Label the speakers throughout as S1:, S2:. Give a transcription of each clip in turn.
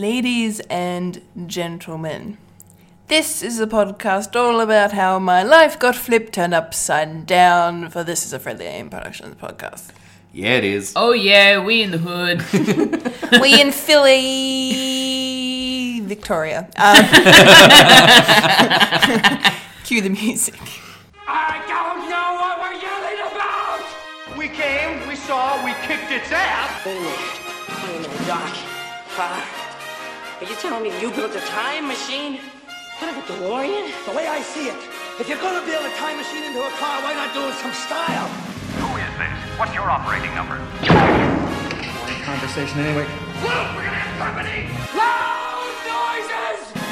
S1: Ladies and gentlemen, this is a podcast all about how my life got flipped turned upside down. For this is a Friendly Aim Productions podcast.
S2: Yeah, it is.
S3: Oh yeah, we in the hood.
S1: we in Philly, Victoria. Um, cue the music.
S4: I don't know what we're yelling about!
S5: We came, we saw, we kicked its ass.
S6: Wait a minute. Wait a minute, Doc. Father, are you telling me you built a time machine? Kind of a DeLorean?
S5: The way I see it, if you're gonna build a time machine into a car, why not do it some style?
S7: Who is this? What's your operating number?
S8: conversation anyway.
S4: Look, we're gonna have company! Loud noises!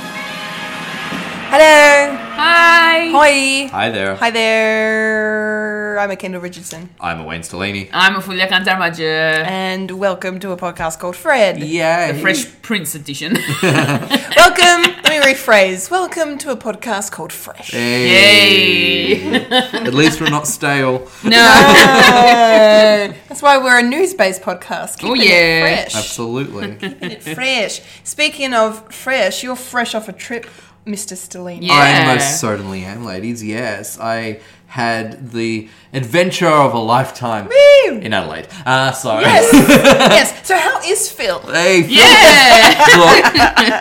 S1: Hello.
S3: Hi.
S1: Hi.
S2: Hi there.
S1: Hi there. I'm a Kendall Richardson,
S2: I'm Wayne Stellini.
S3: I'm a Fulia Kantarmaja.
S1: and welcome to a podcast called Fred.
S2: Yeah.
S3: The Fresh Prince edition.
S1: Welcome. let me rephrase. Welcome to a podcast called Fresh.
S2: Hey.
S3: Yay.
S2: At least we're not stale.
S3: No.
S1: Oh, that's why we're a news-based podcast. Keeping
S3: Oh,
S1: it
S3: yeah.
S1: fresh.
S2: Absolutely.
S1: Keeping it fresh. Speaking of fresh, you're fresh off a trip, Mr. Stellini.
S3: Yeah.
S2: I most certainly am, ladies. Yes, I had the adventure of a lifetime
S1: Woo!
S2: in Adelaide. Ah, sorry.
S1: Yes. yes. So how is Phil?
S2: Hey, Phil.
S3: Yeah.
S2: Look,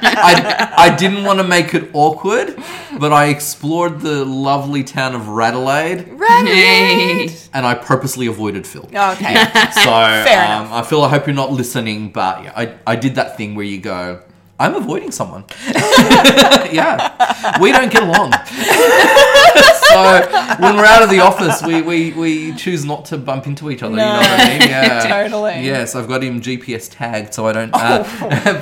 S2: I, I didn't want to make it awkward, but I explored the lovely town of Radelaide
S3: Yay.
S2: and I purposely avoided Phil.
S8: Oh,
S1: Okay.
S2: So
S1: Fair
S2: um,
S1: enough.
S2: I feel I hope you're not listening, but yeah, I, I did that thing where you go, I'm avoiding someone. yeah, we don't get along. so when we're out of the office, we, we, we choose not to bump into each other. You know what I mean? Yeah.
S1: Totally. Oh,
S2: Yes, I've got him GPS tagged, so I don't uh,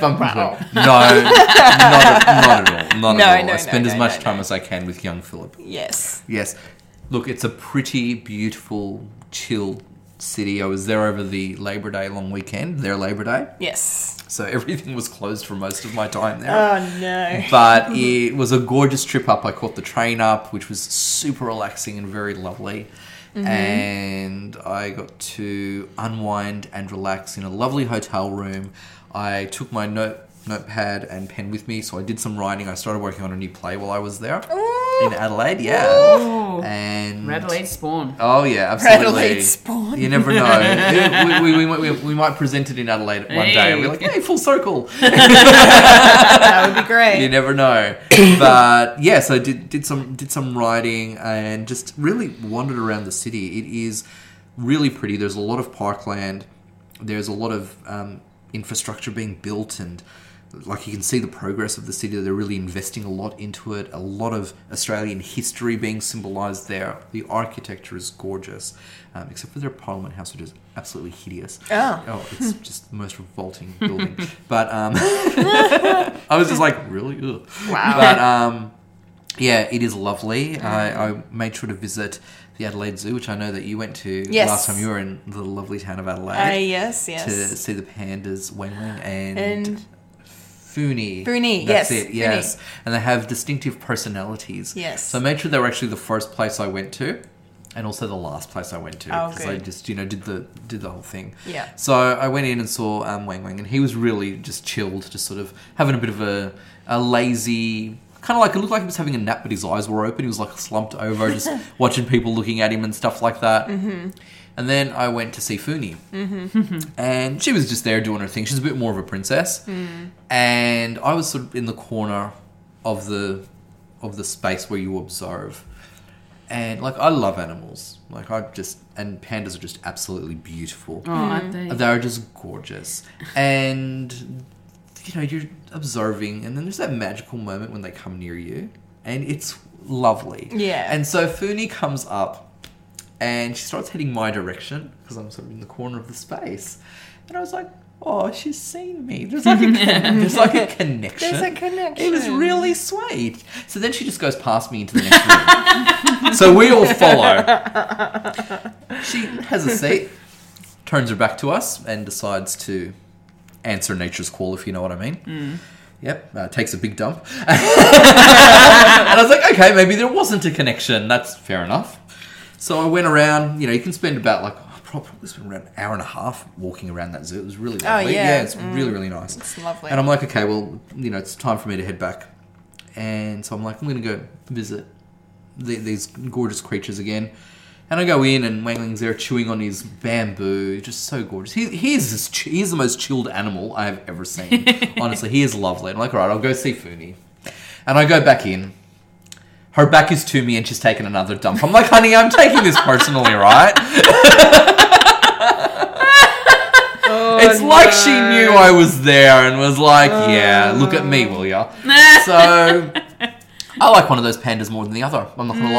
S2: bump into him. No, not, at- not at all. Not
S1: No,
S2: at all.
S1: no,
S2: I
S1: no,
S2: spend as
S1: no,
S2: much
S1: no,
S2: time as I can with young Philip.
S1: Yes.
S2: Yes. Look, it's a pretty beautiful, chill city. I was there over the Labor Day long weekend, their Labor Day.
S1: Yes.
S2: So everything was closed for most of my time there.
S1: Oh no.
S2: but it was a gorgeous trip up. I caught the train up, which was super relaxing and very lovely.
S1: Mm-hmm.
S2: And I got to unwind and relax in a lovely hotel room. I took my note notepad and pen with me, so I did some writing. I started working on a new play while I was there in Adelaide. Yeah, and
S3: Radelaide Spawn.
S2: Oh yeah, absolutely.
S1: Adelaide spawn.
S2: You never know. we, we, we, we, we might present it in Adelaide one day. And we're like, hey, full circle.
S1: That would be great.
S2: You never know. but yeah, so I did did some did some writing and just really wandered around the city. It is really pretty. There's a lot of parkland. There's a lot of um, infrastructure being built and like you can see the progress of the city they're really investing a lot into it a lot of australian history being symbolized there the architecture is gorgeous um, except for their parliament house which is absolutely hideous
S1: Oh.
S2: it's just the most revolting building but um, I was just like, really? Ugh. Wow. But um, yeah, it is lovely. I, I made sure to visit the Adelaide Zoo, which I know that you went to
S1: Yes.
S2: last time you were in the lovely town of
S1: Ah,
S2: Adelaide
S1: yes. Yes.
S2: to see the pandas, Wangling and.
S1: And-
S2: Funi.
S1: Funi,
S2: That's
S1: yes,
S2: it,
S1: Funi.
S2: yes. And they have distinctive personalities.
S1: Yes.
S2: So I made sure they were actually the first place I went to and also the last place I went to.
S1: Oh,
S2: Because I
S1: good.
S2: just, you know, did the did the whole thing.
S1: Yeah.
S2: So I went in and saw um, Wang Wang, and he was really just chilled, just sort of having a bit of a, a lazy, kind of like it looked like he was having a nap, but his eyes were open. He was like slumped over, just watching people looking at him and stuff like that. Mm-hmm. And then I went to see Funi, and she was just there doing her thing. She's a bit more of a princess, and I was sort of in the corner of the of the space where you observe. And like I love animals, like I just and pandas are just absolutely beautiful.
S3: Oh, aren't they?
S2: They are just gorgeous. And, you know, you're observing, and then there's that magical moment when they come near you, and it's lovely.
S1: Yeah.
S2: And so Funi comes up and she starts heading my direction because I'm sort of in the corner of the space. And I was like, oh, she's seen me. There's like a, con- there's like a connection.
S1: There's a connection.
S2: It was really sweet. So then she just goes past me into the next room. so we all follow. She has a seat, turns her back to us, and decides to answer nature's call, if you know what I mean. Yep, uh, takes a big dump. and I was like, okay, maybe there wasn't a connection. That's fair enough. So I went around, you know, you can spend about like oh, probably we spent around an hour and a half walking around that zoo. It was really
S1: Oh,
S2: lovely.
S1: yeah.
S2: it's really really nice.
S1: It's lovely.
S2: And I'm like, okay, well, you know, it's time for me to head back. And so I'm like, I'm going to go visit the, these gorgeous creatures again. And I go in, and Wang Ling's there chewing on his bamboo, just so gorgeous. He, he is this, ch- he is the most chilled animal I have ever seen. Honestly, he is lovely. I'm like, all right, I'll go see Funi. And I go back in. Her back is to me, and she's taken another dump. I'm like, honey, I'm taking this personally, right? it's
S8: Oh,
S2: like she knew I was there and was like, yeah, look at me, will ya? so I like one of those pandas more than the other. I'm not gonna
S8: Hmm.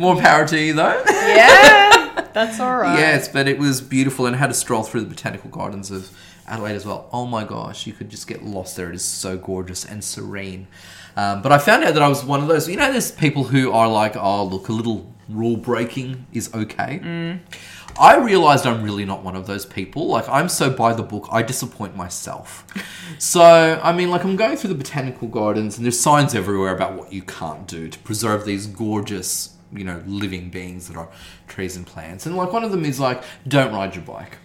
S2: lie. more power to you though.
S8: Yeah, that's all right.
S2: Yes, but it was beautiful and I had a stroll through the botanical gardens of Adelaide as well. Oh my gosh, you could just get lost there. It is so gorgeous and serene. Um, but I found out that I was one of those. You know, there's people who are like, oh, look, a little rule breaking is okay.
S8: Mm.
S2: I realized I'm really not one of those people. Like, I'm so by the book, I disappoint myself. so, I mean, like, I'm going through the botanical gardens, and there's signs everywhere about what you can't do to preserve these gorgeous, you know, living beings that are trees and plants. And, like, one of them is like, don't ride your bike.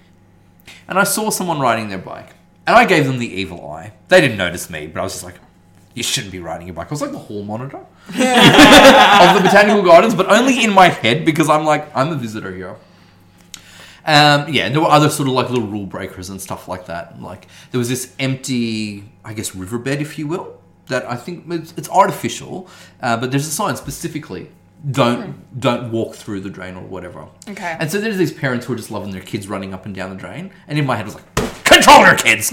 S2: And I saw someone riding their bike, and I gave them the evil eye. They didn't notice me, but I was just like, you shouldn't be riding your bike. I was like the hall monitor of the botanical gardens, but only in my head because I'm like, I'm a visitor here. Um, yeah, and there were other sort of like little rule breakers and stuff like that. Like there was this empty, I guess, riverbed, if you will, that I think it's, it's artificial, uh, but there's a sign specifically: don't don't walk through the drain or whatever.
S1: Okay.
S2: And so there's these parents who are just loving their kids running up and down the drain, and in my head I was like, control your kids.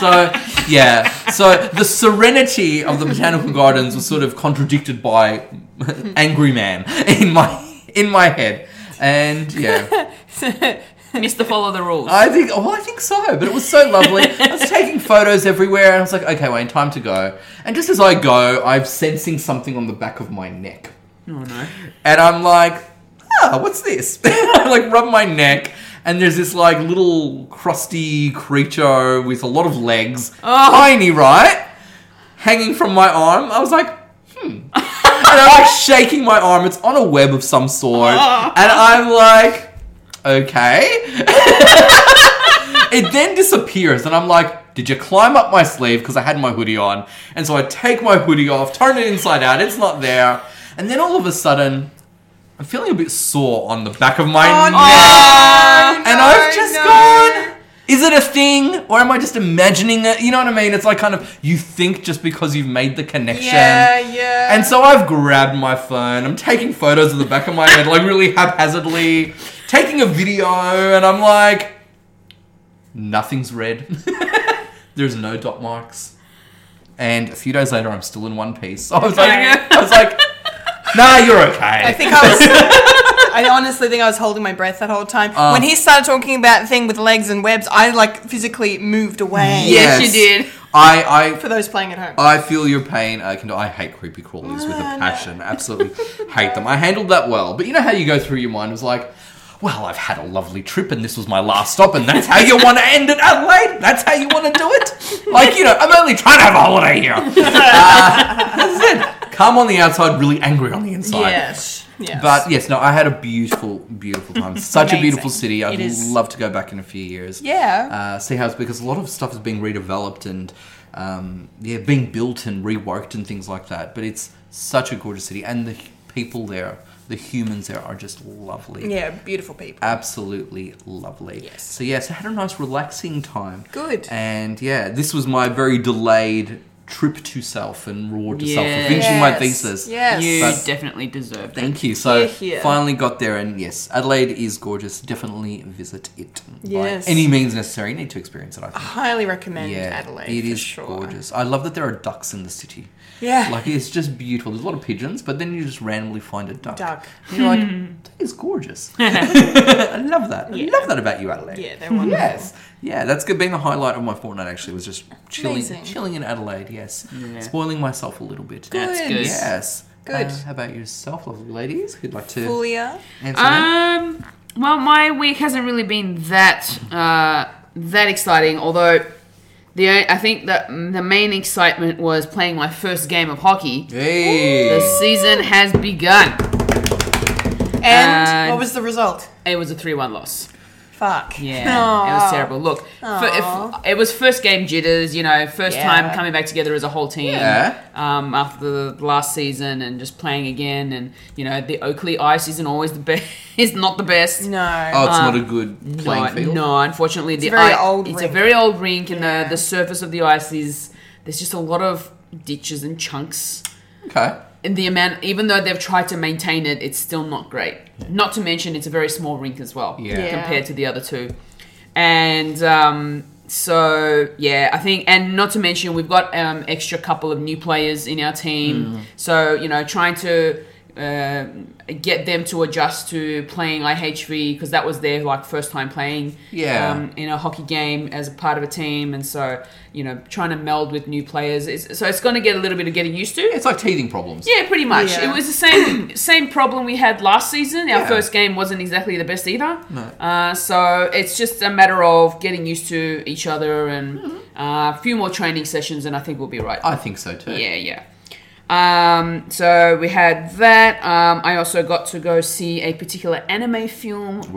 S2: so yeah, so the serenity of the botanical gardens was sort of contradicted by angry man in my in my head, and yeah.
S3: Mr. Follow the rules.
S2: I think, oh, I think so. But it was so lovely. I was taking photos everywhere, and I was like, okay, Wayne, time to go. And just as I go, I'm sensing something on the back of my neck,
S3: oh no.
S2: and I'm like, ah, what's this? I like rub my neck, and there's this like little crusty creature with a lot of legs,
S3: Oh.
S2: tiny, right, hanging from my arm. I was like. hmm. and I'm like shaking my arm. It's on a web of some sort.
S3: Oh.
S2: And I'm like, okay it then disappears, and I'm like, did you climb up my sleeve? Because I had my hoodie on. And so I take my hoodie off, turn it inside out, it's not there. And then all of a sudden, I'm feeling a bit sore on the back of my neck. and I've just gone. Is it a thing, or am I just imagining it? You know what I mean? It's like kind of you think just because you've made the connection.
S1: Yeah, yeah.
S2: And so I've grabbed my phone. I'm taking photos of the back of my head, like really haphazardly, taking a video, and I'm like, nothing's red. There's no dot marks. And a few days later, I'm still in one piece. So I was like, I was like, nah, you're okay.
S8: I think I was. I honestly think I was holding my breath that whole time.
S2: Uh.
S8: when he started talking about the thing with legs and webs, I like physically moved away.
S3: Yes, you did.
S2: I, I,
S8: For those playing at home.
S2: I feel your pain. I can. I hate creepy crawlies with a passion. Absolutely hate them. I handled that well, but you know how you go through your mind it was like, well, I've had a lovely trip, and this was my last stop, and that's how you want to end it, Adelaide. That's how you want to do it. Like you know, I'm only trying to have a holiday here. Uh, that's it. Calm on the outside, really angry on the inside.
S8: Yes. Yes.
S2: But yes, no, I had a beautiful, beautiful time. Such a beautiful
S8: Amazing.
S2: city. I'd
S8: It is.
S2: love to go back in a few years.
S8: Yeah.
S2: Uh, see how it's because a lot of stuff is being redeveloped and um, yeah, being built and reworked and things like that. But it's such a gorgeous city, and the h- people there, the humans there, are just lovely.
S8: yeah, beautiful people.
S2: Absolutely lovely. Yes. So yes, I had a nice relaxing time.
S8: Good.
S2: And yeah, this was my very delayed trip to self and reward to self for finishing my
S8: Yes.
S2: thesis.
S8: Yes.
S3: You
S2: But-
S3: definitely deserved it.
S2: Thank you.
S8: Hear,
S2: So
S8: hear.
S2: finally got there, and yes, Adelaide is gorgeous. Definitely visit it
S8: Yes.
S2: by any means necessary. You need to experience it. I think.
S8: Highly recommend
S2: yeah,
S8: Adelaide.
S2: it
S8: for
S2: is
S8: sure.
S2: gorgeous. I love that there are ducks in the city.
S8: Yeah.
S2: like it's just beautiful. There's a lot of pigeons, but then you just randomly find a duck.
S8: Duck.
S2: And you're like, that is gorgeous. I love that. I love that about you, Adelaide.
S8: Yeah, they're wonderful.
S2: Yes. Yeah, that's good. Being the highlight of my fortnight actually was just chilling,
S1: Amazing.
S2: chilling in Adelaide. Yes, spoiling myself a little bit.
S3: That's good.
S2: Yes.
S8: Good.
S2: Uh, how about yourself, lovely ladies? Who'd like to
S8: Julia.
S2: answer that?
S3: Um. Well, my week hasn't really been that uh, that exciting. Although the o- I think that the main excitement was playing my first game of hockey.
S2: Hey.
S3: The season has begun.
S8: And
S3: And-
S8: what was the result?
S3: It was a three-one loss.
S8: Fuck.
S3: Yeah, it was terrible. Look, for, if, it was first game jitters. You know, first
S8: Yeah.
S3: time coming back together as a whole team
S2: Yeah.
S3: um, after the last season and just playing again. And you know, the Oakley ice isn't always the best. Is not the best.
S8: No.
S2: Oh, it's not
S3: Um,
S2: a good playing
S3: no,
S2: field.
S3: no, unfortunately, the
S8: very
S3: i-
S8: old
S3: It's
S8: rink.
S3: a very old rink, and the, the surface of the ice is there's just a lot of ditches and chunks.
S2: Okay.
S3: And the amount, even though they've tried to maintain it, it's still not great. Not to mention, it's a very small rink as well
S2: Yeah. Yeah.
S3: compared to the other two. And um, so, yeah, I think, and not to mention, we've got um, extra couple of new players in our team.
S2: Mm-hmm.
S3: So you know, trying to uh, get them to adjust to playing IHV because that was their like first time playing
S2: Yeah.
S3: um, in a hockey game as a part of a team, and so you know, trying to meld with new players. It's, so it's going to get a little bit of getting used to.
S2: It's like teething problems.
S3: Yeah, pretty much.
S8: Yeah.
S3: It was the same same problem we had last season. Our
S2: Yeah.
S3: first game wasn't exactly the best either. No. Uh, so it's just a matter of getting used to each other and uh, a few more training sessions, and I think we'll be right.
S2: I think so too.
S3: yeah, yeah. Um, so we had that. Um, I also got to go see a particular anime film on,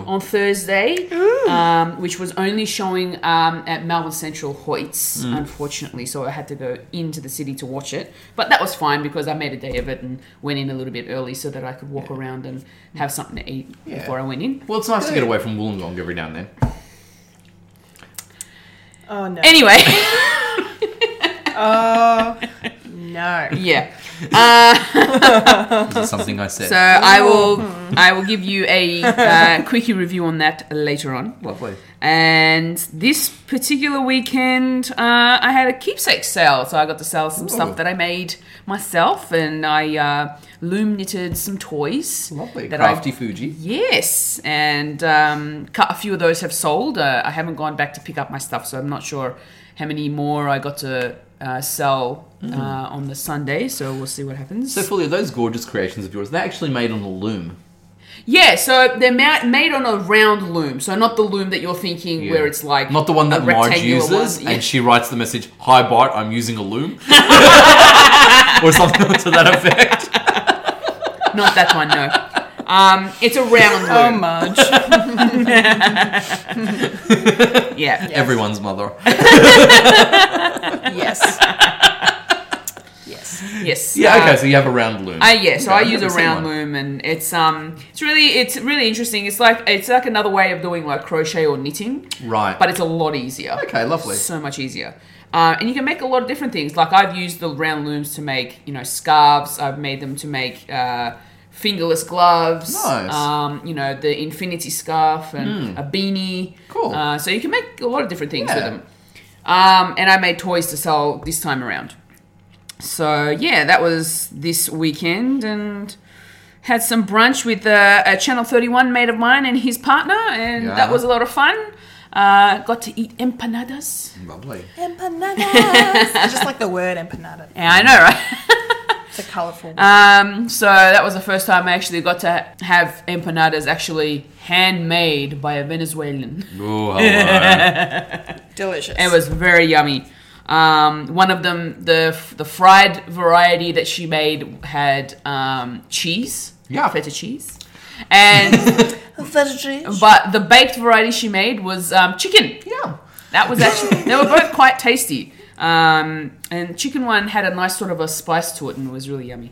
S2: Ooh.
S3: on Thursday, um, which was only showing um, at Melbourne Central Hoyts, unfortunately. So I had to go into the city to watch it. But that was fine because I made a day of it and went in a little bit early so that I could walk around and have something to eat
S2: Yeah.
S3: before I went in.
S2: Well, it's nice to get away from Wollongong every now and then.
S8: Oh no. Oh,
S3: Anyway,
S8: no.
S3: yeah.
S2: This is something I said.
S3: So I will I will give you a uh, quickie review on that later on.
S2: Lovely.
S3: And this particular weekend, uh, I had a keepsake sale, so I got to sell some
S2: Ooh.
S3: stuff that I made myself, and I uh, loom knitted some toys.
S2: Lovely.
S3: that
S2: Crafty
S3: I,
S2: Fuji.
S3: yes, and um, cu- a few of those have sold. Uh, I haven't gone back to pick up my stuff, so I'm not sure how many more I got to uh, sell uh, on the Sunday. So we'll see what happens.
S2: Mm. So, Fulia, those gorgeous creations of yours, they're actually made on a loom.
S3: Yeah, so they're ma- made on a round loom, so not the loom that you're thinking
S2: Yeah.
S3: where it's like
S2: Not the one that
S3: a
S2: Marge
S3: rectangular
S2: uses,
S3: one. Yeah.
S2: and she writes the message, Hi Bart, I'm using a loom. or something to that effect.
S3: not that one, no. Um, it's a round
S8: Oh
S3: loom.
S8: Marge.
S3: yeah.
S2: Everyone's mother.
S8: yes. yes.
S3: Yes.
S2: Yeah,
S3: Uh,
S2: okay, so you have a round loom.
S3: Uh, yeah, so
S2: Okay,
S3: I
S2: I've
S3: use a
S2: never seen
S3: round
S2: one.
S3: loom, and it's um, it's really, it's really interesting. It's like it's like another way of doing like crochet or knitting,
S2: Right.
S3: but it's a lot easier.
S2: Okay, lovely.
S3: So much easier. Uh, and you can make a lot of different things. Like I've used the round looms to make, you know, scarves. I've made them to make uh, fingerless gloves.
S2: Nice. Hmm.
S3: Um, you know, the infinity scarf and a beanie.
S2: Cool.
S3: Uh, so you can make a lot of different things with
S2: Yeah.
S3: them. Um, and I made toys to sell this time around. So yeah, that was this weekend, and had some brunch with uh, a Channel 31 mate of mine and his partner, and
S2: Yeah.
S3: that was a lot of fun. Uh, got to eat empanadas.
S2: Lovely.
S8: Empanadas. I just like the word empanada.
S3: Yeah, I know, right?
S8: It's a colourful word.
S3: Um, so that was the first time I actually got to have empanadas actually handmade by a Venezuelan.
S2: Oh, hello.
S8: Delicious.
S3: It was very yummy. Um, one of them, the the fried variety that she made had um, cheese,
S2: Yeah.
S3: feta cheese, and
S2: Um,
S1: Veggies.
S3: but the baked variety she made was um, chicken.
S2: yeah.
S3: That was actually they were both quite tasty. Um, and chicken one had a nice sort of a spice to it and was really yummy.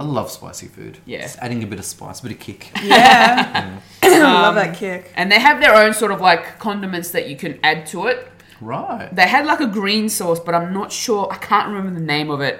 S2: I love spicy food.
S3: Yeah.
S2: It's adding a bit of spice, a bit of kick.
S8: yeah. I love that kick.
S3: And they have their own sort of like condiments that you can add to it.
S2: Right.
S3: They had like a green sauce, but I'm not sure. I can't remember the name of it.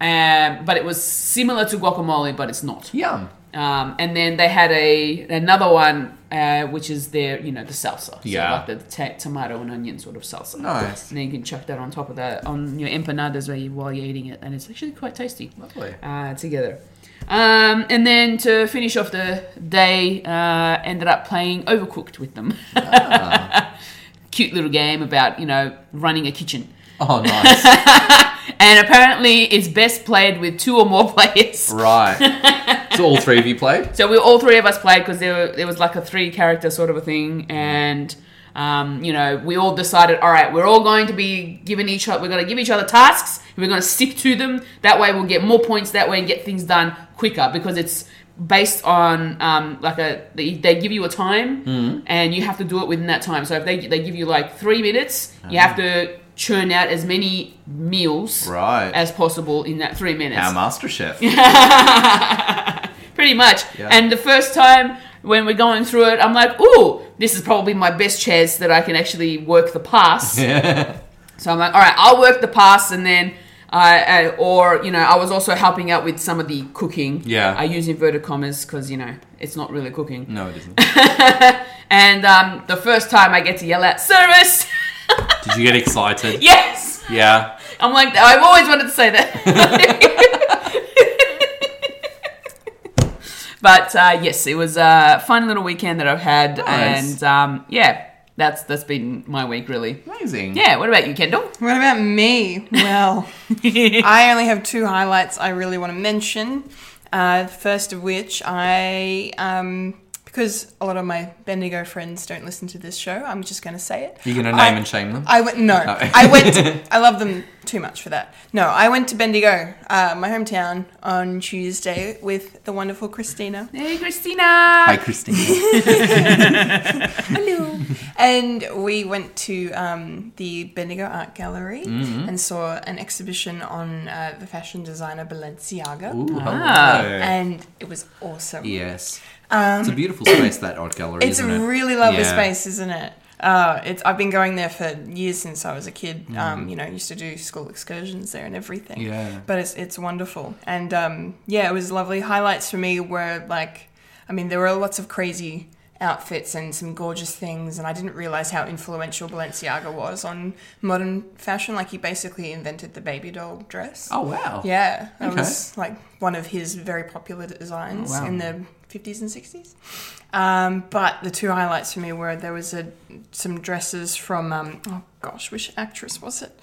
S3: Um, but it was similar to guacamole, but it's not.
S2: Yum.
S3: Um, and then they had a another one, uh, which is their you know the salsa,
S2: Yeah.
S3: so like the ta- tomato and onion sort of salsa.
S2: Nice.
S3: And then you can chuck that on top of that on your empanadas while you while you're eating it, and it's actually quite tasty.
S2: Lovely.
S3: Uh, together. Um, and then to finish off the day, uh, ended up playing Overcooked with them.
S2: Ah.
S3: Cute little game about you know running a kitchen.
S2: Oh, nice.
S3: And apparently, it's best played with two or more players.
S2: right. So all three of you played?
S3: So we all three of us played because there, were- there was like a three character sort of a thing, and um, you know we all decided, all right, we're all going to be giving each other, we're going to give each other tasks, and we're going to stick to them. That way, we'll get more points that way and get things done quicker because it's based on um, like a they, they give you a time and you have to do it within that time. So if they they give you like three minutes, you have to churn out as many meals
S9: Right.
S3: as possible in that three minutes.
S9: Our master chef.
S3: Pretty much.
S9: Yeah.
S3: And the first time when we're going through it, I'm like, ooh, this is probably my best chance that I can actually work the pass. So I'm like, all right, I'll work the pass, and then I, I or you know, I was also helping out with some of the cooking.
S2: Yeah.
S3: I use inverted commas because you know it's not really cooking.
S2: No, it isn't. Did
S3: And um, the first time I get to yell out service,
S2: you get excited?
S3: yes.
S2: Yeah.
S3: I'm like, I've always wanted to say that. but uh, yes, it was a fun little weekend that I've had,
S2: Nice.
S3: and um, yeah, that's that's been my week really.
S2: Amazing.
S3: Yeah, what about you, Kendall?
S8: What about me? Well, I only have two highlights I really want to mention. Uh, the first of which I, um, because a lot of my Bendigo friends don't listen to this show, I'm just going to say it.
S2: You're gonna name
S8: I-
S2: and shame them.
S8: I went no.
S2: No.
S8: I went. I love them too much for that. No, I went to Bendigo, uh, my hometown, on Tuesday with the wonderful Christina.
S3: Hey, Christina.
S2: Hi, Christine.
S8: And we went to um, the Bendigo Art Gallery
S2: Mm-hmm.
S8: and saw an exhibition on uh, the fashion designer Balenciaga.
S2: Ooh, hello.
S8: And it was awesome.
S2: Yes. it's a beautiful space that art gallery.
S8: It's a
S2: isn't it?
S8: really lovely
S2: Yeah.
S8: space, isn't it? Uh, it's, I've been going there for years since I was a kid. Um, you know, used to do school excursions there and everything.
S2: Mm. Yeah.
S8: But it's, it's wonderful. And um, yeah, it was lovely. Highlights for me were like, I mean, there were lots of crazy outfits and some gorgeous things. And I didn't realize how influential Balenciaga was on modern fashion. Like, he basically invented the baby doll dress.
S2: Oh wow.
S8: Yeah, that
S2: Okay.
S8: was like one of his very popular designs
S2: Oh, wow.
S8: in the 50s and 60s. Um, but the two highlights for me were there was a, some dresses from um, oh gosh, which actress was it?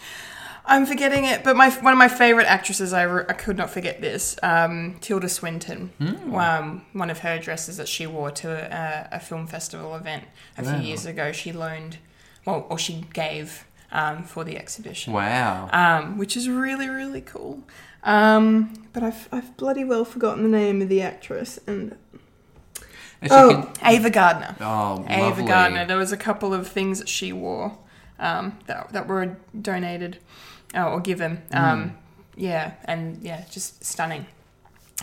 S8: I'm forgetting it, but my one of my favorite actresses, I, re- I could not forget this, um, Tilda Swinton.
S2: Hmm.
S8: Um, one of her dresses that she wore to a, a film festival event a
S2: Wow.
S8: few years ago, she loaned, well, or she gave um, for the exhibition
S2: Wow.
S8: um, which is really really cool. Um, but I've, I've bloody well forgotten the name of the actress and
S2: Actually,
S8: oh
S2: can-
S8: Ava Gardner.
S2: oh,
S8: Ava
S2: lovely.
S8: Gardner. There was a couple of things that she wore um, that that were donated uh, or given.
S2: Mm.
S8: Um, Yeah, and yeah, just stunning.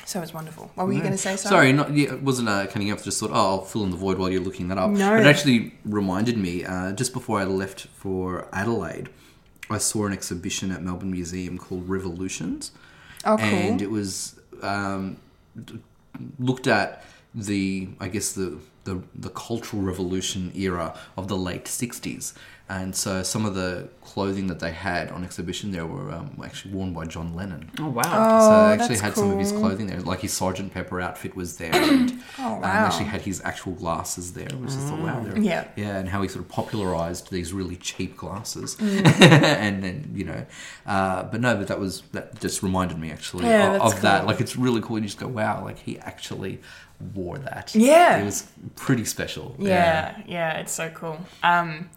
S8: So it's wonderful. What were you going to say?
S2: Mm. Sorry, not, yeah, it wasn't uh, cutting up. Just thought, oh, I'll fill in the void while you're looking that up.
S8: No.
S2: But it actually reminded me uh, just before I left for Adelaide, I saw an exhibition at Melbourne Museum called Revolutions,
S8: Oh, cool.
S2: and it was um, d- looked at the, I guess the. The, the cultural revolution era of the late 60s and so some of the clothing that they had on exhibition there were um, actually worn by john lennon
S3: Oh wow.
S2: so I actually
S8: that's
S2: had some of his clothing there. Like his Sergeant Pepper outfit was there. And,
S8: Oh,
S2: um, actually had his actual glasses there, which is thought, wow. they're-
S8: Mm, Yeah.
S2: Yeah, and how he sort of popularized these really cheap glasses.
S8: Mm.
S2: and then, you know, uh, but no, but that was, that just reminded me actually
S8: Yeah,
S2: of,
S8: that's
S2: of that.
S8: cool.
S2: Like it's really cool. You just go, wow, like he actually wore that.
S8: Yeah.
S2: It was pretty special.
S8: Yeah, yeah, it's so cool. Um,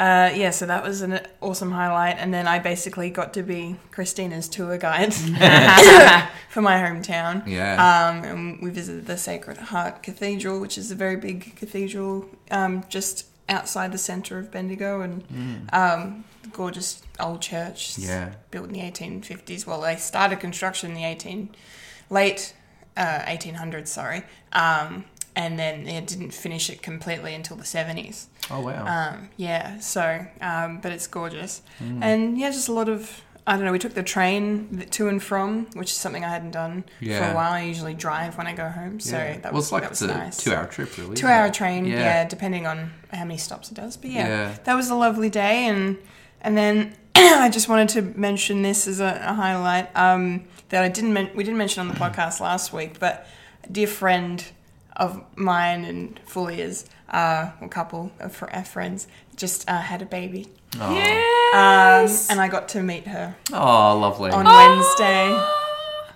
S8: uh, yeah, so that was an awesome highlight, and then I basically got to be Christina's tour guide for my hometown.
S2: Yeah.
S8: um, and we visited the Sacred Heart Cathedral, which is a very big cathedral um, just outside the centre of Bendigo, and um, gorgeous old church. s-
S2: Mm. Yeah.
S8: built in the 1850s. Well, they started construction in the 18 late uh, 1800s, sorry, um, and then it didn't finish it completely until the 70s.
S2: Oh, wow.
S8: Um, yeah, so, um, but it's gorgeous.
S2: Mm.
S8: And yeah, just a lot of, I don't know, we took the train th- to and from, which is something I hadn't done for
S2: Yeah.
S8: a while. I usually drive when I go home, so
S2: Yeah.
S8: that
S2: well,
S8: was,
S2: it's like
S8: that was
S2: it's a
S8: nice.
S2: two-hour trip, really.
S8: Two
S2: isn't
S8: hour
S2: it?
S8: train, yeah. depending on how many stops it does. But yeah,
S2: Yeah.
S8: that was a lovely day. And and then I just wanted to mention this as a, a highlight um, that I didn't men- we didn't mention on the podcast last week, but a dear friend of mine and Fullia's, uh, a couple of fr- our friends, just uh, had a baby,
S2: Oh,
S8: um, and I got to meet her
S2: Oh, lovely.
S8: on Wednesday.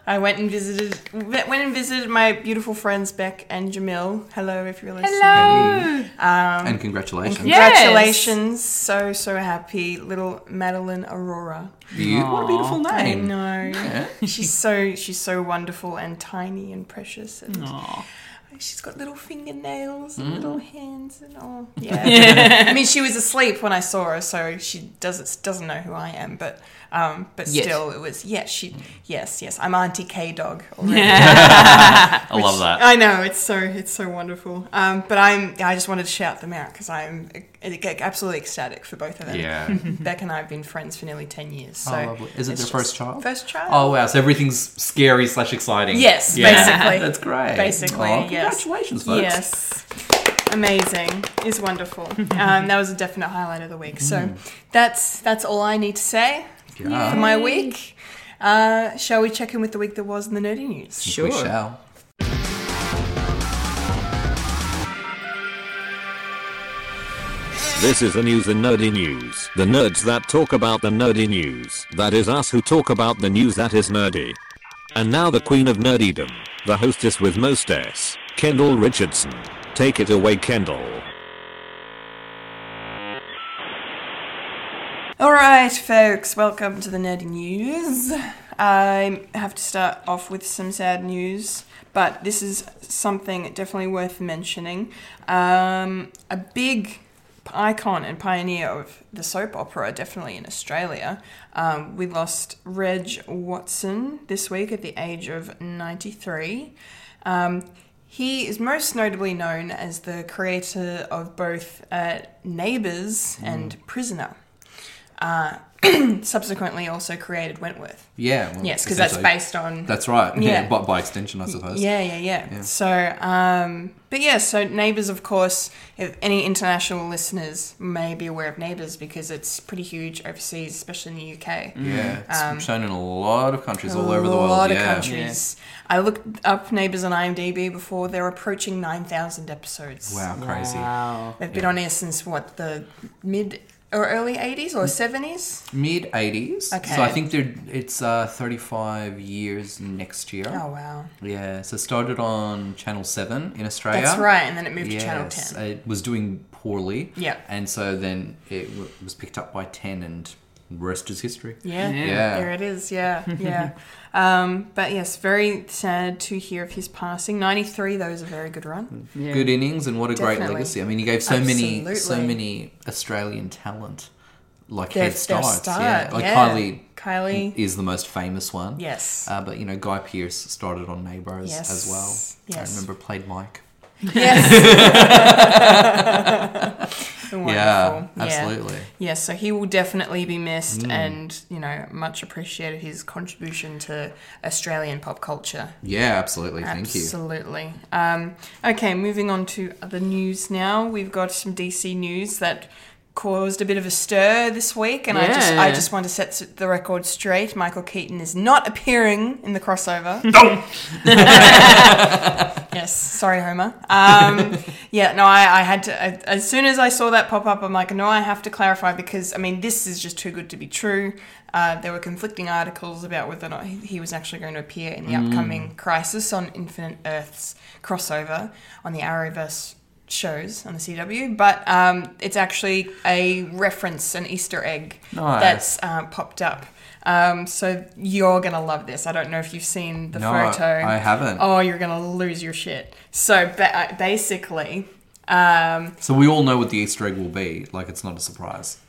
S8: I went and visited went and visited my beautiful friends Beck and Jamil. Hello, if you're listening.
S3: Hello.
S8: Oh. Um,
S2: and congratulations.
S3: Yes.
S8: Congratulations. So so happy, little Madeline Aurora.
S2: You- what a beautiful
S8: I
S2: name.
S8: know.
S2: Yeah.
S8: She's so she's so wonderful and tiny and precious and
S3: Aw.
S8: she's got little fingernails and little hands and all. Yeah. I mean, she was asleep when I saw her, so she doesn't doesn't know who I am, but um, but
S3: Yet.
S8: still, it was yes, she yes yes I'm Auntie K Dog. already.
S2: I love that.
S8: I know it's so it's so wonderful. Um, but I'm I just wanted to shout them out because I'm uh, absolutely ecstatic for both of them.
S2: Yeah.
S8: Mm-hmm. Beck and I have been friends for nearly ten years. So
S2: oh, lovely. Is it
S8: it's
S2: their
S8: just-
S2: first child?
S8: First child.
S2: Oh wow! So everything's scary slash exciting.
S8: Yes,
S2: Yeah.
S8: basically.
S2: That's great.
S8: Basically,
S2: Oh,
S8: yes.
S2: Congratulations, folks.
S8: Yes. Amazing. It's wonderful. Um, that was a definite highlight of the week. So that's that's all I need to say for
S2: Mm. Yeah.
S8: my week. Uh, shall we check in with the week that was in the nerdy news?
S3: Sure.
S2: We shall.
S9: This is the news in nerdy news. The nerds that talk about the nerdy news. That is us who talk about the news that is nerdy. And now the queen of nerdydom, the hostess with most S, Kendall Richardson. Take it away, Kendall.
S8: All right, folks, welcome to the nerdy news. I have to start off with some sad news, but this is something definitely worth mentioning. Um, a big icon and pioneer of the soap opera, definitely in Australia. Um, we lost Reg Watson this week at the age of 93. Um, he is most notably known as the creator of both uh, Neighbours and Prisoner subsequently also created Wentworth.
S2: Yeah. well,
S8: Yes, because that's
S2: Mm. essentially.
S8: based on.
S2: That's right. Yeah.
S8: Yeah.
S2: But by extension, I suppose.
S8: yeah, yeah, yeah, So, um, but yeah, so Neighbours, of course, if any international listeners may be aware of Neighbours because it's pretty huge overseas, especially in the UK.
S2: Yeah. It's shown in a lot of countries Mm. all over
S8: Mm.
S2: the
S8: Um, A
S2: world.
S8: lot
S2: yeah.
S8: of countries. I looked up Neighbours on IMDb before. They're approaching 9,000 episodes.
S2: Wow, crazy.
S3: Wow.
S8: They've been on air since what, the mid or early 80s or 70s?
S2: Mid eighties.
S8: Okay.
S2: So I think they're it's uh, thirty five years next year.
S8: Oh, wow.
S2: Yeah. So it started on Channel Seven in Australia.
S8: That's right. And then it moved to Channel 10.
S2: Yes, It was doing poorly.
S8: Yeah.
S2: And so then it w- was picked up by Ten, and the rest is history.
S8: Yeah.
S2: Yeah.
S8: There it is. Yeah. Yeah. um, but yes, very sad to hear of his passing. 93, though, is a very good run.
S2: Good innings, and what a great
S8: Definitely.
S2: legacy. I mean, he gave so many, so
S8: Absolutely.
S2: many Australian talent, like
S8: Their-
S2: head starts.
S8: their
S2: yeah.
S8: start,
S2: Like
S8: yeah.
S2: Kylie.
S8: Kylie.
S2: Is the most famous one.
S8: Yes.
S2: Uh, but you know, Guy Pearce started on Neighbours
S8: Yes.
S2: as well.
S8: Yes.
S2: I remember played Mike.
S8: Yes.
S2: Yeah,
S8: Wonderful.
S2: Mm. absolutely. Mm.
S8: Yes, so he will definitely be missed, and you know, much appreciated his contribution to Australian pop culture.
S2: Yeah, absolutely. Thank you.
S8: Absolutely. Um, okay, moving on to other news now. We've got some DC news that caused a bit of a stir this week, and I just I
S3: Yeah.
S8: just want to set s- the record straight. Michael Keaton is not appearing in the crossover. yes, sorry, Homer. Um, yeah, no, I, I had to. I, as soon as I saw that pop up, I'm like, no, I have to clarify because I mean, this is just too good to be true. Uh, there were conflicting articles about whether or not he, he was actually going to appear in the upcoming Crisis on Infinite Earths crossover on the Arrowverse shows on the CW, but um, it's actually a reference, an Easter egg
S2: Nice.
S8: that's uh, popped up. Um, so you're gonna love this. I don't know if you've seen the
S2: No,
S8: photo.
S2: I haven't.
S8: Oh, you're gonna lose your shit. So ba- uh, basically, um,
S2: So we all know what the Easter egg will be. Like, it's not a surprise.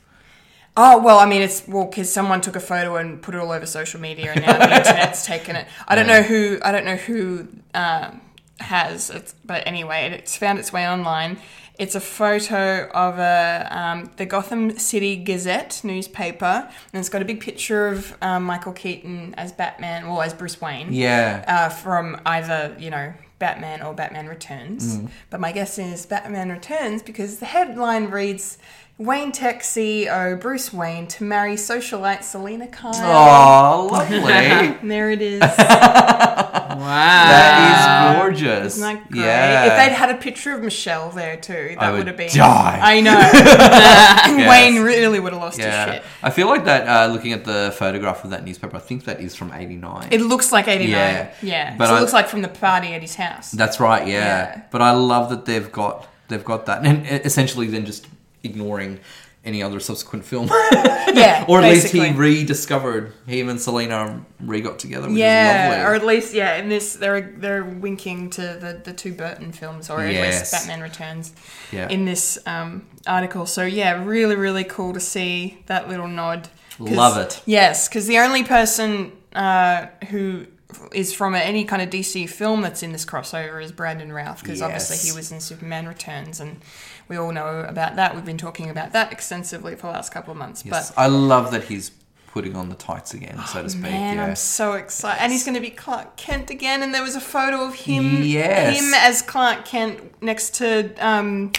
S8: oh well, I mean it's well because someone took a photo and put it all over social media, and now the internet's taken it. I don't know who. I don't know who um, has it, but anyway, it's found its way online. It's a photo of a um, the Gotham City Gazette newspaper, and it's got a big picture of um, Michael Keaton as Batman, or as Bruce Wayne.
S2: Yeah.
S8: uh, from either you know Batman
S2: Mm-hmm.
S8: or Batman Returns. But my guess is Batman Returns because the headline reads Wayne Tech CEO Bruce Wayne to marry socialite Selena Kyle.
S2: Oh, lovely.
S8: And there it is.
S2: that is gorgeous.
S8: Isn't that great?
S2: Yeah.
S8: If they'd had a picture of Michelle there too,
S2: I
S8: that would
S2: would
S8: have been.
S2: die.
S8: I know. Wayne really would have lost
S2: yeah.
S8: his shit.
S2: I feel like that. Uh, looking at the photograph of that newspaper, I think that is from '89.
S8: It looks like 89.
S2: Yeah.
S8: Yeah.
S2: But
S8: so
S2: I-
S8: it looks like from the party at his house.
S2: That's right. Yeah.
S8: Yeah.
S2: But I love that they've got they've got that, and e, essentially then just ignoring any other subsequent film,
S8: yeah.
S2: or at least he
S8: basically.
S2: rediscovered him and Selena re got together. Which is
S8: yeah,
S2: lovely.
S8: or at least yeah, in this they're they're winking to the, the two Burton films, or at
S2: Yes.
S8: least Batman Returns,
S2: Yeah.
S8: in this um, article. So yeah, really really cool to see that little nod. 'Cause-
S2: Love it.
S8: Yes, because the only person uh, who is from any kind of DC film that's in this crossover is Brandon Routh, because obviously
S2: Yes.
S8: he was in Superman Returns, and we all know about that. We've been talking about that extensively for the last couple of months, but Oh,
S2: Yes. I love that he's putting on the tights again, so to speak.
S8: Man,
S2: yeah.
S8: I'm so excited. And he's going to be Clark Kent again. And there was a photo of him,
S2: Yes.
S8: him as Clark Kent next to um,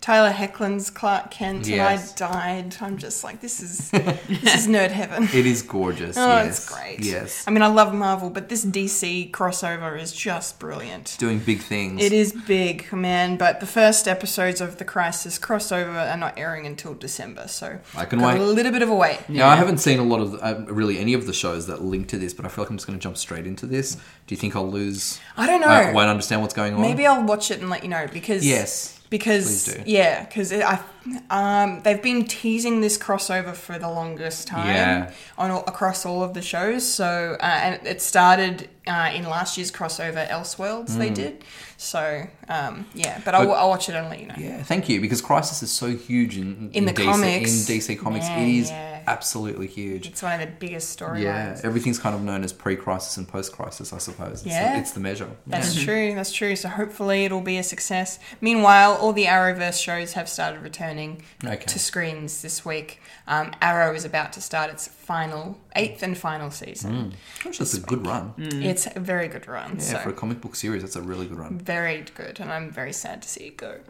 S8: Tyler Hecklin's Clark Kent.
S2: Yes.
S8: And I died. I'm just like, this is this is nerd heaven.
S2: It is gorgeous.
S8: Oh,
S2: yes.
S8: it's great.
S2: Yes.
S8: I mean, I love Marvel, but this DC crossover is just brilliant.
S2: Doing big things.
S8: It is big, man, but the first episodes of the Crisis crossover are not airing until December, so
S2: I can
S8: got
S2: wait.
S8: a little bit of a wait.
S2: Now, I haven't seen a lot of, uh, really, any of the shows that link to this, but I feel like I'm just going to jump straight into this. Do you think I'll lose?
S8: I don't know.
S2: I won't understand what's going on.
S8: Maybe I'll watch it and let you know because
S2: Yes.
S8: because
S2: Please do.
S8: yeah, because I um they've been teasing this crossover for the longest time
S2: Yeah.
S8: on all, across all of the shows. So uh, and it started uh, in last year's crossover Elseworlds they did. So um yeah, but, I'll,
S2: Hmm. But-
S8: I'll watch it and let you know.
S2: Yeah, thank you. Because Crisis is so huge in,
S8: In the
S2: DC,
S8: comics.
S2: In DC Comics,
S8: Man,
S2: it is
S8: yeah.
S2: absolutely huge.
S8: It's one of the biggest storylines.
S2: yeah, everything's kind of known as pre-crisis and post-crisis, I suppose. It's,
S8: Yeah.
S2: the, it's the measure.
S8: That's true. That's true. So hopefully it'll be a success. Meanwhile, all the Arrowverse shows have started returning
S2: Okay.
S8: to screens this week. Um, Arrow is about to start its final eighth and final season.
S2: Gosh, that's a good run.
S8: It's a very good run.
S2: Yeah,
S8: so
S2: for a comic book series, that's a really good run.
S8: very good, and I'm very sad to see it go.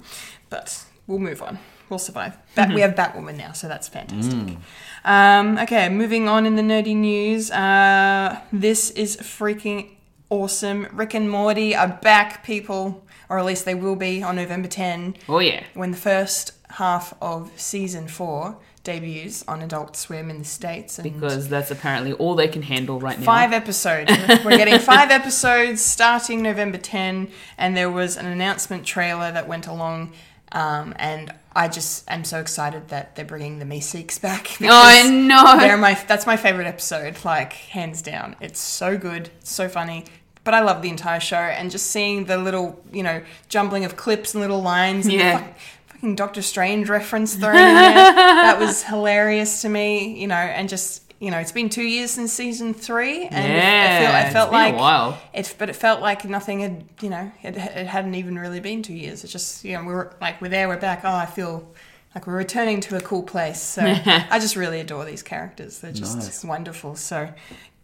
S8: But we'll move on. We'll survive. Bat- We
S3: Mm-hmm.
S8: have Batwoman now, so that's fantastic.
S3: Mm.
S8: Um, okay, moving on in the nerdy news. Uh, this is freaking awesome. Rick and Morty are back, people, or at least they will be on November 10
S3: Oh yeah.
S8: when the first half of season four debuts on Adult Swim in the States. And
S3: Because that's apparently all they can handle right now.
S8: Five episodes. We're getting five episodes starting November 10, and there was an announcement trailer that went along. Um, and I just am so excited that they're bringing the Meeseeks back. because
S3: know.
S8: They're my that's my favorite episode, like hands down. It's so good, so funny. But I love the entire show, and just seeing the little you know jumbling of clips and little lines. And the
S3: Yeah.
S8: fuck- Fucking Doctor Strange reference thrown in there. that was hilarious to me, you know, and just, you know, it's been two years since season three, and
S3: Yeah,
S8: I feel, I
S3: it's
S8: felt
S3: been a
S8: like
S3: while.
S8: It's but it felt like nothing had, you know, it, it hadn't even really been two years. It's just, you know, we were like we're there, we're back. Oh, I feel like we're returning to a cool place. So I just really adore these characters. They're just wonderful. So.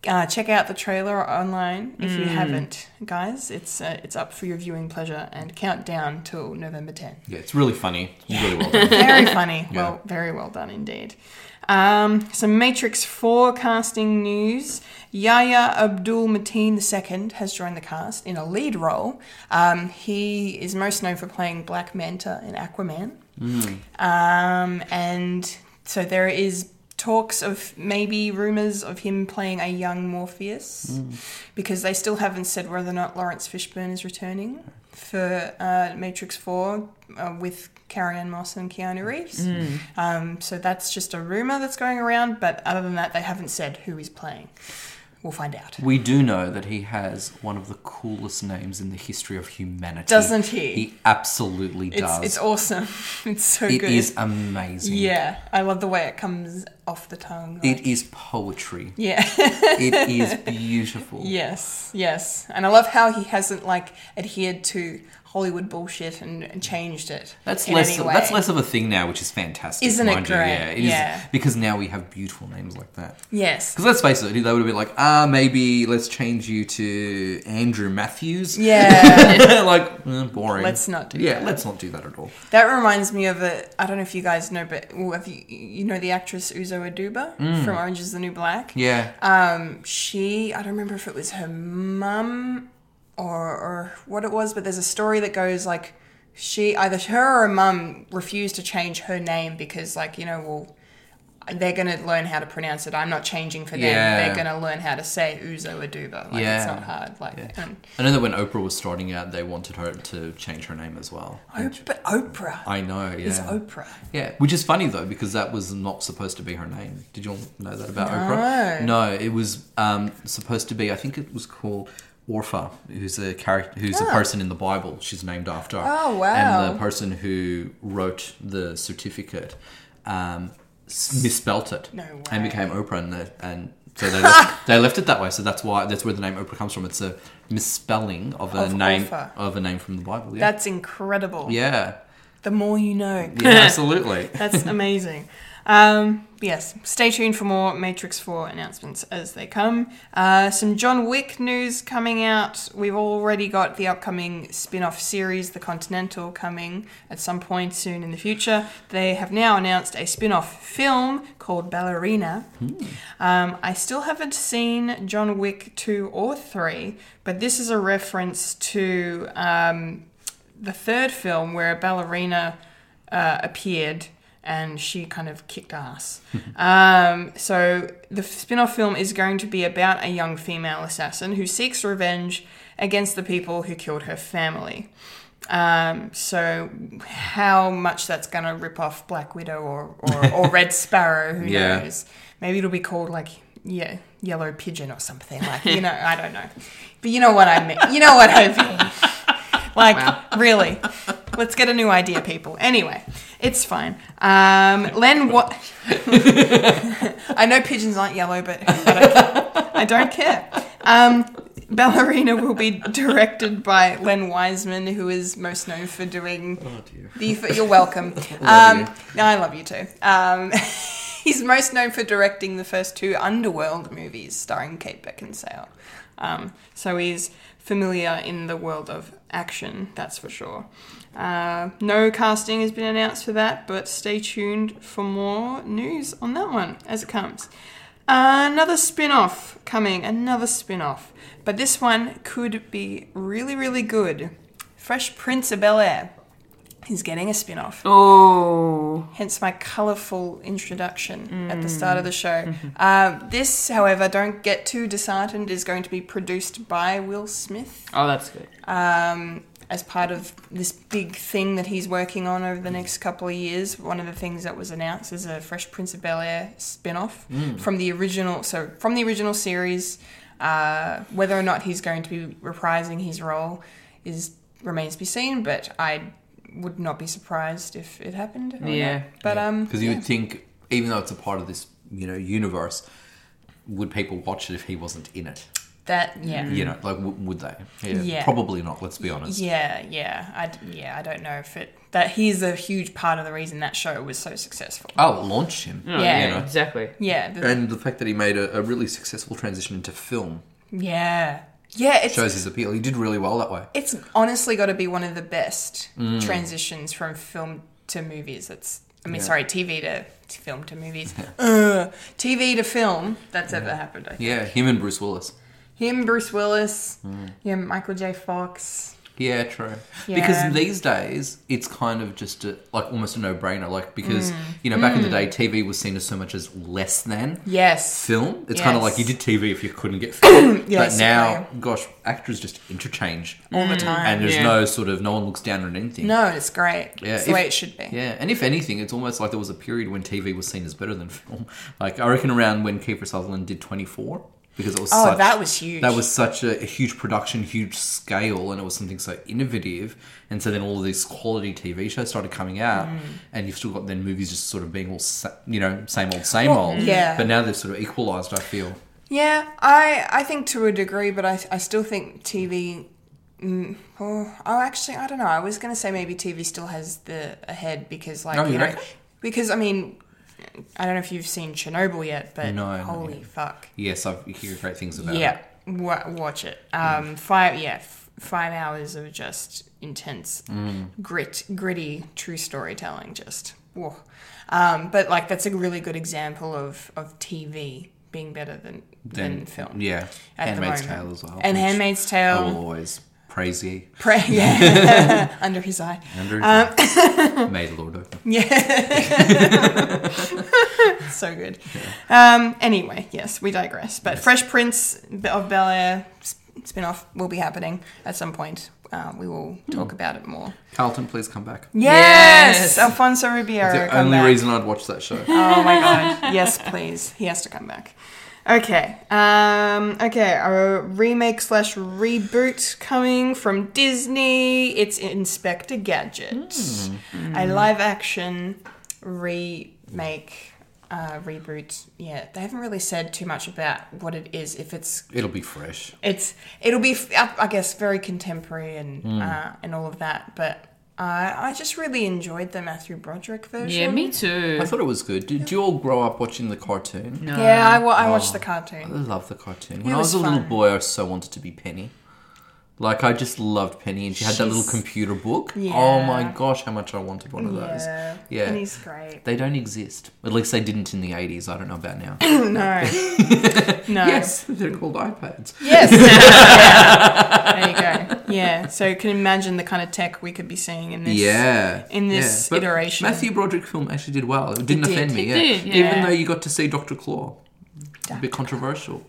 S8: Uh, check out the trailer online if
S3: Mm.
S8: you haven't, guys. It's uh, it's up for your viewing pleasure and count down till November 10
S2: Yeah, it's really funny. It's really well done.
S8: very funny. Well, very well done indeed. Um, some Matrix forecasting news. Yahya Abdul Mateen II has joined the cast in a lead role. Um, he is most known for playing Black Manta in Aquaman. Um, and so there is talks of maybe rumors of him playing a young Morpheus because they still haven't said whether or not Lawrence Fishburne is returning for uh, Matrix 4 uh, with Carrie Ann Moss and Keanu Reeves.
S2: Mm.
S8: Um, so that's just a rumor that's going around, but other than that, they haven't said who he's playing. We'll find out.
S2: We do know that he has one of the coolest names in the history of humanity.
S8: Doesn't he?
S2: He absolutely does.
S8: It's, it's awesome. It's so
S2: It
S8: good.
S2: is amazing.
S8: yeah, I love the way it comes off the tongue.
S2: It is poetry.
S8: yeah.
S2: It is beautiful.
S8: Yes, yes. And I love how he hasn't like adhered to Hollywood bullshit and, and changed it.
S2: That's
S8: in
S2: less.
S8: any way.
S2: That's less of a thing now, which is fantastic.
S8: Isn't it
S2: mind you.
S8: great?
S2: Yeah, it is,
S8: Yeah.
S2: Because now we have beautiful names like that.
S8: Yes.
S2: Because let's face it, they would have been like, ah, maybe let's change you to Andrew Matthews.
S8: Yeah.
S2: like eh, boring.
S8: Let's not do
S2: Yeah, let's not do that at all.
S8: That reminds me of a. I don't know if you guys know, but well, if you you know the actress Uzo Aduba from Orange Is the New Black.
S2: Mm. Yeah.
S8: Um, she I don't remember if it was her mum or or what it was, but there's a story that goes like she either her or her mum refused to change her name because like you know well they're gonna learn how to pronounce it. I'm not changing for them.
S2: Yeah.
S8: They're gonna learn how to say Uzo Aduba. Like
S2: Yeah.
S8: it's not hard. Like and,
S2: I know that when Oprah was starting out, they wanted her to change her name as well.
S8: Op- but Oprah
S2: I know. Yeah.
S8: is Oprah.
S2: Yeah, which is funny though because that was not supposed to be her name. Did you all know that about Oprah? No, it was um, supposed to be. I think it was called Orpha, who's a character, who's a person in the Bible. She's named after.
S8: Oh, wow.
S2: And the person who wrote the certificate um, s- misspelt it
S8: No
S2: and
S8: way.
S2: became Oprah, and, they, and so they left, they left it that way. So that's why that's where the name Oprah comes from. It's a misspelling of a
S8: Of
S2: name
S8: Orpha.
S2: of a name from the Bible. Yeah,
S8: That's incredible.
S2: yeah,
S8: The more you know.
S2: yeah, absolutely.
S8: That's amazing. Um, yes, stay tuned for more Matrix 4 announcements as they come. Uh, some John Wick news coming out. We've already got the upcoming spin off series, The Continental, coming at some point soon in the future. They have now announced a spin off film called Ballerina. Um, I still haven't seen John Wick 2 or 3, but this is a reference to um, the third film where a ballerina uh, appeared and she kind of kicked ass. um, so the spin off film is going to be about a young female assassin who seeks revenge against the people who killed her family. Um, so how much that's going to rip off Black Widow or, or, or Red Sparrow, who
S2: Yeah.
S8: knows? Maybe it'll be called like yeah, Yellow Pigeon or something like, you know, I don't know. But you know what I mean. You know what I mean. Like, really. Let's get a new idea, people. Anyway, it's fine. Um, Len, what? I know pigeons aren't yellow, but I don't care. I don't care. Um, Ballerina will be directed by Len Wiseman, who is most known for doing the. You're welcome. Um, no, I love you too. Um, he's most known for directing the first two Underworld movies starring Kate Beckinsale. Um, so he's familiar in the world of action, that's for sure. Uh, no casting has been announced for that, but stay tuned for more news on that one as it comes. Another spin off coming, another spin off. But this one could be really, really good. Fresh Prince of Bel Air is getting a spin off
S3: Oh,
S8: hence my colourful introduction at the start of the show. Uh, this, however, don't get too disheartened, is going to be produced by Will Smith
S3: oh, that's good.
S8: um, as part of this big thing that he's working on over
S2: Mm.
S8: the next couple of years. One of the things that was announced is a Fresh Prince of Bel Air spin off
S2: Mm.
S8: from the original, so from the original series. Uh, whether or not he's going to be reprising his role is remains to be seen, but I would not be surprised if it happened. I don't know.
S3: Yeah.
S8: but um,
S2: because you would think, even though it's a part of this, you know, universe, would people watch it if he wasn't in it?
S8: That yeah.
S2: You know, like w- would they? Yeah,
S8: Yeah.
S2: probably not. Let's be honest.
S8: Yeah, yeah. I d- yeah, I don't know if it that he's a huge part of the reason that show was so successful.
S2: Oh, launch him.
S3: Oh,
S8: Yeah.
S2: You know.
S3: exactly.
S8: Yeah, the-
S2: And the fact that he made a, a really successful transition into film
S8: yeah. Yeah, it's
S2: shows his appeal. He did really well that way.
S8: it's honestly got to be one of the best
S2: Mm.
S8: transitions from film to movies. That's I mean, sorry, TV to, to film to movies. Ugh. TV to film that's ever happened. I think.
S2: Yeah, him and Bruce Willis.
S8: Him, Bruce Willis,
S2: Mm.
S8: yeah, Michael J. Fox.
S2: Yeah, true.
S8: Yeah.
S2: Because these days it's kind of just a, like almost a no-brainer. Like
S8: Mm.
S2: because you know back in the day, TV was seen as so much as less than.
S8: Yes.
S2: film. It's kind of
S8: Yes.
S2: like you did TV if you couldn't get film.
S8: Yes, Mm.
S2: but now, gosh, actors just interchange all the time, and there's
S3: Yeah.
S2: no sort of no one looks down on anything.
S8: No, it's great.
S2: Yeah,
S8: it's the
S2: if-
S8: way it should be.
S2: Yeah, and if anything, it's almost like there was a period when TV was seen as better than film. Like I reckon around when Kiefer Sutherland did 24, because it was
S8: Oh,
S2: such,
S8: that was huge.
S2: that was such a, a huge production, huge scale, and it was something so innovative. And so then all of these quality TV shows started coming out,
S8: Mm.
S2: and you've still got then movies just sort of being all sa- you know same old, same old.
S8: yeah.
S2: But now they've sort of equalized. I feel.
S8: Yeah, I I think to a degree, but I I still think TV Oh, oh, actually, I don't know. I was gonna say maybe TV still has the ahead because, like,
S2: Oh,
S8: you
S2: you
S8: know,
S2: reckon?
S8: because I mean, I don't know if you've seen Chernobyl yet, but
S2: No, not
S8: holy
S2: yet. Uh-huh.
S8: fuck,
S2: Yes, I hear great things about
S8: yeah,
S2: it.
S8: wa watch it.
S2: Mm.
S8: Um, five, yeah, f- five hours of just intense
S2: Mm.
S8: grit, gritty, true storytelling. Just, whoa. Um, but like, that's a really good example of of TV being better than than,
S2: Then
S8: film.
S2: Yeah.
S8: at the
S2: Handmaid's
S8: moment.
S2: Tale as well.
S8: And
S2: which
S8: Handmaid's
S2: I will
S8: Tale,
S2: always praise ye.
S8: pray, yeah, under his eye.
S2: Andrew.
S8: Um,
S2: May the Lord open.
S8: so good. Um, anyway, yes, we digress. But Fresh Prince of Bel Air spin off will be happening at some point. Uh, we will
S2: Hmm.
S8: talk about it more.
S2: Carlton, please come back.
S8: Yes,
S3: Yes.
S8: Alfonso Ribeiro.
S2: the
S8: come
S2: only
S8: back.
S2: reason I'd watch that show.
S8: Oh my god. yes, please. He has to come back. Okay. Um, okay. A remake slash reboot coming from Disney. It's Inspector Gadget,
S3: Hmm.
S8: a live action remake. Uh, reboot. Yeah, they haven't really said too much about what it is. If it's
S2: It'll be fresh.
S8: it's it'll be f- I I guess very contemporary and
S3: Hmm.
S8: uh, and all of that. But uh, I just really enjoyed the Matthew Broderick version.
S3: Yeah, me too.
S2: I thought it was good. Did you all grow up watching the cartoon? No.
S8: Yeah, I, wa- I
S3: Oh.
S8: watched the
S2: I
S8: cartoon.
S2: love the cartoon. When I
S8: was
S2: was a little
S8: fun.
S2: boy, I so wanted to be Penny. Like I just loved Penny, and she had that little
S8: She's-
S2: computer book. Oh my
S8: Yeah.
S2: gosh, how much I wanted one of those.
S8: Yeah.
S2: Yeah.
S8: And he's great.
S2: They don't exist. At least they didn't in the eighties. I don't know about now.
S8: No. no.
S2: yes, they're called iPads.
S8: Yes. Yeah. There you go. Yeah. So you can imagine the kind of tech we could be seeing in this.
S2: yeah.
S8: in this
S2: But
S8: iteration.
S2: Matthew Broderick film actually did well. It didn't
S8: did.
S2: offend me.
S3: It
S2: Yeah.
S3: did,
S2: Even
S3: yeah.
S2: though you got to see Doctor Claw, a bit controversial.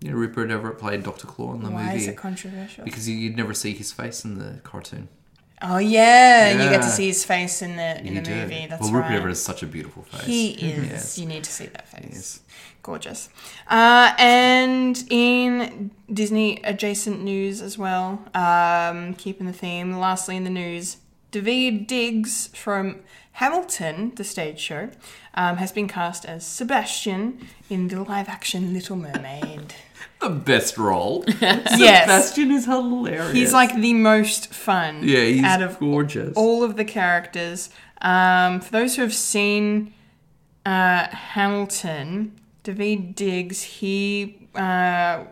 S2: You know, Rupert Everett played Doctor Claw in the
S8: Why
S2: movie.
S8: is it controversial?
S2: because you- you'd never see his face in the cartoon.
S8: Oh yeah, and you get to
S2: Yeah.
S8: see his face in the in
S2: You
S8: the
S2: do.
S8: movie. That's
S2: well,
S8: right.
S2: Rupert Everett is such a beautiful face.
S8: He is.
S2: Yes.
S8: You need to see that face.
S2: Yes.
S8: Gorgeous. Uh, and in Disney adjacent news as well, um, keeping the theme, lastly in the news, David Diggs from Hamilton, the stage show, um, has been cast as Sebastian in the live action Little Mermaid.
S2: The best role.
S8: yes.
S2: Bastion is hilarious.
S8: He's like the most fun
S2: yeah, he's
S8: out of
S2: gorgeous.
S8: all of the characters. Um, for those who have seen uh, Hamilton, David Diggs, he uh,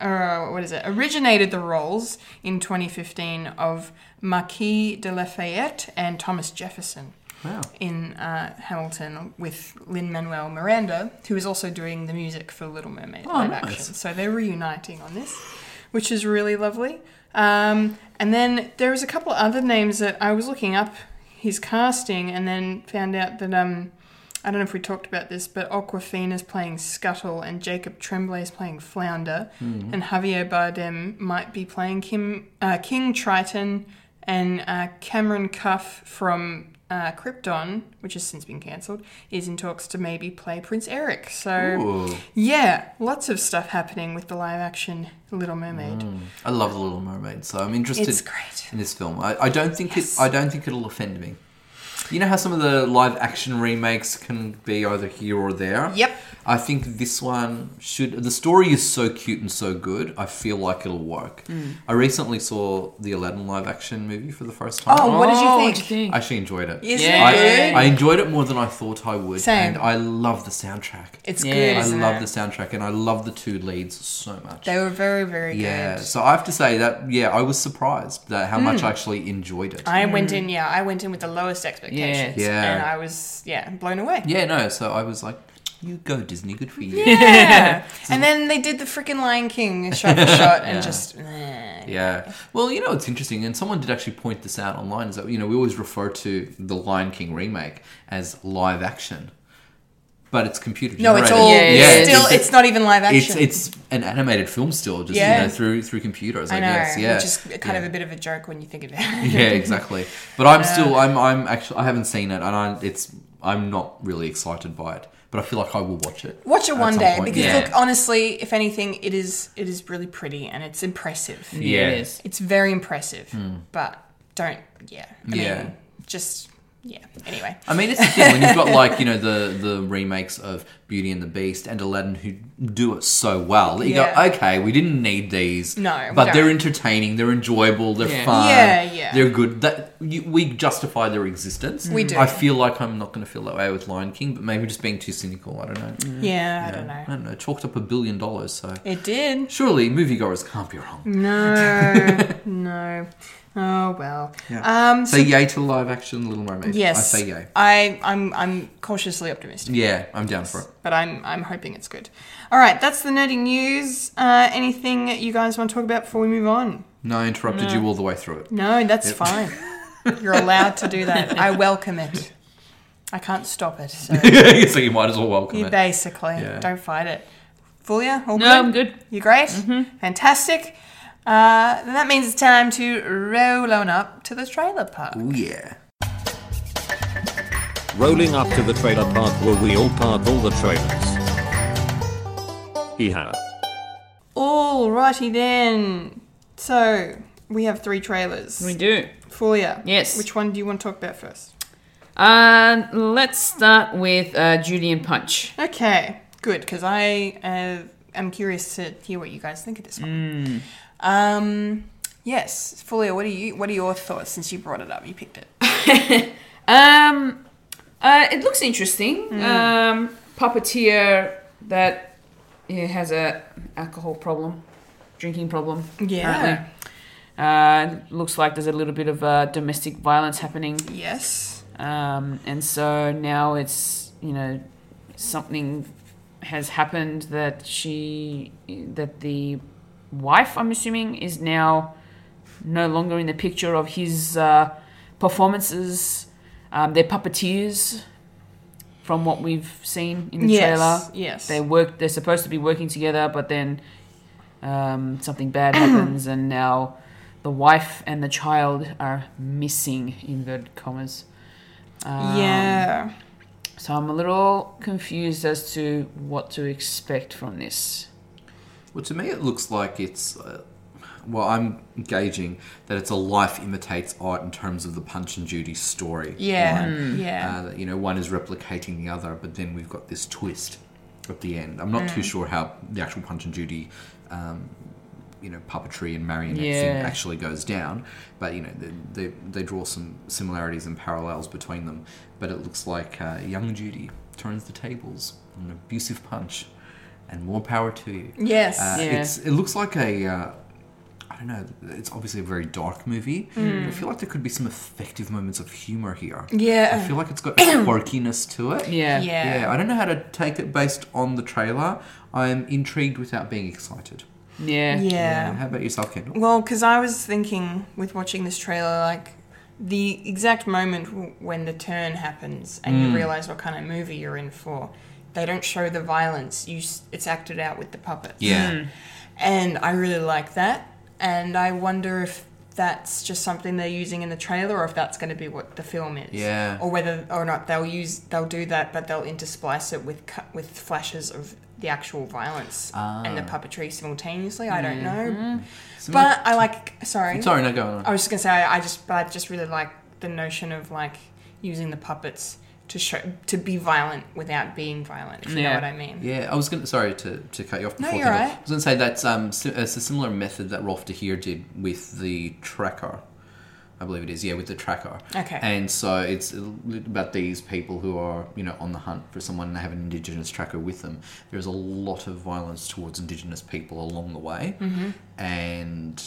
S8: uh, what is it? Originated the roles in 2015 of Marquis de Lafayette and Thomas Jefferson
S2: wow.
S8: in uh, Hamilton with Lin Manuel Miranda, who is also doing the music for Little Mermaid live
S2: Oh, nice.
S8: action. So they're reuniting on this, which is really lovely. Um, and then there was a couple of other names that I was looking up his casting, and then found out that um, I don't know if we talked about this, but Aquafina's playing Scuttle, and Jacob Tremblay's playing Flounder,
S2: Hmm.
S8: and Javier Bardem might be playing Kim, uh, King Triton, and uh, Cameron Cuff from uh, Krypton, which has since been cancelled, is in talks to maybe play Prince Eric. So,
S2: Ooh.
S8: yeah, lots of stuff happening with the live action Little Mermaid.
S2: I love The Little Mermaid, so I'm interested
S8: It's great.
S2: in this film. I, I don't think it I don't think it'll offend me. You know how some of the live action remakes can be either here or there?
S8: Yep.
S2: I think this one should the story is so cute and so good, I feel like it'll work.
S8: Hmm.
S2: I recently saw the Aladdin live action movie for the first time.
S8: Oh, what did you
S3: Oh,
S8: think?
S3: what'd you think?
S2: I actually enjoyed it.
S8: Isn't
S3: Yeah.
S8: it good?
S2: I, I enjoyed it more than I thought I would.
S8: Same.
S2: And I love the soundtrack.
S8: it's
S3: Yeah.
S8: good.
S2: I
S8: Isn't
S2: love
S8: it?
S2: the soundtrack and I love the two leads so much.
S8: They were very, very
S2: Yeah,
S8: good.
S2: so I have to say that yeah, I was surprised that how much I actually enjoyed it.
S8: Hmm. I went in, yeah, I went in with the lowest expectations.
S2: Yeah.
S8: And I was, yeah, blown away.
S2: yeah, no, so I was like, you go Disney, good for you.
S8: Yeah. and then they did the freaking Lion King shot for shot and just. eh.
S2: Yeah. Well, you know, it's interesting, and someone did actually point this out online. Is that you know we always refer to the Lion King remake as live action, but it's computer
S8: No,
S2: generated.
S8: it's all
S3: Yeah, yeah, yeah.
S8: still. It's, not even live action.
S2: It's it's an animated film still, just
S8: Yeah.
S2: you know through through computers. I,
S8: I know,
S2: guess. Yeah.
S8: which is kind of
S2: Yeah.
S8: a bit of a joke when you think about it.
S2: yeah, exactly. But I'm still,
S8: Um,
S2: I'm, I'm actually, I haven't seen it, and I, it's, I'm not really excited by it. But I feel like I will watch it.
S8: Watch it
S2: at
S8: one
S2: some
S8: day
S2: point.
S8: because
S2: yeah.
S8: look, honestly, if anything, it is it is really pretty and it's impressive.
S2: Yeah.
S3: It is.
S8: It's very impressive, but don't yeah. I
S2: Hmm. Yeah.
S8: mean, just yeah. Anyway,
S2: I mean, it's the thing when you've got like you know the the remakes of Beauty and the Beast and Aladdin who do it so well. that You
S8: Yeah.
S2: go, okay, we didn't need these.
S8: No, we
S2: but they're
S8: don't.
S2: entertaining. They're enjoyable. They're
S3: Yeah.
S2: fun.
S8: Yeah, yeah.
S2: They're good. That you, we justify their existence.
S8: We do.
S2: I feel like I'm not going to feel that way with Lion King, but maybe just being too cynical. I don't know.
S8: Yeah, I
S2: Yeah.
S8: don't
S2: I
S8: know.
S2: don't know. Chalked up a billion dollars, so
S8: It did.
S2: surely moviegoers can't be wrong.
S8: No, no. Oh well.
S2: Yeah.
S8: Um.
S2: Say yay to live action Little Mermaid.
S8: Yes.
S2: I say yay.
S8: I I'm I'm cautiously optimistic.
S2: Yeah, I'm down for it.
S8: but I'm I'm hoping it's good. All right, that's the nerdy news. Uh, anything you guys want to talk about before we move on?
S2: No, I interrupted you all the way through it.
S8: No, that's fine. You're allowed to do that. I welcome it. I can't stop it. So
S2: so you might as well welcome
S8: you
S2: it.
S8: basically
S2: Yeah.
S8: don't fight it. Fulia, all
S3: No, I'm good. Mm-hmm.
S8: You're great. Fantastic. Uh, then that means it's time to roll on up to the trailer park.
S2: Oh yeah.
S9: Rolling up to the trailer park where we all park all the trailers. Yeah.
S8: Alrighty then. So we have three trailers.
S3: We do.
S8: Fulia.
S3: Yes.
S8: Which one do you want to talk about first?
S3: Uh, let's start with uh, Judy and Punch.
S8: Okay, good, because I uh, am curious to hear what you guys think of this one.
S3: Mm.
S8: Um, yes, Fulia, what are you? What are your thoughts since you brought it up? You picked it.
S3: Um, uh, it looks interesting. Um, puppeteer that yeah, has a alcohol problem, drinking problem.
S8: Yeah.
S3: apparently. Uh, looks like there's a little bit of uh, domestic violence happening,
S8: Yes.
S3: um, and so now it's you know something has happened that she that the wife I'm assuming is now no longer in the picture of his uh, performances. Um, they're puppeteers, from what we've seen in the
S8: Yes,
S3: trailer.
S8: yes.
S3: they work. They're supposed to be working together, but then um, something bad happens, and now the wife and the child are missing. Inverted commas.
S8: yeah.
S3: So I'm a little confused as to what to expect from this.
S2: Well, to me, it looks like it's. Uh, well, I'm gauging that it's a life imitates art in terms of the Punch and Judy story.
S8: Yeah.
S2: line.
S8: Yeah.
S2: Uh, that, you know, one is replicating the other, but then we've got this twist at the end. I'm not too sure how the actual Punch and Judy, um, you know, puppetry and marionette thing
S3: Yeah.
S2: actually goes down, but you know, they, they, they draw some similarities and parallels between them. But it looks like uh, young Judy turns the tables on an abusive punch, and more power to you.
S8: Yes.
S2: Uh,
S3: Yeah.
S2: it's, it looks like a. Uh, I don't know. It's obviously a very dark movie.
S3: Hmm.
S2: But I feel like there could be some effective moments of humor here.
S8: Yeah.
S2: I feel like it's got a quirkiness to it.
S3: Yeah.
S8: yeah.
S2: Yeah. I don't know how to take it based on the trailer. I'm intrigued without being excited.
S3: Yeah.
S8: Yeah.
S2: How about yourself,
S3: Hmm.
S2: Kendall?
S8: Well, because I was thinking with watching this trailer, like the exact moment w- when the turn happens and
S2: Mm.
S8: you realize what kind of movie you're in for, they don't show the violence. You, s- it's acted out with the puppets.
S2: Yeah.
S8: and I really like that. And I wonder if that's just something they're using in the trailer, or if that's going to be what the film is.
S2: Yeah.
S8: Or whether or not they'll use they'll do that, but they'll intersplice it with cut with flashes of the actual violence and the puppetry simultaneously. I don't know, but I like. Sorry.
S2: Sorry, no, go on.
S8: I was just gonna say I, I just but I just really like the notion of like using the puppets to show to be violent without being violent. If you know
S3: Yeah.
S8: what I mean.
S2: Yeah, I was going to. Sorry to, to cut you off
S8: No,
S2: before.
S8: you're
S2: Kendall.
S8: right.
S2: I was going to say that's um, si- it's a similar method that Rolf de Heer did with the tracker. I believe it is, yeah, with the tracker.
S8: Okay.
S2: And so it's a li- about these people who are, you know, on the hunt for someone and they have an indigenous tracker with them. There's a lot of violence towards indigenous people along the way. Mm-hmm. And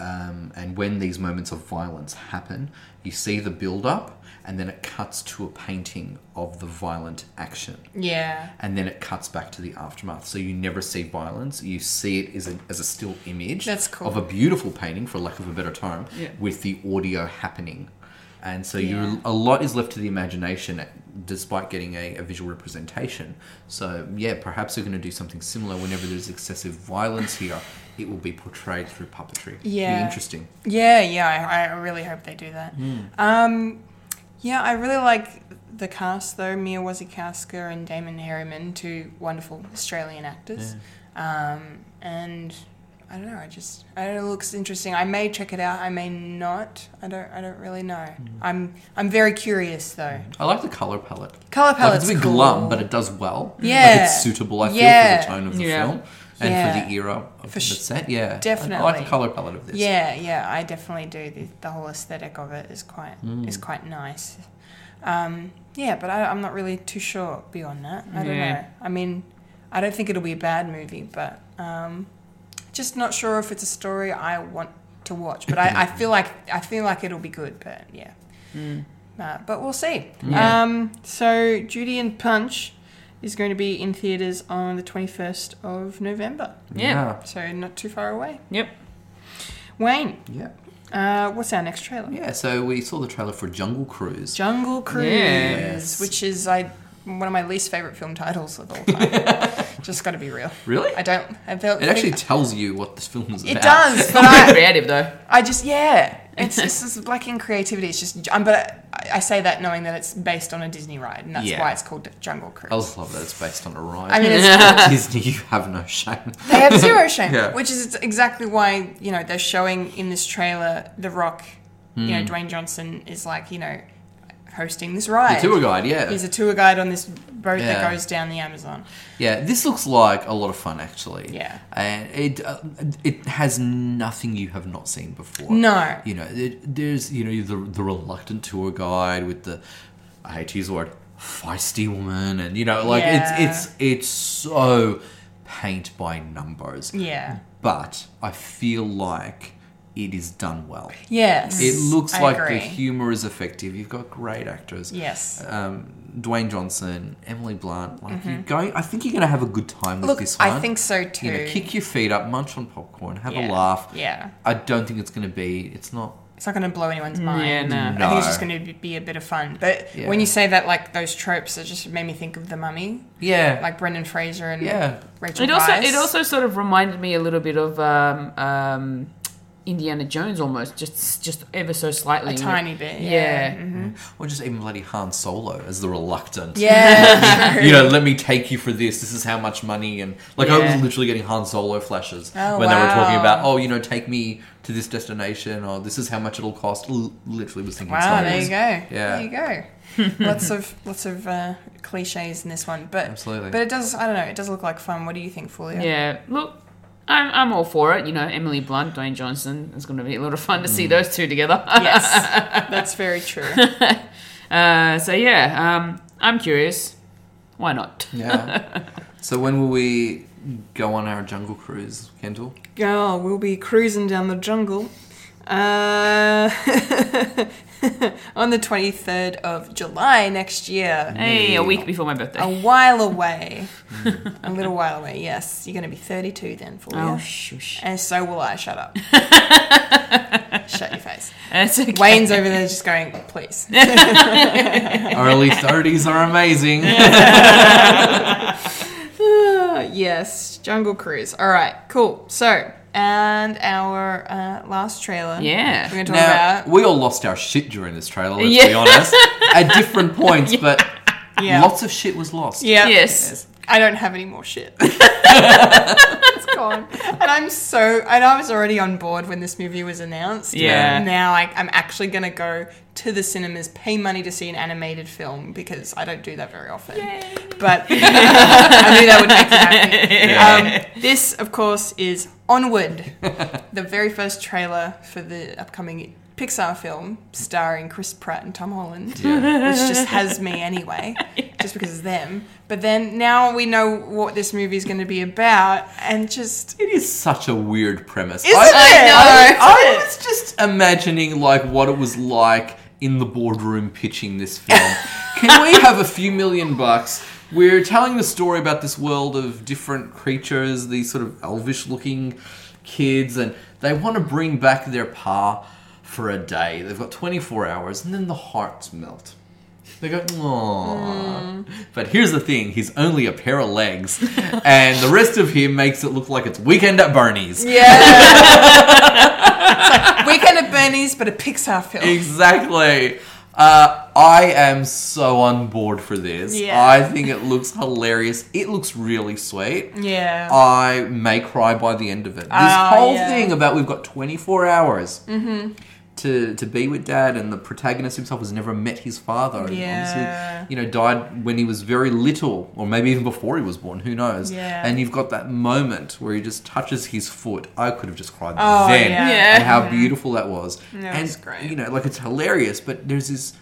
S2: um, and when these moments of violence happen, you see the build up and then it cuts to a painting of the violent action
S8: Yeah.
S2: and then it cuts back to the aftermath. So you never see violence. You see it as a, as a still image
S8: That's cool.
S2: of a beautiful painting, for lack of a better term, with the audio happening. And so you a lot is left to the imagination, despite getting a, a visual representation. So yeah, perhaps they're going to do something similar. Whenever there's excessive violence here, it will be portrayed through puppetry. Be
S8: Yeah.
S2: interesting.
S8: Yeah, yeah, I, I really hope they do that.
S2: Hmm.
S8: Um, yeah, I really like the cast though. Mia Wasikowska and Damon Harriman, two wonderful Australian actors. Um, and I don't know. I just I don't know. It looks interesting. I may check it out. I may not. I don't. I don't really know.
S2: Hmm.
S8: I'm I'm very curious though.
S2: I like the color palette.
S8: Color
S2: Hmm. Like,
S8: palette's
S2: it's a bit
S8: Oh, cool.
S2: glum, but it does well. like
S8: Yeah.
S2: it's suitable. I feel
S8: Yeah.
S2: for the tone of the
S3: Yeah.
S2: film and
S8: Yeah.
S2: for the era of the
S8: sh-
S2: set. Yeah, I- I, like
S8: definitely.
S2: the color palette of this.
S8: Yeah, yeah, I definitely do. The, the whole aesthetic of it is quite is quite nice. Um, yeah, but I, I'm not really too sure beyond that. I don't
S3: Yeah.
S8: know. I mean, I don't think it'll be a bad movie, but um, just not sure if it's a story I want to watch. But I, I feel like I feel like it'll be good. But yeah, uh, but we'll see. Um, so Judy and Punch is going to be in theaters on the 21st of November.
S3: Yeah.
S8: So not too far away.
S3: Yep.
S8: Wayne,
S2: yeah, yeah,
S8: uh, what's our next trailer?
S2: Yeah, So we saw the trailer for Jungle Cruise.
S8: Jungle Cruise,
S3: Yes.
S8: which is I one of my least favorite film titles of all time. Just got to be real.
S2: really?
S8: I don't. I felt
S2: It actually tells you what this film is about.
S8: it does, but
S3: Not
S8: I,
S3: creative though.
S8: I just yeah, it's it's just lacking creativity. It's just um, but I, I say that knowing that it's based on a Disney ride, and that's
S2: Yeah.
S8: why it's called Jungle Cruise.
S2: I just love that it's based on a ride.
S8: I mean, it's,
S2: Disney, you have no shame.
S8: they have zero shame,
S2: Yeah.
S8: which is exactly why you know they're showing in this trailer The Rock. You
S2: Hmm.
S8: know, Dwayne Johnson is like you know hosting this ride.
S2: The tour guide, yeah.
S8: He's a tour guide on this boat
S2: Yeah.
S8: that goes down the Amazon.
S2: Yeah, this looks like a lot of fun actually.
S8: Yeah.
S2: and it uh, it has nothing you have not seen before.
S8: No.
S2: you know it, there's you know the the reluctant tour guide with the I hate to use the word feisty woman, and you know like
S8: Yeah.
S2: it's it's it's so paint by numbers.
S8: Yeah.
S2: but I feel like it is done well.
S8: Yes.
S2: It looks
S8: I
S2: like the
S8: agree.
S2: humor is effective. You've got great actors.
S8: Yes.
S2: Um, Dwayne Johnson, Emily Blunt. Like you go, I think you're going to have a good time
S8: Mm-hmm.
S2: with
S8: Look,
S2: this one.
S8: I think so too.
S2: You know, kick your feet up, munch on popcorn, have
S8: Yeah.
S2: a laugh.
S8: Yeah.
S2: I don't think it's going to be. It's not.
S8: It's not going to blow anyone's mind.
S3: Yeah, no.
S8: I think it's
S2: Mm, No.
S8: just going to be a bit of fun. But
S2: Yeah.
S8: when you say that, like those tropes, it just made me think of The Mummy,
S2: Yeah.
S8: like Brendan Fraser and
S2: Yeah.
S8: Rachel
S3: It also
S8: Weisz.
S3: it also sort of reminded me a little bit of um, um, Indiana Jones almost, just just ever so slightly.
S8: a tiny bit.
S3: Yeah.
S8: Yeah.
S2: or just even bloody Han Solo as the reluctant.
S8: Yeah. true.
S2: You know, let me take you for this. This is how much money and like I
S3: Yeah.
S2: was literally getting Han Solo flashes
S8: Oh,
S2: when they were talking
S8: wow.
S2: about, oh, you know, take me to this destination or this is how much it'll cost. L- literally was thinking.
S8: Wow,
S2: Star
S8: there you
S2: Wars.
S8: go.
S2: Yeah.
S8: Ah, There you go. lots of lots of uh, cliches in this one, but
S2: Absolutely.
S8: But it does. I don't know. It does look like fun. What do you think, Fulia?
S3: Yeah,
S8: Mm-hmm.
S3: look, I'm, I'm all for it. You know, Emily Blunt, Dwayne Johnson. It's going to be a lot of fun to see those two together.
S8: Yes, that's very true.
S3: uh, so yeah, um, I'm curious. Why not?
S2: Yeah. so when will we go on our jungle cruise, Kendall?
S8: Oh, we'll be cruising down the jungle uh, on the 23rd of July next year.
S3: Hey, a week before my birthday.
S8: A while away. a little while away, yes. You're going to be 32 then, for
S3: Oh,
S8: you.
S3: shush.
S8: And so will I. Shut up. Shut your face.
S3: It's okay.
S8: Wayne's over there just going, please.
S2: Early thirties are amazing.
S8: Uh, yes, Jungle Cruise. All right, cool. So, and our uh, last trailer.
S3: Yeah.
S8: We're going to talk
S2: Now
S8: about.
S2: we all lost our shit during this trailer. Let's be
S3: Yeah.
S2: honest, at different points, but
S8: Yeah.
S2: lots of shit was lost.
S8: Yeah.
S3: Yes.
S8: I don't have any more shit. it's gone. And I'm so, and I was already on board when this movie was announced.
S3: Yeah.
S8: Now I, I'm actually going to go to the cinemas, pay money to see an animated film because I don't do that very often. But I knew that would make you happy. Um, this, of course, is Onward, the very first trailer for the upcoming Pixar film starring Chris Pratt and Tom Holland
S2: Yeah.
S8: which just has me anyway, just because of them. But then now we know what this movie is going to be about, and just
S2: It is such a weird premise.
S8: Isn't
S2: I,
S8: it?
S2: I,
S8: I know,
S2: I was just imagining like what it was like in the boardroom pitching this film. Can we have a few million bucks? We're telling the story about this world of different creatures, these sort of elvish looking kids, and they want to bring back their pa for a day. They've got 24 hours, and then the hearts melt. They go, aww. But here's the thing he's only a pair of legs, and the rest of him makes it look like it's weekend at Bernie's.
S8: yeah, it's like Weekend at Bernie's, but a Pixar film.
S2: Exactly. Uh, I am so on board for this.
S8: Yeah.
S2: I think it looks hilarious. It looks really sweet.
S8: Yeah.
S3: Oh.
S2: I may cry by the end of it. This
S8: Oh,
S2: whole
S8: yeah. Mm-hmm.
S2: thing about we've got 24 hours to, to be with dad, and the protagonist himself has never met his father. and
S8: Yeah.
S2: Obviously, you know, died when he was very little, or maybe even before he was born. Who knows?
S8: Yeah.
S2: And you've got that moment where he just touches his foot. I could have just cried
S8: Oh,
S2: then.
S8: yeah.
S3: Yeah.
S2: And how beautiful that was.
S8: it
S2: and
S8: was great.
S2: you know, like it's hilarious, but there's this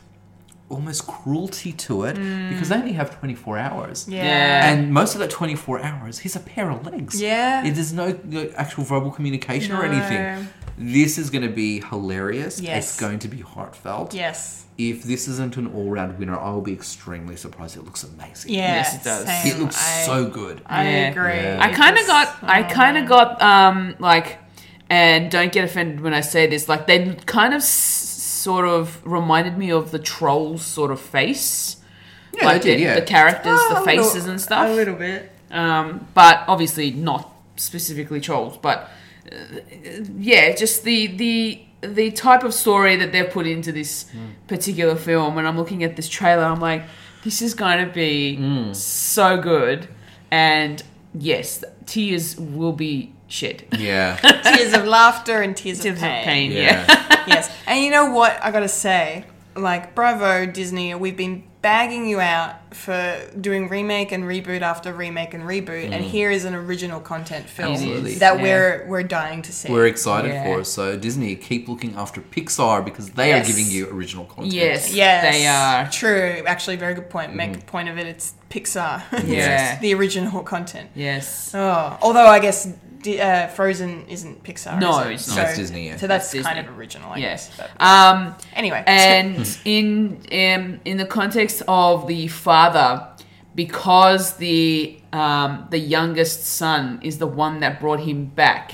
S2: almost cruelty to it because they only have 24 hours.
S8: Mm. yeah.
S2: And most of that 24 hours, he's a pair of legs.
S8: Yeah.
S2: It- There's no, no actual verbal communication or
S8: No.
S2: anything. This is going to be hilarious.
S8: Yes.
S2: It's going to be heartfelt.
S8: Yes.
S2: If this isn't an all round winner, I will be extremely surprised. It looks amazing.
S8: Yeah.
S3: Yes, it does.
S8: same.
S2: It looks
S8: I,
S2: so good.
S8: I
S3: Yeah.
S8: agree.
S2: Yeah.
S3: I
S8: It
S3: kind of
S8: just-
S3: got, I kind of got, um, like, and don't get offended when I say this, like, they kind of s- sort of reminded me of the troll's sort of face.
S2: Yeah,
S3: like
S2: they did,
S3: the,
S2: yeah.
S3: the characters, the
S8: Ah, A
S3: faces
S8: little-
S3: and stuff.
S8: A little bit.
S3: um, but obviously not specifically trolls. But uh, yeah, just the the the type of story that they've put into this particular film. And I'm looking at this trailer, I'm like, this is going to be so good. And yes, tears will be shed.
S2: Yeah.
S8: tears of laughter and tears,
S3: Tears
S8: of
S3: of
S8: pain.
S3: pain, yeah.
S8: yes. And you know what? I gotta say, like, bravo, Disney. We've been bagging you out for doing remake and reboot after remake and reboot, and here is an original content film
S3: Absolutely.
S8: that
S3: Mm. Yeah.
S8: we're we're dying to see.
S2: We're excited
S3: Yeah.
S2: for it. So, Disney, keep looking after Pixar because they
S8: Yes.
S2: are giving you original content.
S3: Yes,
S8: yes,
S3: they are. Mm.
S8: true. Actually, very good point. Make a point of it. It's Pixar.
S3: Yeah.
S8: It's the original content.
S3: Yes.
S8: Oh, although I guess D- uh, Frozen isn't Pixar.
S3: No,
S8: is it?
S3: it's not.
S2: No, it's Disney, yeah.
S8: So that's
S3: It's
S8: kind
S3: Disney.
S8: of original. I
S3: Yes.
S8: Guess, but-
S3: Um,
S8: anyway,
S3: and in um, in the context of the father, because the um, the youngest son is the one that brought him back.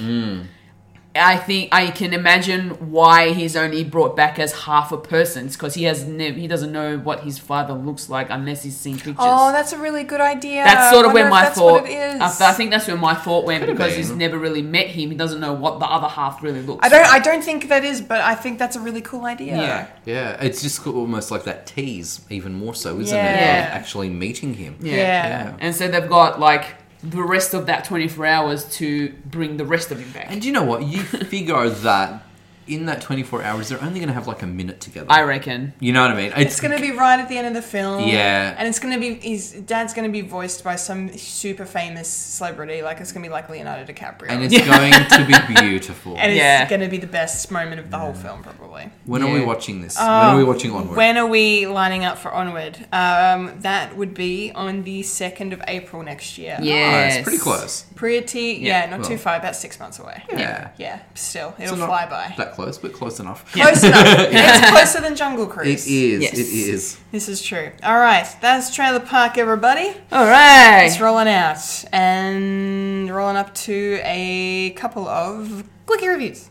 S3: I think I can imagine why he's only brought back as half a person because he has nev- he doesn't know what his father looks like unless he's seen pictures.
S8: Oh, that's a really good idea.
S3: that's sort of
S8: Wonder
S3: where
S8: if
S3: my
S8: that's
S3: thought.
S8: What it is.
S3: I, I think that's where my thought went
S2: Could've
S3: because
S2: been.
S3: he's never really met him. He doesn't know what the other half really looks.
S8: I don't.
S3: Like.
S8: I don't think that is, but I think that's a really cool idea.
S3: Yeah.
S2: Yeah, it's just almost like that tease, even more so, isn't it?
S8: Yeah.
S2: Of actually meeting him.
S8: Yeah.
S2: Yeah.
S3: And so they've got like the rest of that 24 hours to bring the rest of him back.
S2: And you know what? You figure that in that 24 hours, they're only going to have like a minute together.
S3: I reckon.
S2: You know what I mean?
S8: It's gonna be right at the end of the film.
S2: Yeah.
S8: and it's gonna be his dad's gonna be voiced by some super famous celebrity. Like it's gonna be like Leonardo DiCaprio,
S2: And it's going to be beautiful.
S8: And it's
S3: Yeah.
S8: gonna be the best moment of the whole film, probably.
S2: when are we
S3: Yeah. Oh,
S2: watching this? when are we watching Onward?
S8: When are we lining up for Onward? Um, that would be on the second of April next year.
S2: Oh,
S3: Yes.
S2: it's pretty close.
S8: pretty. Yeah, not too
S2: well.
S8: far. About six months away.
S2: Yeah.
S8: Yeah, still, it'll
S2: So not
S8: fly by.
S2: That close, but close enough.
S8: Close enough. It's closer than Jungle
S2: It
S8: Cruise.
S2: is.
S3: Yes.
S2: It is.
S8: This is true. All right, that's Trailer Park, everybody.
S3: All right.
S8: It's rolling out and rolling up to a couple of clicky reviews.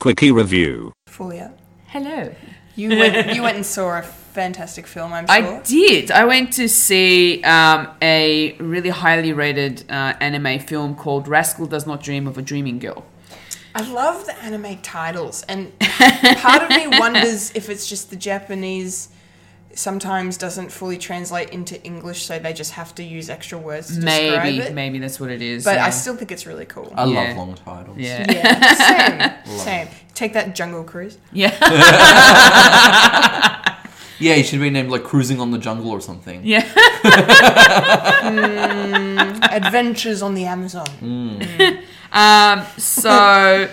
S9: Quickie review.
S8: Fulia,
S3: Hello.
S8: you went, you went and saw a fantastic film, I'm
S3: I
S8: sure.
S3: did. I went to see um, a really highly rated uh, anime film called Rascal Does Not Dream of a Dreaming Girl.
S8: I love the anime titles, and part of me wonders if it's just the Japanese sometimes doesn't fully translate into English, so they just have to use extra words to describe
S3: Maybe,
S8: it.
S3: maybe that's what it is.
S8: But
S3: yeah.
S8: I still think it's really cool.
S2: I
S3: Yeah.
S2: love long titles.
S3: Yeah.
S8: Yeah, same, same. Take that Jungle Cruise.
S3: Yeah.
S2: Yeah, it should be named like Cruising on the Jungle or something. Yeah.
S8: Adventures on the Amazon.
S3: um, so,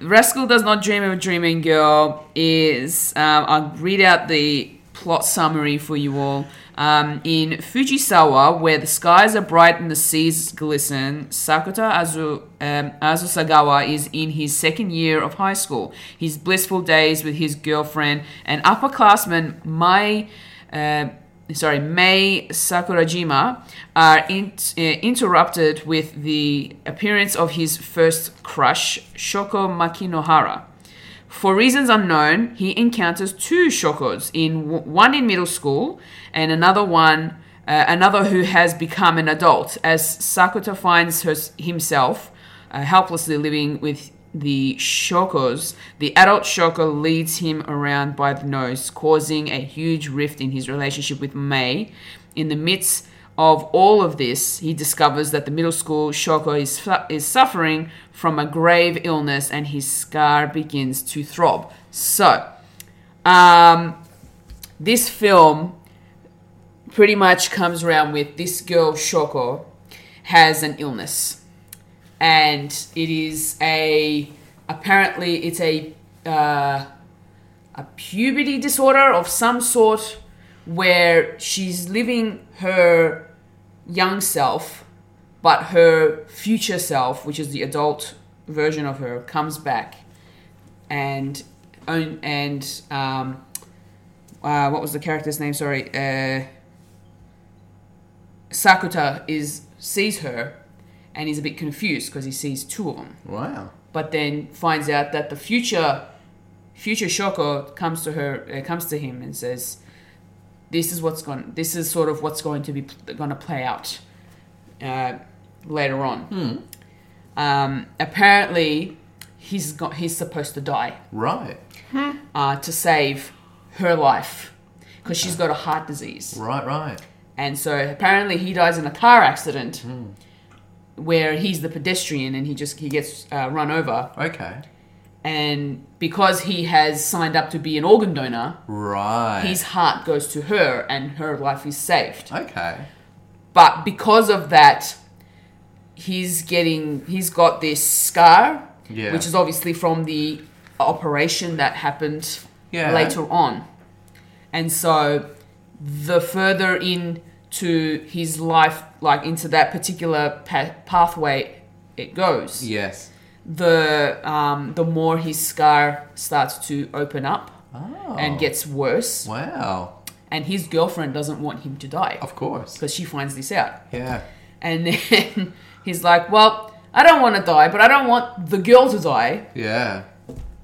S3: Rascal Does Not Dream of a Dreaming Girl is. Um, I'll read out the plot summary for you all. Um, in Fujisawa, where the skies are bright and the seas glisten, Sakuta Azu, um, Azusagawa is in his second year of high school. His blissful days with his girlfriend and upperclassman Mai. Uh, sorry, Mei Sakurajima are in, uh, interrupted with the appearance of his first crush, Shoko Makinohara. For reasons unknown, he encounters two Shokos, in w- one in middle school and another one, uh, another who has become an adult. As Sakuta finds her, himself uh, helplessly living with the Shokos, the adult Shoko leads him around by the nose, causing a huge rift in his relationship with May. In the midst of all of this, he discovers that the middle school Shoko is, fu- is suffering from a grave illness and his scar begins to throb. So, um, this film pretty much comes around with this girl Shoko has an illness, and it is a apparently it's a uh, a puberty disorder of some sort where she's living her young self, but her future self, which is the adult version of her, comes back, and and um, uh, what was the character's name? Sorry. Uh, Sakuta is sees her and is a bit confused because he sees two of them,
S10: Wow.
S3: but then finds out that the future future Shoko comes to her uh, comes to him and says, "This is what's going. This is sort of what's going to be going to play out uh, later on." Um, apparently, he's got he's supposed to die
S10: Right.
S3: uh, to save her life because she's got a heart disease.
S10: Right. Right.
S3: And so apparently he dies in a car accident where he's the pedestrian and he just he gets uh, run over.
S10: Okay.
S3: And because he has signed up to be an organ donor,
S10: Right.
S3: his heart goes to her and her life is saved.
S10: okay.
S3: But because of that, he's getting he's got this scar,
S10: Yeah.
S3: which is obviously from the operation that happened
S10: Yeah.
S3: later on. And so the further into his life, like into that particular pa- pathway it goes,
S10: Yes.
S3: the um, the more his scar starts to open up and
S10: Oh.
S3: gets
S2: Oh.
S3: worse.
S10: Wow.
S3: And his girlfriend doesn't want him to die
S10: Of course.
S3: because she finds this out.
S10: Yeah.
S3: And then he's like, "Well, I don't want to die, but I don't want the girl to die.
S10: Yeah.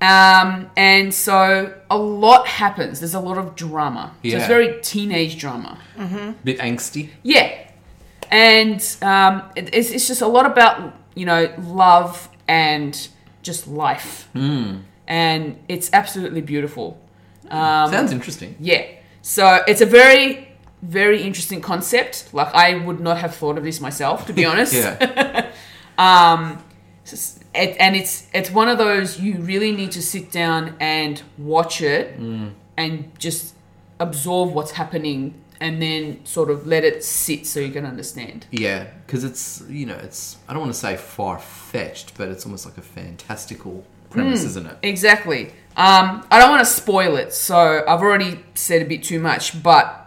S3: Um, and so a lot happens. There's a lot of drama. So
S10: Yeah.
S3: it's very teenage drama.
S10: Bit angsty.
S3: Yeah. And um, it, it's, it's just a lot about, you know, love and just life.
S10: Hmm.
S3: And it's absolutely beautiful. Um,
S10: Sounds interesting.
S3: Yeah. So it's a very, very interesting concept. Like, I would not have thought of this myself, to be honest.
S10: Yeah.
S3: it, and it's it's one of those you really need to sit down and watch it and just absorb what's happening and then sort of let it sit so you can understand.
S10: yeah. Because it's you know it's I don't want to say far fetched, but it's almost like a fantastical
S3: Hmm.
S10: premise, isn't it?
S3: Exactly. Um, I don't want to spoil it, so I've already said a bit too much, but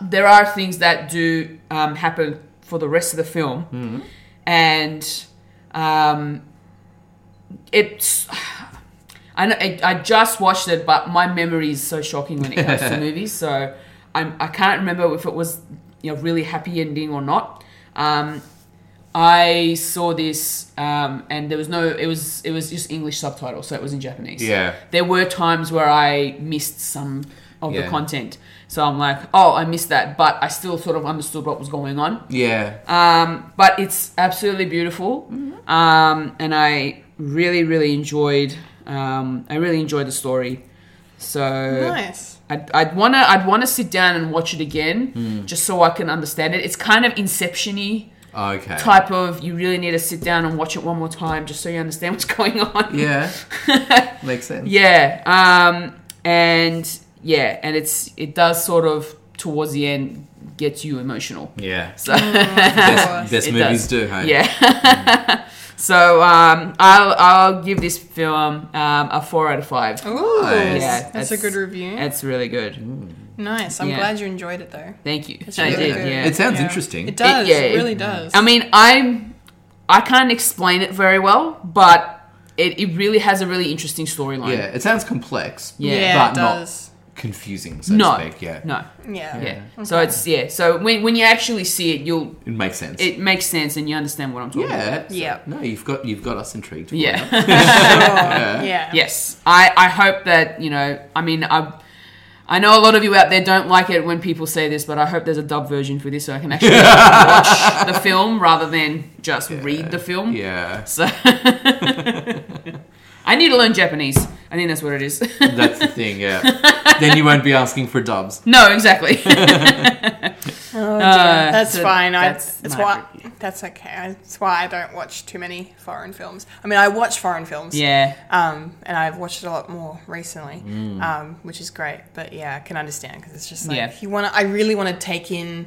S3: there are things that do um, happen for the rest of the film, and um, it's. I, know, I, I just watched it, but my memory is so shocking when it comes to movies, so I'm, I can't remember if it was you know really happy ending or not. Um, I saw this, um, and there was no. It was it was just English subtitle, so it was in Japanese.
S10: Yeah.
S3: There were times where I missed some of
S10: Yeah.
S3: the content, so I'm like, oh, I missed that, but I still sort of understood what was going on.
S10: Yeah.
S3: Um, but it's absolutely beautiful, um, and I really really enjoyed. Um, I really enjoyed the story. So
S8: Nice.
S3: I'd, I'd wanna I'd wanna sit down and watch it again just so I can understand it. It's kind of Inception-y
S10: okay.
S3: type of you really need to sit down and watch it one more time just so you understand what's going on.
S10: Yeah. Makes sense.
S3: Yeah. Um and yeah, and it's it does sort of towards the end gets you emotional.
S10: Yeah.
S3: So
S10: Best, best
S3: It
S10: movies
S3: does.
S10: do, hey?
S3: yeah. so um I'll I'll give this film um a 4 out of 5.
S8: Ooh,
S10: Nice.
S3: Yeah,
S8: that's, a
S3: that's-
S8: good review.
S3: It's really good.
S8: nice. I'm
S3: yeah.
S8: glad you enjoyed it though.
S3: Thank you.
S8: It's
S3: I
S8: really
S3: did.
S8: good.
S3: Yeah.
S10: It sounds
S8: Yeah.
S10: interesting.
S8: It does. It,
S3: yeah, it-
S8: really does.
S3: I mean, I'm I can't explain it very well, but it, it really has a really interesting storyline.
S10: yeah, it sounds complex.
S3: Yeah.
S8: yeah,
S10: but
S8: it
S10: not-
S8: does.
S10: Confusing, so
S3: No.
S10: to speak. Yeah.
S3: No.
S8: Yeah.
S3: Yeah. So it's yeah. So when when you actually see it, you'll
S10: It makes sense.
S3: it makes sense and you understand what I'm talking
S10: yeah.
S3: about.
S10: so-
S8: Yeah.
S10: No, you've got you've got us intrigued.
S3: Yeah.
S8: Yeah.
S3: yes. I I hope that you know. I mean, I I know a lot of you out there don't like it when people say this, but I hope there's a dub version for this so I can actually watch the film rather than just read the film.
S10: Yeah.
S3: So I need to learn Japanese. I think that's what it is.
S2: That's the thing, yeah. then you won't be asking for dubs.
S3: no, exactly.
S8: Oh, dear.
S3: Uh,
S8: that's
S3: so
S8: fine.
S3: that's
S8: I, that's
S3: my
S8: why. That's okay. I, that's why I don't watch too many foreign films. I mean, I watch foreign films.
S3: yeah.
S8: Um, and I've watched it a lot more recently, um, which is great. But yeah, I can understand because it's just like
S3: Mm. Yeah.
S8: you want. to I really want to take in,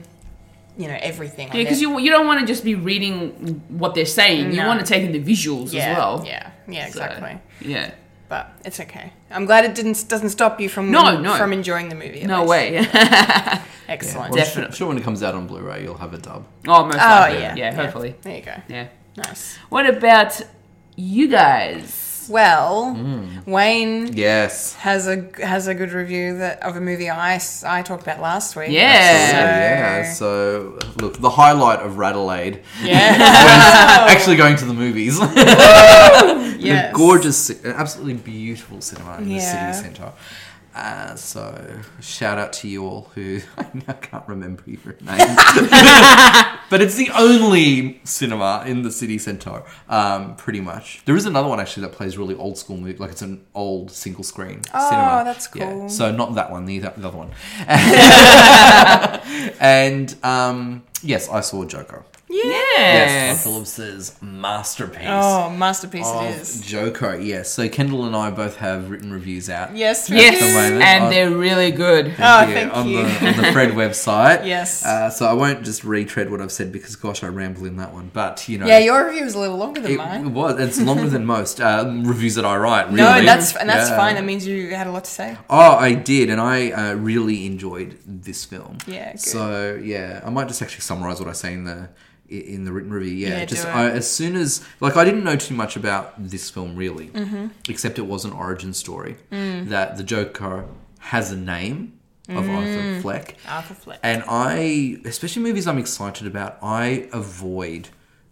S8: you know, everything.
S3: Yeah, because you, you don't want to just be reading what they're saying. You
S8: No.
S3: want to take in the visuals
S8: yeah,
S3: as well.
S8: Yeah, yeah,
S3: So,
S8: exactly.
S3: yeah.
S8: But it's okay. I'm glad it didn't doesn't stop you from
S3: No, no.
S8: from enjoying the movie. at
S3: No
S8: least.
S3: way.
S8: Excellent.
S2: Well, I'm Sure,
S3: Definitely.
S2: sure when it comes out on Blu-ray, you'll have a dub.
S3: oh, most
S8: Oh
S3: likely.
S8: yeah.
S3: yeah. hopefully.
S8: There you go.
S3: Yeah.
S8: Nice.
S3: What about you guys?
S8: Well,
S3: Mm.
S8: Wayne
S2: Yes.
S8: has a has a good review that of a movie I, s- I talked about last week.
S3: Yeah.
S2: yeah. So look, the highlight of Radelaide.
S8: Yeah.
S2: actually going to the movies.
S8: Yes.
S2: The gorgeous, ci- an absolutely beautiful cinema in
S8: Yeah.
S2: the city centre. Uh, so, shout out to you all who I now can't remember your name. but it's the only cinema in the city centre, um, pretty much. There is another one actually that plays really old school movie, like it's an old single screen
S8: Oh,
S2: cinema.
S8: that's cool.
S2: So, not that one, the, the other one. and um, yes, I saw Joker. Yes, Todd Phillips's masterpiece.
S8: Oh, masterpiece
S2: of
S8: it is.
S2: Joker, yes. So Kendall and I both have written reviews out.
S8: Yes. we
S3: Yes.
S8: do.
S2: moment, I-
S3: And they're really good.
S8: Oh, thank
S2: on,
S8: you.
S2: The, on the Fred website.
S8: Yes.
S2: Uh, so I won't just retread what I've said because, gosh, I ramble in that one. But, you know.
S8: Yeah, your review was a little longer than
S2: it, it
S8: mine.
S2: was. It's longer than most um, reviews that I write, really.
S8: No, that's and that's
S2: Yeah.
S8: fine. That means you had a lot to say.
S2: Oh, I did, and I uh, really enjoyed this film.
S8: Yeah, good.
S2: So yeah, I might just actually summarize what I say in the i- in the written review. Yeah,
S8: Yeah,
S2: just
S8: do it.
S2: I, as soon as like I didn't know too much about this film really,
S8: Mm-hmm.
S2: except it was an origin story
S8: Mm.
S2: that the Joker has a name of Arthur Fleck.
S8: Arthur Fleck.
S2: And I, especially movies I'm excited about, I avoid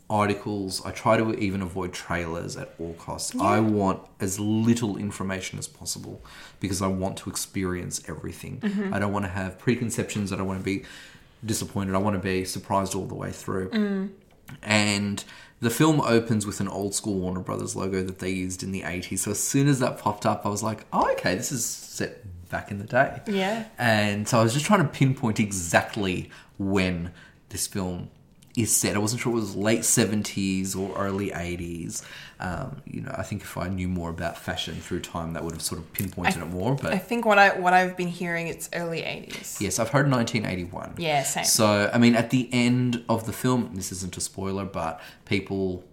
S2: articles. I try to even avoid trailers at all costs. I want as little information as possible because I want to experience everything.
S8: Mm-hmm.
S2: I don't want to have preconceptions. I don't want to be disappointed. I want to be surprised all the way through.
S8: Mm.
S2: And the film opens with an old school Warner Brothers logo that they used in the 80s. So as soon as that popped up, I was like, oh, okay, this is set back in the day.
S8: Yeah.
S2: And so I was just trying to pinpoint exactly when this film is set. I wasn't sure it was late 70s or early 80s. Um, you know, I think if I knew more about fashion through time, that would have sort of pinpointed it more. But
S8: I think what I what I've been hearing it's early eighties.
S2: Yes, I've heard 1981.
S8: Yeah, same.
S2: So, I mean, at the end of the film, this isn't a spoiler, but people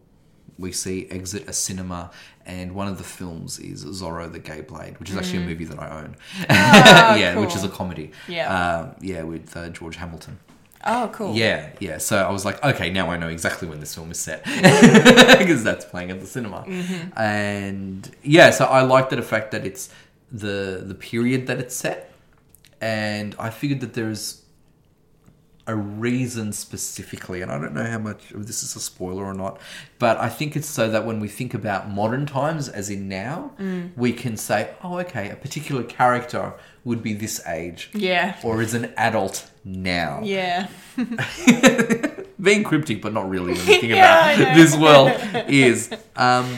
S2: we see exit a cinema, and one of the films is Zorro the Gay Blade, which is actually
S8: Mm.
S2: a movie that I own. yeah, which is a comedy.
S8: Oh, Yeah.
S2: Um, yeah, with uh, George Hamilton.
S8: Oh, cool.
S2: Yeah, yeah. So I was like, okay, now I know exactly when this film is set
S8: Mm-hmm.
S2: because that's playing at the cinema. And yeah, so I like that fact that it's the the period that it's set, and I figured that there is a reason specifically, and I don't know how much of this is a spoiler or not, but I think it's so that when we think about modern times, as in now,
S8: Mm.
S2: we can say, oh, okay, a particular character would be this age
S8: Yeah.
S2: or is an adult now
S8: Yeah.
S2: being cryptic, but not really when you think
S8: Yeah, I
S2: about
S8: know.
S2: this world is. Um,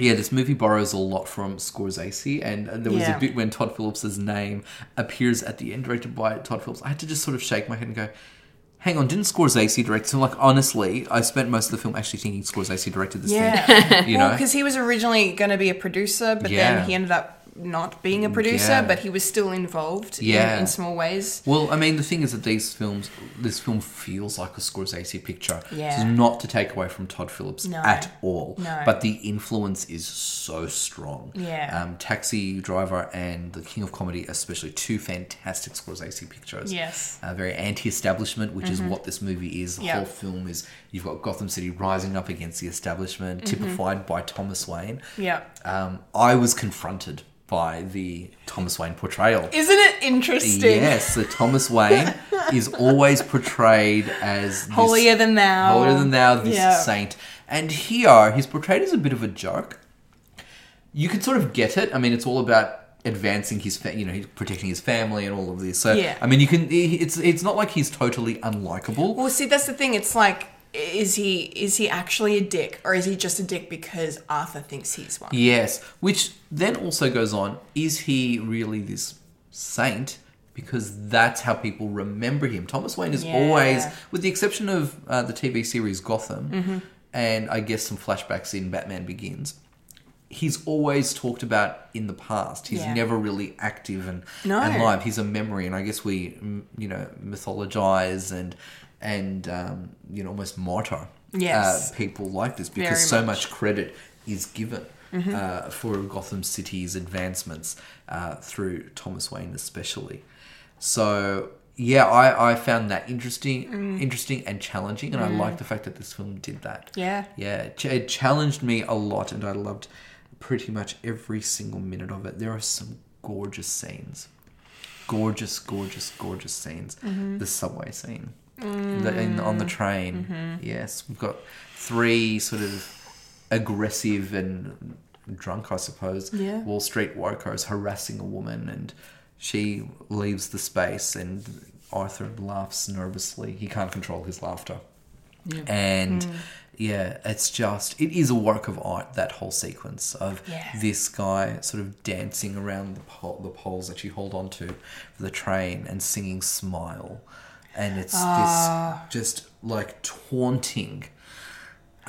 S2: yeah, this movie borrows a lot from Scorsese, and there was
S8: Yeah.
S2: a bit when Todd Phillips' name appears at the end, directed by Todd Phillips. I had to just sort of shake my head and go, "Hang on, didn't Scorsese direct?" So, like, honestly, I spent most of the film actually thinking Scorsese directed this
S8: Yeah.
S2: thing. You know,
S8: because he was originally going to be a producer, but
S2: Yeah. Mm,
S8: then he ended up not being a producer,
S2: Yeah.
S8: but he was still involved
S2: Yeah.
S8: in, in small ways.
S2: Well, I mean, the thing is that these films, this film feels like a Scorsese picture.
S8: Yeah.
S2: This is not to take away from Todd Phillips
S8: No.
S2: at all.
S8: No.
S2: But the influence is so strong.
S8: Yeah.
S2: Um, Taxi Driver and The King of Comedy, especially two fantastic Scorsese pictures.
S8: Yes. Mm-hmm.
S2: Uh, very anti-establishment, which is what this movie is. The
S8: Yeah.
S2: whole film is you've got Gotham City rising up against the establishment, typified by Thomas Wayne.
S8: Mm-hmm. Yeah.
S2: Um, I was confronted by the Thomas Wayne portrayal.
S8: Isn't it interesting?
S2: Yes, so Thomas Wayne is always portrayed as this-
S8: Holier than thou.
S2: holier than thou, this
S8: Yeah.
S2: saint. And here, he's portrayed as a bit of a joke. You can sort of get it. I mean, it's all about advancing his, fa- you know, he's protecting his family and all of this. So,
S8: Yeah.
S2: I mean, you can. It's it's not like he's totally unlikable.
S8: Well, see, that's the thing. It's like is he is he actually a dick or is he just a dick because Arthur thinks he's one?
S2: Yes, which then also goes on is he really this saint? Because that's how people remember him. Thomas Wayne is
S8: Yeah. Mm-hmm.
S2: always, with the exception of uh, the TV series Gotham, and I guess some flashbacks in Batman Begins, he's always talked about in the past. He's
S8: Yeah.
S2: never really active and,
S8: No.
S2: and live. He's a memory, and I guess we, mm, you know, mythologize and and um, you know almost martyr
S8: Yes.
S2: uh, people like this because
S8: Very
S2: so
S8: much.
S2: much credit is given uh, for Gotham City's advancements uh, through Thomas Wayne, especially. So yeah, I, I found that interesting, interesting and challenging, and I like the fact that this film did that.
S8: Yeah.
S2: yeah, ch- it challenged me a lot, and I loved pretty much every single minute of it. There are some gorgeous scenes. Gorgeous, gorgeous, gorgeous scenes. The subway scene the, in, on the train. Yes, we've got three sort of aggressive and drunk, I suppose,
S8: Yeah.
S2: Wall Street workers harassing a woman, and she leaves the space, and Arthur laughs nervously. He can't control his laughter, and. Yeah, it's just it is a work of art that whole sequence of
S8: Yeah.
S2: this guy sort of dancing around the pole, the poles that you hold onto for the train and singing smile and it's this just like taunting.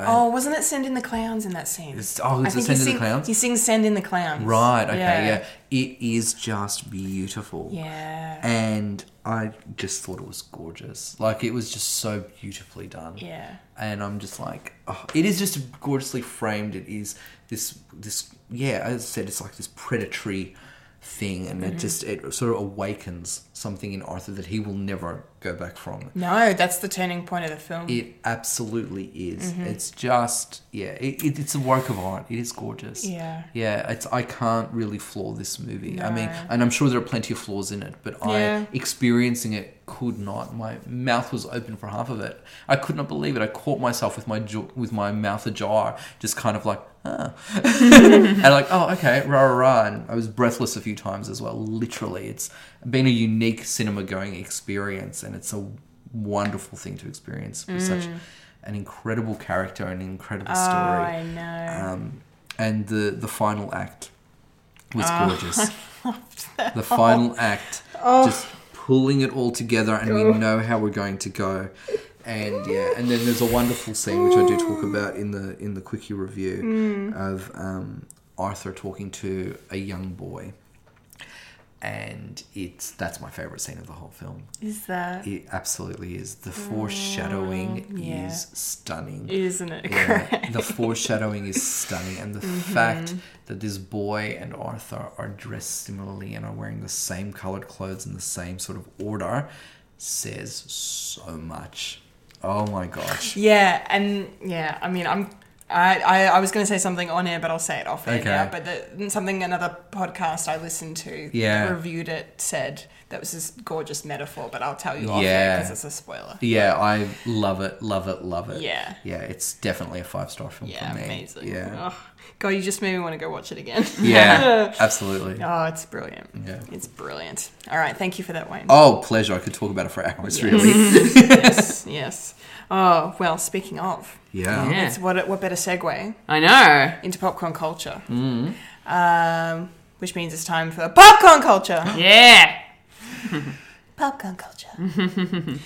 S8: Oh, wasn't it Send in the Clowns in that scene?
S2: It's- oh, is it
S8: he
S2: Send in the
S8: sing-
S2: Clowns?
S8: He sings Send in the Clowns.
S2: Right, okay, yeah. It is just beautiful.
S8: Yeah.
S2: And I just thought it was gorgeous. Like it was just so beautifully done.
S8: Yeah.
S2: And I'm just like, oh, it is just gorgeously framed. It is this this yeah. As I said, it's like this predatory thing, and
S8: Mm-hmm.
S2: it just it sort of awakens something in Arthur that he will never go back from.
S8: No, that's the turning point of the film. Mm-hmm.
S2: It absolutely is. It's just yeah, it, it, it's a work of art. It is gorgeous.
S8: Yeah.
S2: yeah. It's I can't really flaw this movie. I mean,
S8: No.
S2: and I'm sure there are plenty of flaws in it, but
S8: Yeah.
S2: I experiencing it could not. My mouth was open for half of it. I could not believe it. I caught myself with my jaw, with my mouth ajar, just kind of like. Ah. and like oh okay rah rah rah and I was breathless a few times as well literally it's been a unique cinema going experience and it's a wonderful thing to experience with such an incredible character and an incredible
S8: oh,
S2: story.
S8: I know.
S2: Um, and the the final act was gorgeous. The final act, just pulling it all together, and we know how we're going to go. And yeah, and then there's a wonderful scene which I do talk about in the in the quickie review of um, Arthur talking to a young boy, and it's that's my favorite scene of the whole film.
S8: Is that?
S2: It absolutely is. The foreshadowing
S8: yeah.
S2: is stunning.
S8: Isn't it? Correct. Mm-hmm.
S2: Yeah, the foreshadowing is stunning, and the fact that this boy and Arthur are dressed similarly and are wearing the same colored clothes in the same sort of order says so much. Oh my gosh.
S8: Yeah, and yeah, I mean, I'm. I, I, I was going to say something on air, but I'll say it off air
S2: Okay.
S8: now. But the, something another podcast I listened to
S2: Yeah.
S8: that reviewed it said that was this gorgeous metaphor, but I'll tell you yeah.
S2: Yeah.
S8: because it's a spoiler.
S2: Yeah, I love it, love it, love it.
S8: Yeah.
S2: Yeah, it's definitely a five star film
S8: Yeah,
S2: for me.
S8: amazing.
S2: Yeah.
S8: Oh, God, you just made me want to go watch it again.
S2: Yeah, absolutely.
S8: oh, it's brilliant.
S2: Yeah.
S8: It's brilliant. All right, thank you for that, Wayne.
S2: Oh, pleasure. I could talk about it for hours, really.
S8: Yes, yes. Oh, well, speaking of,
S2: Yeah.
S3: Yeah.
S8: it's what, what better segue
S3: I know.
S8: into popcorn culture?
S2: Mm-hmm.
S8: Um, which means it's time for popcorn culture.
S3: Yeah.
S8: Popcorn culture.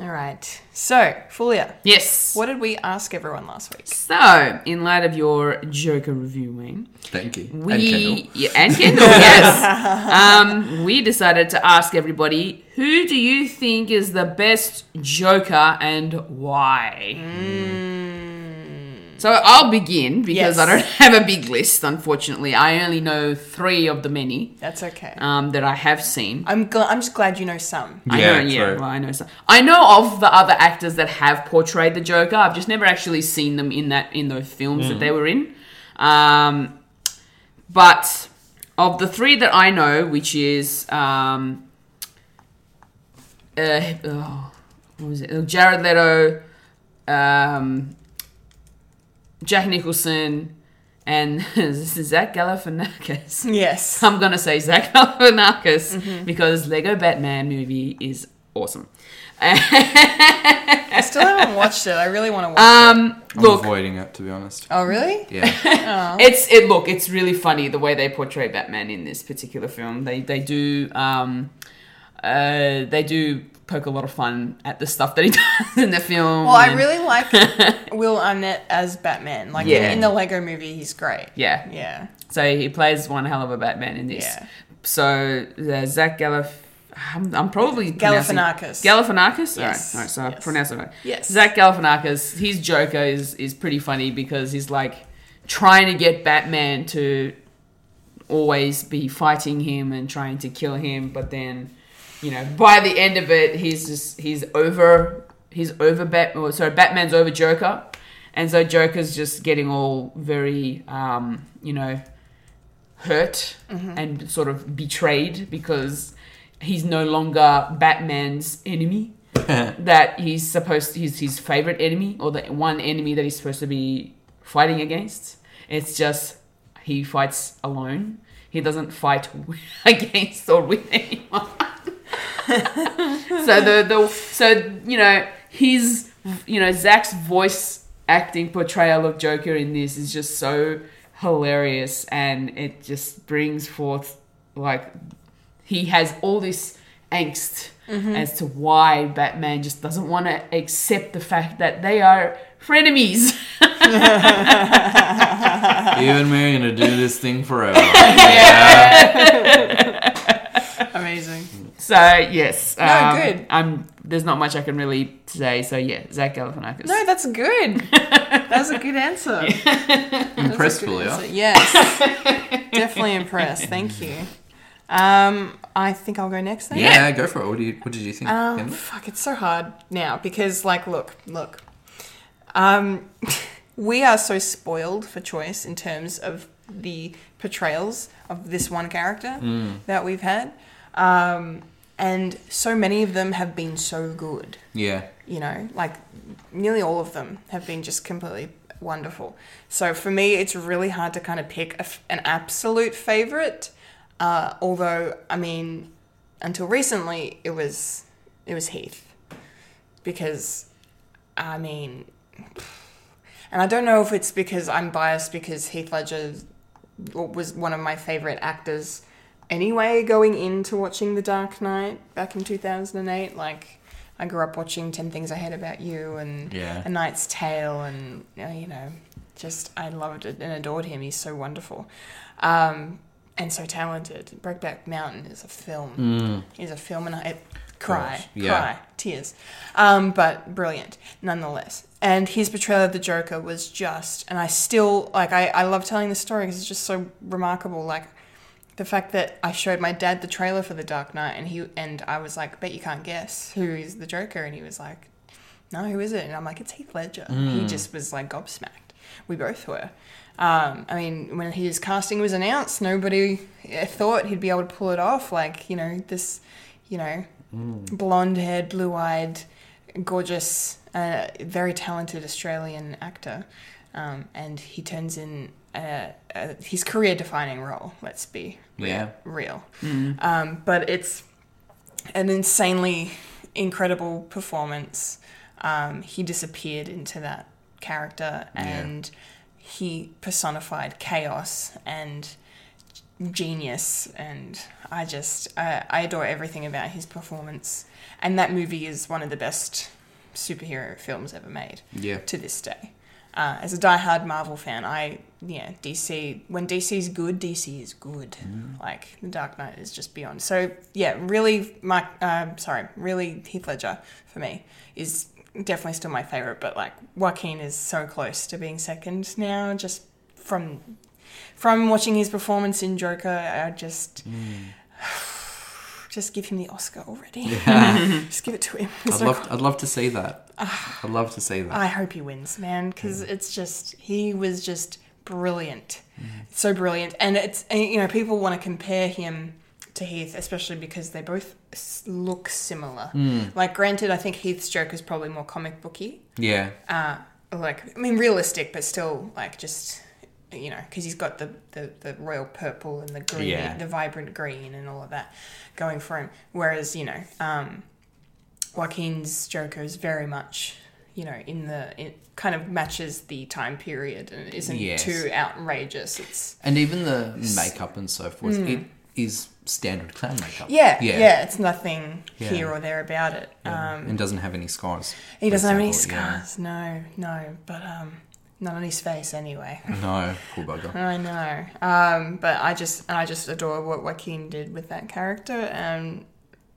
S8: All right. So, Fulia,
S3: Yes.
S8: what did we ask everyone last week?
S3: So, in light of your Joker review, Wayne,
S2: Thank you.
S3: we
S2: and Kendall.
S3: Yeah, and Kendall, yes, um, we decided to ask everybody who do you think is the best Joker and why.
S2: Hmm.
S3: So I'll begin
S8: Yes.
S3: because I don't have a big list, unfortunately. I only know three of the many
S8: That's okay.
S2: Uh.
S3: um, that I have seen.
S8: I'm gl- I'm just glad you know some.
S3: I
S2: Yeah,
S3: know, yeah.
S2: true.
S3: Well, I know some. I know of the other actors that have portrayed the Joker. I've just never actually seen them in that in those films that they were in. Um, but of the three that I know, which is um, uh, oh, what was it? Jared Leto, um, Jack Nicholson, and Zach Galifianakis.
S8: Yes. Mm-hmm.
S3: I'm gonna say Zach Galifianakis because Lego Batman movie is awesome.
S8: I still haven't watched it. I really want to
S2: Uh.
S8: watch
S3: Um,
S10: I'm
S3: look,
S10: avoiding it to be honest.
S8: it. Oh, really?
S10: Yeah,
S8: Oh.
S3: it's it. Look, it's really funny the way they portray Batman in this particular film. They they do um, uh, they do poke a lot of fun at the stuff that he does in the film.
S8: Well, I
S3: and-
S8: really like Will Arnett as Batman. Like
S3: Yeah.
S8: in the Lego Movie, he's great.
S3: yeah
S8: Yeah.
S3: So he plays one hell of a Batman in this.
S8: Yeah.
S3: So uh, Zach Galif. I'm, I'm probably pronouncing-
S8: Galifianakis.
S3: Galifianakis. All right,
S8: Yes.
S3: all right. So I
S8: Yes.
S3: pronounce it right.
S8: Yes.
S3: Zach Galifianakis. His Joker is is pretty funny because he's like trying to get Batman to always be fighting him and trying to kill him, but then you know by the end of it, he's just he's over he's over Bat. Or, sorry, Batman's over Joker, and so Joker's just getting all very um, you know hurt and sort of betrayed because he's no longer Batman's enemy. that he's supposed he's his favorite enemy or the one enemy that he's supposed to be fighting against. It's just he fights alone. He doesn't fight against or with anyone. so the the so you know his you know Zach's voice acting portrayal of Joker in this is just so hilarious and it just brings forth like he has all this angst
S8: Mm-hmm.
S3: as to why Batman just doesn't want to accept the fact that they are frenemies.
S10: you and me are gonna do this thing forever.
S8: Amazing.
S3: So yes, um,
S8: good.
S3: I'm there's not much I can really say. So yeah, Zach Galifianakis.
S8: No, that's good. That's a good answer.
S10: Impressed,
S8: Good
S10: Will,
S8: answer.
S10: yeah?
S8: Yes. Definitely impressed. Thank you. Um, I think I'll go next then.
S10: yeah. go for it. What, do you, what did you think?
S8: Um,
S10: Kendall?
S8: fuck, it's so hard now because, like, look, look. Um, we are so spoiled for choice in terms of the portrayals of this one character that we've had. Um, and so many of them have been so good
S10: yeah.
S8: you know, like nearly all of them have been just completely wonderful. So for me, it's really hard to kind of pick a f an absolute favorite. Uh, although, I mean, until recently, it was it was Heath because, I mean, and I don't know if it's because I'm biased because Heath Ledger was one of my favorite actors anyway going into watching The Dark Knight back in 2008 like I grew up watching 10 Things I Hate About You and
S10: Yeah.
S8: A Knight's Tale and uh, you know just I loved it and adored him he's so wonderful um, and so talented Brokeback Mountain is a film is a film and I it, cry
S10: Gosh, yeah.
S8: cry tears um, but brilliant nonetheless and his portrayal of the joker was just and i still like i, I love telling this story because it's just so remarkable like the fact that i showed my dad the trailer for the dark knight and he and i was like bet you can't guess who is the joker and he was like no who is it and i'm like it's heath ledger he just was like gobsmacked we both were um, I mean, when his casting was announced, nobody eh, thought he'd be able to pull it off. Like, you know, this, you know, blonde haired, blue eyed, gorgeous, uh, very talented Australian actor. Um, and he turns in a, a, his career defining role, let's be
S10: Yeah.
S8: real. Um, but it's an insanely incredible performance. Um, he disappeared into that character and he personified chaos and genius and i just I, I adore everything about his performance and that movie is one of the best superhero films ever made
S10: Yeah.
S8: to this day uh, as a diehard marvel fan i yeah dc when dc's good dc is good like the dark knight is just beyond so yeah really my uh, sorry really heath ledger for me is definitely still my favorite but like joaquin is so close to being second now just from from watching his performance in Joker, I just just give him the Oscar already. just give it to him. It's
S10: I'd
S8: no
S10: love, I'd love to see that.
S8: Ah.
S10: I'd love to see that.
S8: I hope he wins, man, because it's just he was just brilliant, so brilliant, and it's and, you know people want to compare him to Heath, especially because they both s- look similar. Like, granted, I think Heath's Joker is probably more comic booky,
S10: Yeah.
S8: uh, like I mean realistic, but still like just you know because he's got the, the the royal purple and the green,
S10: Yeah.
S8: the vibrant green and all of that going for him. Whereas you know um, Joaquin's Jericho is very much, you know, in the it kind of matches the time period and isn't
S2: Yes.
S8: too outrageous. It's
S2: And even the makeup and so forth, it is standard clown makeup.
S8: Hmm. yeah, yeah,
S2: Yeah.
S8: it's nothing
S2: Yeah.
S8: here or there about it. Um,
S2: And doesn't have any scars.
S8: he
S2: for
S8: doesn't have any
S2: example, yeah.
S8: scars. No, no, but um, not on his face anyway.
S2: No, poor bugger.
S8: I know, um, but I just and I just adore what Joaquin did with that character, and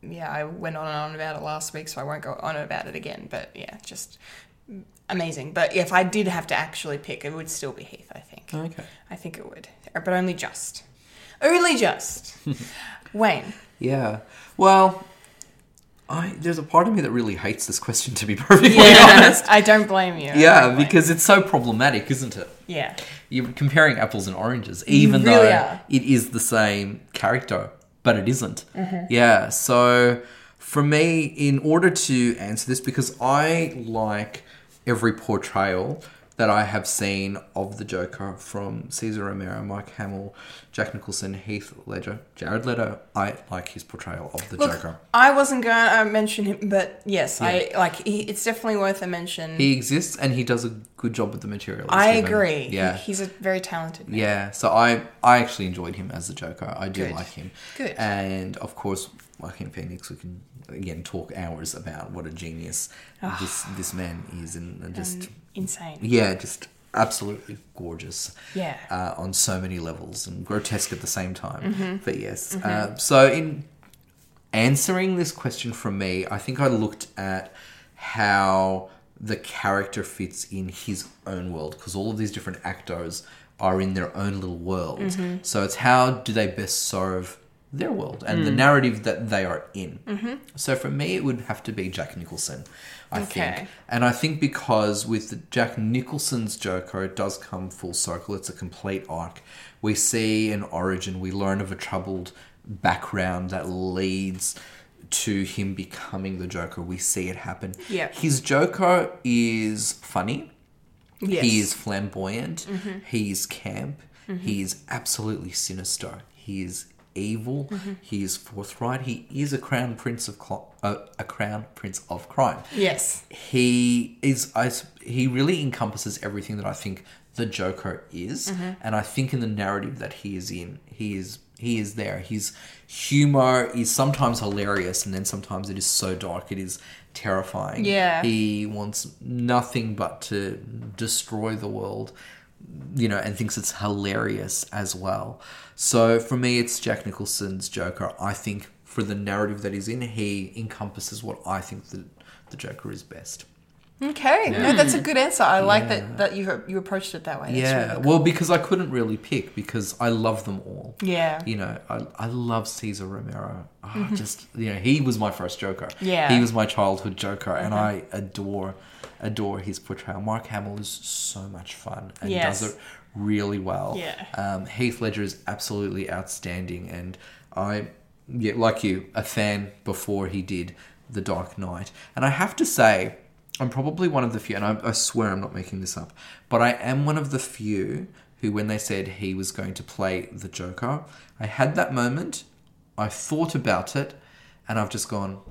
S8: yeah, I went on and on about it last week, so I won't go on about it again. But yeah, just amazing. But if I did have to actually pick, it would still be Heath. I think.
S2: Okay.
S8: I think it would, but only just, only just. Wayne,
S2: Yeah. Well, I there's a part of me that really hates this question, to be perfectly honest.
S8: I don't blame you. I
S2: Yeah,
S8: don't blame
S2: because it's so problematic, isn't it?
S8: you. yeah,
S2: You're comparing apples and oranges, even
S8: really
S2: though
S8: are.
S2: it is the same character, but it isn't.
S8: Mm-hmm.
S2: Yeah. So for me, in order to answer this, because I like every portrayal that I have seen of the Joker from Cesar Romero, Mike Hamill, Jack Nicholson, Heath Ledger, Jared Leto. I like his portrayal of the Joker.
S8: I wasn't going to mention him, but yes, I like. He, it's definitely worth a mention.
S2: He exists and he does a good job with the material. he's
S8: I
S2: given.
S8: agree.
S2: Yeah.
S8: He- he's a very talented man.
S2: Yeah, so I I actually enjoyed him as the Joker. I do
S8: Good.
S2: like him.
S8: Good.
S2: And of course, Joaquin Phoenix. We can again talk hours about what a genius
S8: Ah.
S2: this this man is, and, and just
S8: Insane.
S2: yeah, just absolutely gorgeous.
S8: Yeah.
S2: uh, on so many levels and grotesque at the same time.
S8: Mm-hmm.
S2: But yes, uh, so in answering this question from me, I think I looked at how the character fits in his own world because all of these different actors are in their own little world.
S8: Mm-hmm.
S2: So it's how do they best serve their world and the
S8: Mm.
S2: narrative that they are in. So for me, it would have to be Jack Nicholson, I
S8: Mm-hmm. Okay.
S2: think. And I think because with Jack Nicholson's Joker, it does come full circle. It's a complete arc. We see an origin, we learn of a troubled background that leads to him becoming the Joker. We see it happen.
S8: Yeah.
S2: His Joker is funny.
S8: Yes. Mm-hmm.
S2: He is flamboyant. He is camp. He is absolutely sinister. He is evil.
S8: Mm-hmm.
S2: He is forthright. He is a crown prince of cl- uh, a crown prince of crime.
S8: Yes.
S2: He is. I, s- he really encompasses everything that I think the Joker is, and I think in the narrative that he is in, he is he is there. His humor is sometimes hilarious, and then sometimes it is so dark, it is terrifying.
S8: Yeah.
S2: he wants nothing but to destroy the world, you know, and thinks it's hilarious as well. So for me, it's Jack Nicholson's Joker. I think for the narrative that he's in, he encompasses what I think the the Joker is best.
S8: Okay. No, that's a good answer. I like that that you you approached it that way. That's
S2: yeah,
S8: really
S2: well, because I couldn't really pick because I love them all.
S8: Yeah. Mm-hmm.
S2: you know, I, I love Caesar Romero. Oh, Just you know, he was my first Joker.
S8: Yeah.
S2: he was my childhood Joker, and I adore adore his portrayal. Mark Hamill is so much fun and
S8: Yes.
S2: does it really well.
S8: Yeah.
S2: um, Heath Ledger is absolutely outstanding, and I, yeah, like you, a fan before he did The Dark Knight, and I have to say. I'm probably one of the few, and I, I swear I'm not making this up, but I am one of the few who, when they said he was going to play the Joker, I had that moment, I thought about it, and I've just gone,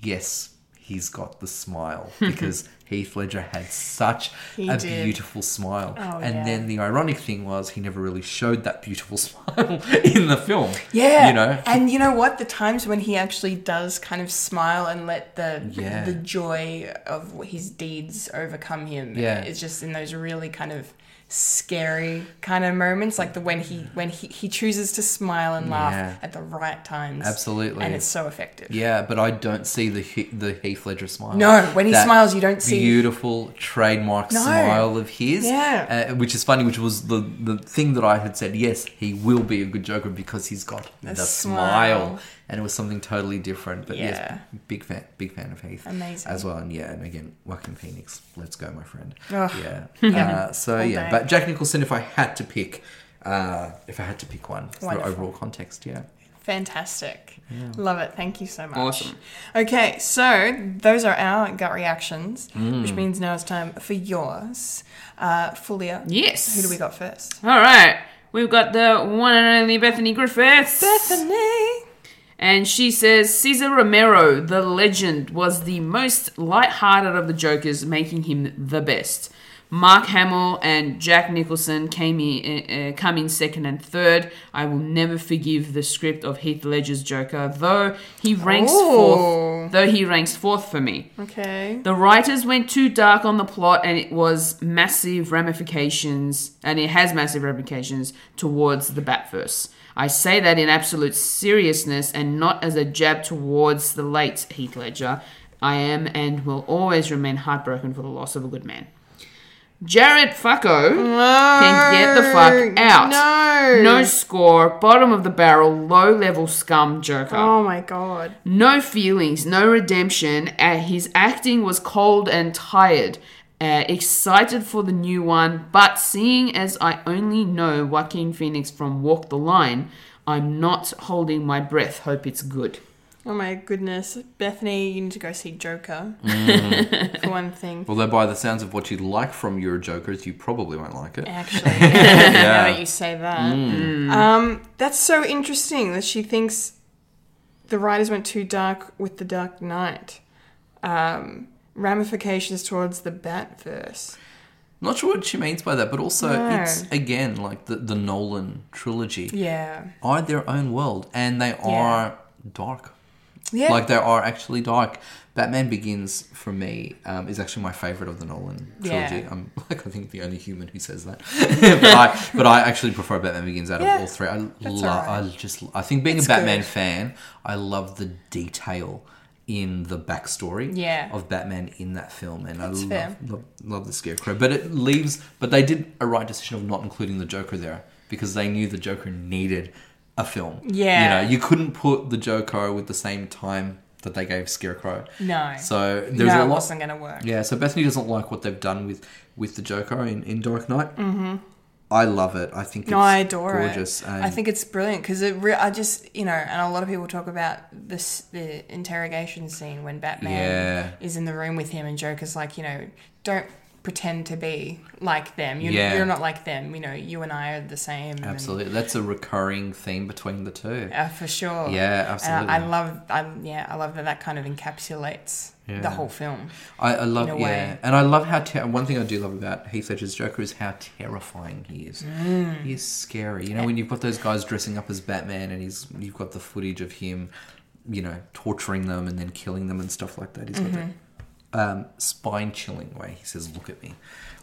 S2: yes, he's got the smile because Heath Ledger had such a
S8: did.
S2: beautiful smile.
S8: Oh,
S2: and
S8: yeah.
S2: then the ironic thing was he never really showed that beautiful smile in the film.
S8: Yeah.
S2: You know?
S8: And you know what? The times when he actually does kind of smile and let the
S2: Yeah.
S8: the joy of his deeds overcome him.
S2: Yeah.
S8: It's just in those really kind of scary kind of moments like the when he when he, he chooses to smile and laugh
S2: Yeah.
S8: at the right times
S2: Absolutely.
S8: and it's so effective
S2: Yeah, but I don't see the He- the Heath Ledger smile.
S8: No, when he smiles, you don't see-
S2: beautiful trademark smile of his.
S8: Yeah.
S2: uh, which is funny. Which was the the thing that I had said. Yes, he will be a good Joker because he's got the, smile.
S8: smile.
S2: and it was something totally different. But
S8: Yeah.
S2: yes, big fan, big fan of Heath.
S8: Amazing.
S2: as well. And yeah, and again, Joaquin Phoenix. Let's go, my friend.
S8: Ugh.
S2: Yeah. Uh, so yeah,
S8: day.
S2: but Jack Nicholson. If I had to pick, uh, if I had to pick one, for the
S8: Wonderful.
S2: overall context, yeah.
S8: Fantastic. Love it. Thank you so much.
S3: Awesome.
S8: Okay, so those are our gut reactions,
S3: Mm.
S8: which means now it's time for yours. Uh, Fulia.
S3: Yes.
S8: Who do we got first?
S3: All right. We've got the one and only Bethany Griffiths.
S8: Bethany.
S3: And she says Cesar Romero, the legend, was the most light-hearted of the Jokers, making him the best. Mark Hamill and Jack Nicholson came in, uh, come in second and third. I will never forgive the script of Heath Ledger's Joker, though he ranks
S8: Ooh.
S3: fourth. Though he ranks fourth for me.
S8: Okay.
S3: The writers went too dark on the plot and it was massive ramifications, and it has massive ramifications towards the Batverse. I say that in absolute seriousness and not as a jab towards the late Heath Ledger. I am and will always remain heartbroken for the loss of a good man. Jared Fucko can get the fuck out.
S8: No.
S3: No score, bottom of the barrel, low level scum joker.
S8: Oh my god.
S3: No feelings, no redemption. Uh, his acting was cold and tired. Uh, excited for the new one, but seeing as I only know Joaquin Phoenix from Walk the Line, I'm not holding my breath. Hope it's good.
S8: Oh my goodness. Bethany, you need to go see Joker.
S3: Mm.
S8: For one thing.
S2: Although, by the sounds of what you'd like from your Jokers, you probably won't like it.
S8: Actually, now that you say that,
S2: Mm.
S8: um, that's so interesting that she thinks the writers went too dark with the Dark Knight. Um, ramifications towards the Batverse.
S2: Not sure what she means by that, but also
S8: No.
S2: it's again like the, the Nolan trilogy
S8: Yeah,
S2: are their own world and they are dark.
S8: yeah.
S2: Like they are actually dark. Batman Begins for me um, is actually my favorite of the Nolan trilogy.
S8: Yeah.
S2: I'm like I think the only human who says that, but, I, but I actually prefer Batman Begins out
S8: Yeah,
S2: of all three. I love.
S8: alright.
S2: I just. I think being
S8: It's
S2: a Batman
S8: good.
S2: fan, I love the detail in the backstory
S8: Yeah.
S2: of Batman in that film, and I
S8: fair.
S2: love, love love the Scarecrow. But it leaves. But they did a right decision of not including the Joker there because they knew the Joker needed a film.
S8: Yeah.
S2: You know, you couldn't put the Joker with the same time that they gave Scarecrow.
S8: No.
S2: So
S8: no,
S2: there's
S8: it
S2: a lot.
S8: wasn't going to work.
S2: Yeah, so Bethany doesn't like what they've done with with the Joker in, in Dark Knight. Mm-hmm. I love it. I think it's
S8: No, I adore
S2: gorgeous. eh?
S8: it.
S2: And
S8: I think it's brilliant because it. Re- I just you know, and a lot of people talk about this the interrogation scene when Batman is in the room with him and Joker's like, you know, don't pretend to be like them. You're,
S2: Yeah.
S8: you're not like them. You know, you and I are the same. and-
S2: absolutely that's a recurring theme between the two.
S8: uh, for sure.
S2: Yeah,
S8: And I, I
S2: absolutely.
S8: love. I, yeah, I love that. That kind of encapsulates the
S2: Yeah.
S8: whole film.
S2: I, I love
S8: in a
S2: yeah,
S8: way.
S2: and I love how ter- one thing I do love about Heath Ledger's Joker is how terrifying he is.
S8: Mm.
S2: He is scary. You know, when you've got those guys dressing up as Batman, and he's you've got the footage of him, you know, torturing them and then killing them and stuff like that. He's got
S8: Mm-hmm.
S2: that um, spine chilling way. He says, "Look at me."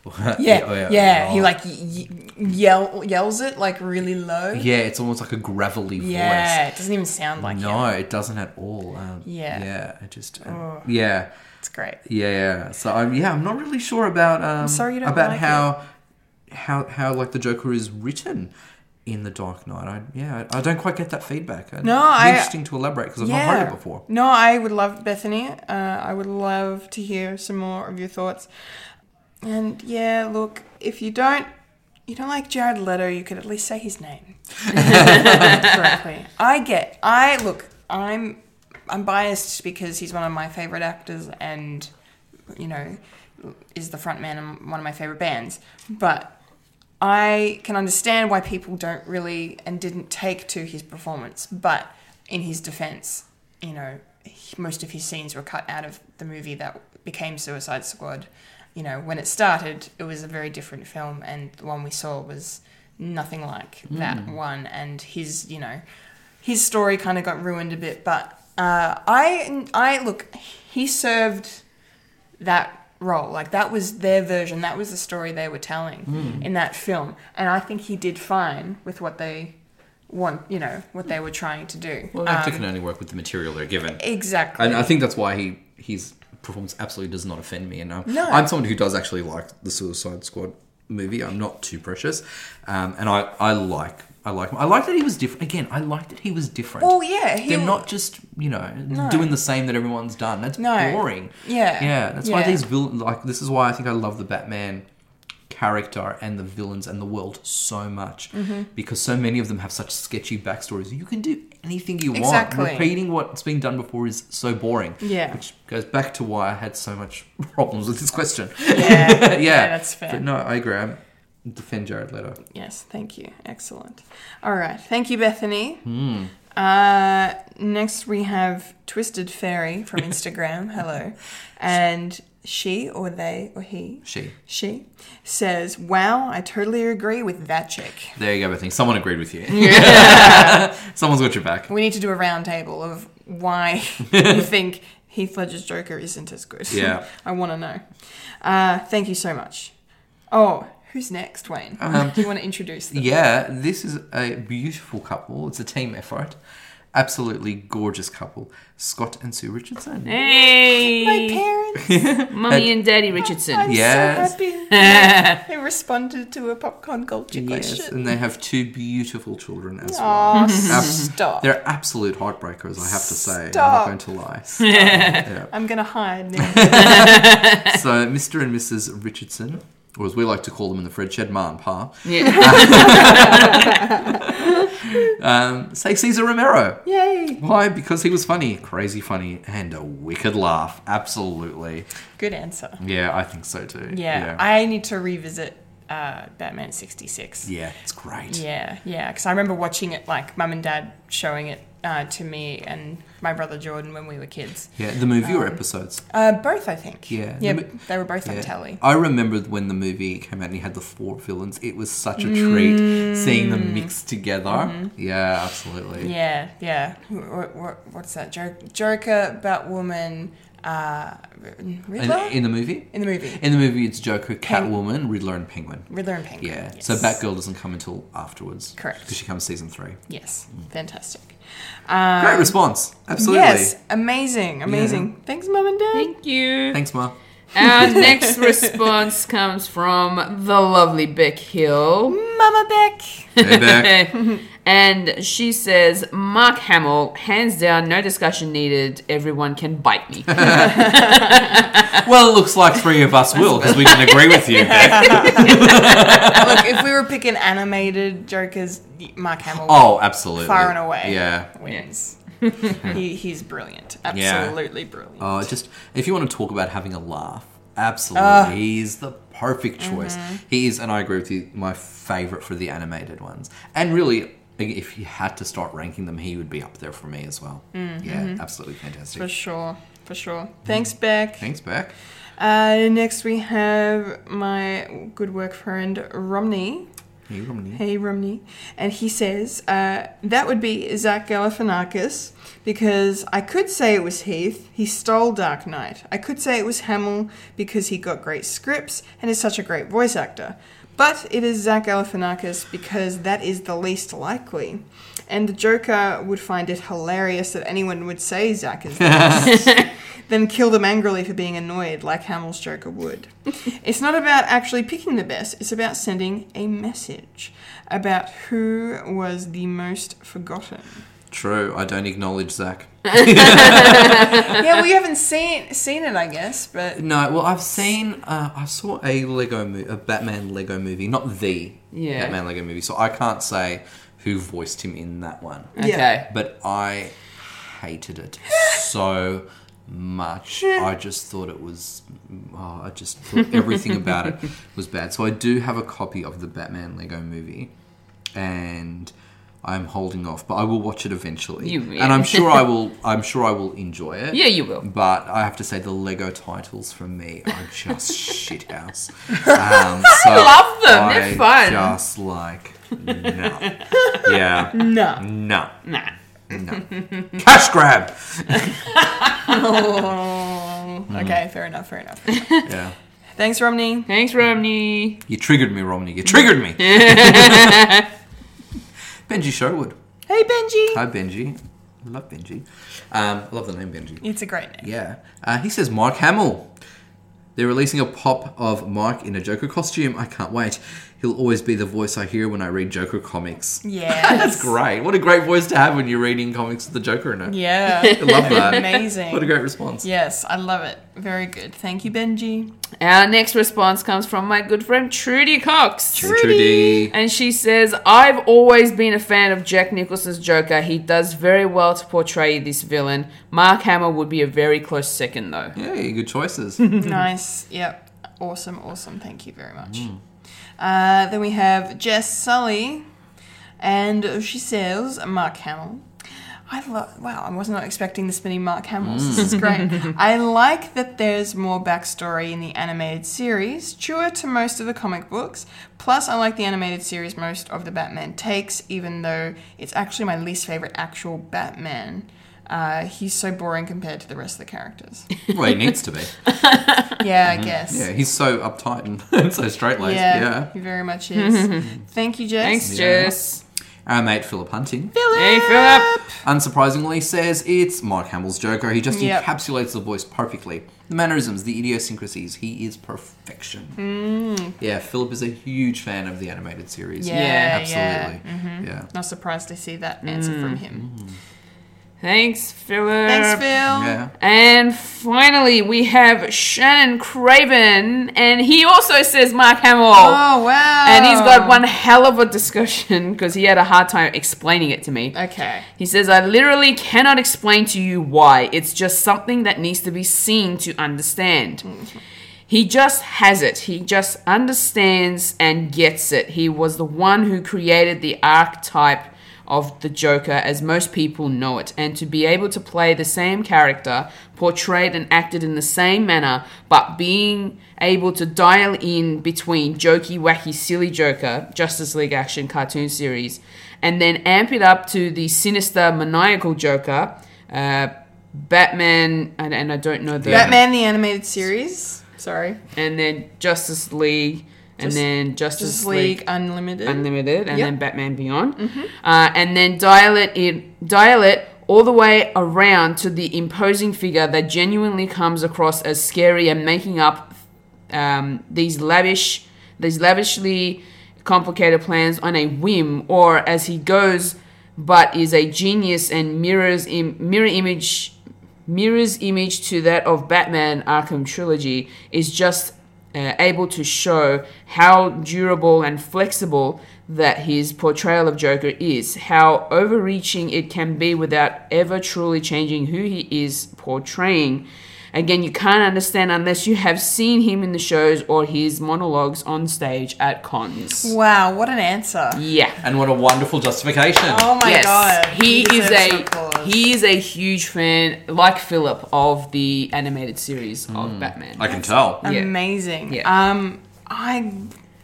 S2: yeah,
S8: Yeah, yeah. He
S2: oh.
S8: like y- y- yell yells it like really low. Yeah,
S2: yeah, it's almost like a gravelly voice.
S8: it doesn't even sound like him.
S2: No, it doesn't at all. Um,
S8: Yeah. Oh.
S2: yeah, I just um, yeah.
S8: It's great.
S2: Yeah, yeah. So I'm yeah, I'm not really sure about um
S8: sorry you don't
S2: about
S8: like
S2: how how how like the Joker is written in the Dark Knight. I yeah, I, I don't quite get that feedback. And
S8: No,
S2: it'd
S8: I-
S2: be interesting to elaborate because I've not heard it before.
S8: No, I would love Bethany. Uh, I would love to hear some more of your thoughts. And yeah, look, if you don't you don't like Jared Leto, you could at least say his name correctly. I get. I look. I'm I'm biased because he's one of my favorite actors, and you know, is the front man in one of my favorite bands. But I can understand why people don't really and didn't take to his performance. But in his defense, you know, he- most of his scenes were cut out of the movie that became Suicide Squad. You know, when it started, it was a very different film, and the one we saw was nothing like that one. And his, you know, his story kind of got ruined a bit. But uh, I, I look, he served that role. Like that was their version. That was the story they were telling in that film. And I think he did fine with what they want. You know what they were trying to do.
S2: Well, an actor can only work with the material they're given.
S8: exactly.
S2: And I think that's why he his performance absolutely does not offend me. And I'm,
S8: No.
S2: I'm someone who does actually like the Suicide Squad movie. I'm not too precious, um, and I I like I like him. I like that he was different. Again, I like that he was different.
S8: Well, yeah, he-
S2: they're not just you know doing the same that everyone's done. That's
S8: No.
S2: boring.
S8: Yeah.
S2: yeah. That's why
S8: Yeah.
S2: these vil- like this is why I think I love the Batman character and the villains and the world so much
S8: Mm-hmm.
S2: because so many of them have such sketchy backstories. You can do anything you
S8: Exactly.
S2: want. Repeating what's been done before is so boring.
S8: Yeah.
S2: Which goes back to why I had so much problems with this question.
S8: yeah.
S2: yeah.
S8: that's fair.
S2: But no, I agree. I defend Jared Leto. Hmm.
S8: yes. Thank you. Excellent. All right. Thank you, Bethany. Uh, next, we have Twisted Fairy from Instagram. Hello. And she, or they, or he,
S2: She.
S8: she says, Wow, I totally agree with that chick.
S2: There you go, Bethany. Someone agreed with you. Someone's got your back.
S8: We need to do a roundtable of why you think Heath Ledger's Joker isn't as good.
S2: Yeah.
S8: I want to know. Uh, thank you so much. Oh, who's next, Wayne? do you want to introduce them?
S2: Um, Yeah, this is a beautiful couple. It's a team effort. Absolutely gorgeous couple. Scott and Sue Richardson.
S8: My
S3: Hey,
S8: parents.
S3: mummy and daddy Richardson.
S2: Yes.
S8: So happy. they responded to a popcorn culture
S2: Yes,
S8: question.
S2: and they have two beautiful children as well.
S8: Oh,
S2: Abs-
S8: stop.
S2: They're absolute heartbreakers, I have to say.
S8: Stop.
S2: I'm not going to lie.
S8: I'm going to hide now.
S2: so, Mr. and Mrs. Richardson, or as we like to call them in the Fred Shed, Ma and Pa,
S3: Yeah.
S2: um, say Cesar Romero.
S8: Yay.
S2: Why? Because he was funny, crazy funny, and a wicked laugh. Absolutely.
S8: Good answer.
S2: Yeah, I think so too.
S8: Yeah, I need to revisit uh, Batman 66.
S2: yeah, it's great.
S8: Yeah, yeah, because I remember watching it, like, mum and dad showing it uh, to me and my brother Jordan when we were kids.
S2: Yeah, the movie or episodes?
S8: Uh, both, I think.
S2: Yeah.
S8: Yeah,
S2: The
S8: but they were both on
S2: Yeah.
S8: telly.
S2: I remembered when the movie came out and he had the four villains. It was such a treat seeing them mixed together. Yeah, absolutely.
S8: Mm. Mm-hmm. Yeah, yeah. What, what, what's that? Jo- Joker, Batwoman, uh,
S2: And
S8: Riddler?
S2: in the movie?
S8: In the movie.
S2: In the movie, it's Joker, Catwoman, Riddler, and Penguin.
S8: Riddler and Penguin.
S2: Yeah.
S8: yes.
S2: So Batgirl doesn't come until afterwards.
S8: Correct.
S2: Because she comes season three.
S8: Yes, fantastic.
S2: Great response. Absolutely.
S8: Um, Yes, amazing, amazing. Thanks, mum and dad.
S3: Thank you.
S2: Thanks, Ma.
S3: Our next response comes from the lovely Beck Hill.
S8: Mama Beck.
S2: Hey, Beck.
S3: and she says, Mark Hamill, hands down, no discussion needed. Everyone can bite me.
S2: well, it looks like three of us will because we can agree with you, Beck.
S8: Look, if we were picking animated Jokers, Mark Hamill
S2: Oh, absolutely.
S8: far and away
S2: Yeah.
S8: wins. he, he's brilliant. Absolutely brilliant.
S2: Oh, just if you want to talk about having a laugh, absolutely, he's the perfect
S8: Mm-hmm.
S2: choice. He is, and I agree with you. My favorite for the animated ones, and really, if you had to start ranking them, he would be up there for me as well.
S8: Mm-hmm.
S2: Yeah, absolutely fantastic.
S8: For sure. For sure. Thanks, Beck.
S2: Thanks, Beck.
S8: Uh, next, we have my good work friend, Romney.
S2: Hey, Romney.
S8: Hey, Romney. And he says, uh, that would be Zach Galifianakis because I could say it was Heath. He stole Dark Knight. I could say it was Hamill because he got great scripts and is such a great voice actor. But it is Zach Galifianakis because that is the least likely. And the Joker would find it hilarious that anyone would say Zach is the then kill them angrily for being annoyed, like Hamill's Joker would. it's not about actually picking the best, it's about sending a message about who was the most forgotten.
S2: True. I don't acknowledge Zach.
S8: yeah, well, you haven't seen seen it, I guess, but
S2: No, well, I've seen. Uh, I saw a Lego movie, a Batman Lego movie, not the
S3: Yeah.
S2: Batman Lego movie. So I can't say who voiced him in that one.
S3: Okay.
S2: but I hated it so much. I just thought it was. Oh, I just thought everything about it was bad. So I do have a copy of the Batman Lego movie, and I'm holding off, but I will watch it eventually.
S3: You-
S2: And I'm sure I will. I'm sure I will enjoy it.
S3: Yeah, you will.
S2: But I have to say the Lego titles for me are just shithouse. Um, so
S3: love them. They're
S2: I
S3: fun.
S2: Just like no. Yeah.
S8: no.
S2: No.
S3: nah.
S2: Cash grab.
S8: Oh,
S2: Mm.
S8: Okay, fair enough, fair enough.
S2: Yeah.
S8: Thanks, Romney.
S3: Thanks, Romney.
S2: You triggered me, Romney. You triggered me. Benji Sherwood.
S8: Hey, Benji.
S2: Hi, Benji. I love Benji. Um, I love the name Benji.
S8: It's a great name.
S2: Yeah. Uh, he says Mark Hamill. They're releasing a pop of Mark in a Joker costume. I can't wait. He'll always be the voice I hear when I read Joker comics.
S8: Yeah.
S2: That's great. What a great voice to have when you're reading comics with the Joker in it.
S8: Yeah.
S2: I love that.
S8: Amazing.
S2: What a great response.
S8: Yes, I love it. Very good. Thank you, Benji.
S3: Our next response comes from my good friend Trudy Cox.
S2: Hey, Trudy.
S3: And she says, I've always been a fan of Jack Nicholson's Joker. He does very well to portray this villain. Mark Hamill would be a very close second, though.
S2: Hey, good choices.
S8: Nice. Yep. Awesome. Awesome. Thank you very much. Uh, then we have Jess Sully, and she says Mark Hamill. I love. Wow, I was not expecting this many Mark Hamills. This is great. I like that there's more backstory in the animated series, truer to most of the comic books. Plus, I like the animated series most of the Batman takes, even though it's actually my least favorite actual Batman. Uh, he's so boring compared to the rest of the characters.
S2: Well, he needs to be.
S8: Yeah, I guess.
S2: Yeah, he's so uptight and so straight laced.
S8: Yeah,
S2: Yeah.
S8: he very much is. Thank you, Jess.
S3: Thanks, Jess.
S2: Our mate Philip Hunting,
S3: Hey, Philip.
S2: unsurprisingly, says it's Mark Hamill's Joker. He just
S8: Yep.
S2: encapsulates the voice perfectly. The mannerisms, the idiosyncrasies, he is perfection. Yeah, Philip is a huge fan of the animated series.
S8: Mm. Yeah, yeah. Mm-hmm.
S2: absolutely. Yeah.
S8: Not surprised to see that answer from him.
S3: Thanks, Mm. Philip.
S8: Thanks, Phil.
S2: Yeah.
S3: And finally, we have Shannon Craven, and he also says Mark Hamill.
S8: Oh wow!
S3: And he's
S8: Oh.
S3: got one hell of a discussion because he had a hard time explaining it to me.
S8: Okay.
S3: He says, I literally cannot explain to you why. It's just something that needs to be seen to understand. He just has it. He just understands and gets it. He was the one who created the archetype of the Joker as most people know it. And to be able to play the same character, portrayed and acted in the same manner, but being able to dial in between jokey, wacky, silly Joker, Justice League action cartoon series, and then amp it up to the sinister, maniacal Joker, uh, Batman, and, and I don't know the
S8: Batman the animated series. Sorry,
S3: and then Justice League, and then Justice,
S8: Justice
S3: League,
S8: League Unlimited.
S3: Unlimited, and
S8: Yep. Mm-hmm.
S3: then Batman Beyond, uh, and then dial it in, dial it all the way around to the imposing figure that genuinely comes across as scary and making up um, these lavish, these lavishly complicated plans on a whim or as he goes, but is a genius and mirrors Im- mirror image mirrors image to that of Batman Arkham trilogy is just uh, able to show how durable and flexible that his portrayal of Joker is, how overreaching it can be without ever truly changing who he is portraying. Again, you can't understand unless you have seen him in the shows or his monologues on stage at cons.
S8: Wow, what an answer!
S3: Yeah.
S2: And what a wonderful justification.
S8: Oh my god,
S3: He, is
S8: deserves some
S3: a
S8: applause.
S3: he is a huge fan, like Philip, of the animated series of Batman.
S2: Mm. I can tell.
S3: yeah.
S8: amazing.
S3: Yeah.
S8: Um, I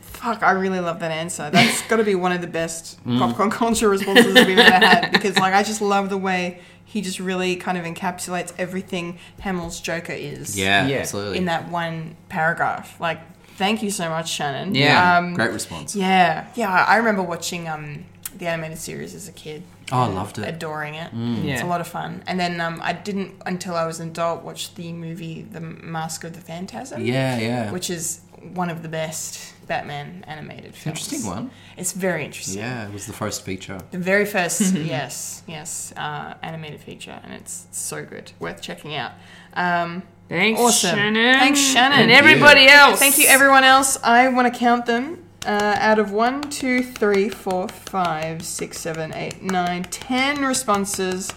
S8: fuck, I really love that answer. That's got to be one of the best
S2: Mm.
S8: popcorn culture responses we've ever had because, like, I just love the way he just really kind of encapsulates everything Hamill's Joker is.
S2: Yeah,
S3: Yeah.
S2: absolutely.
S8: in that one paragraph. Like, thank you so much, Shannon.
S2: yeah,
S8: Um,
S2: great response.
S8: Yeah. Yeah. I remember watching um, the animated series as a kid.
S2: Oh, I loved it. Mm.
S8: Adoring it. It's a
S3: Yeah.
S8: lot of fun. And then um, I didn't, until I was an adult, watch the movie The Mask of the Phantasm.
S2: Yeah, yeah.
S8: Which is one of the best Batman animated films.
S2: Interesting one.
S8: It's very interesting.
S2: Yeah, it was the first feature.
S8: The very first, yes, yes, uh, animated feature, and it's so good, worth checking out. Um,
S3: Thanks,
S8: Awesome.
S3: Shannon.
S8: Thanks, Shannon.
S3: And everybody else.
S8: Thank you, everyone else. I want to count them uh, out of one, two, three, four, five, six, seven, eight, nine, ten responses.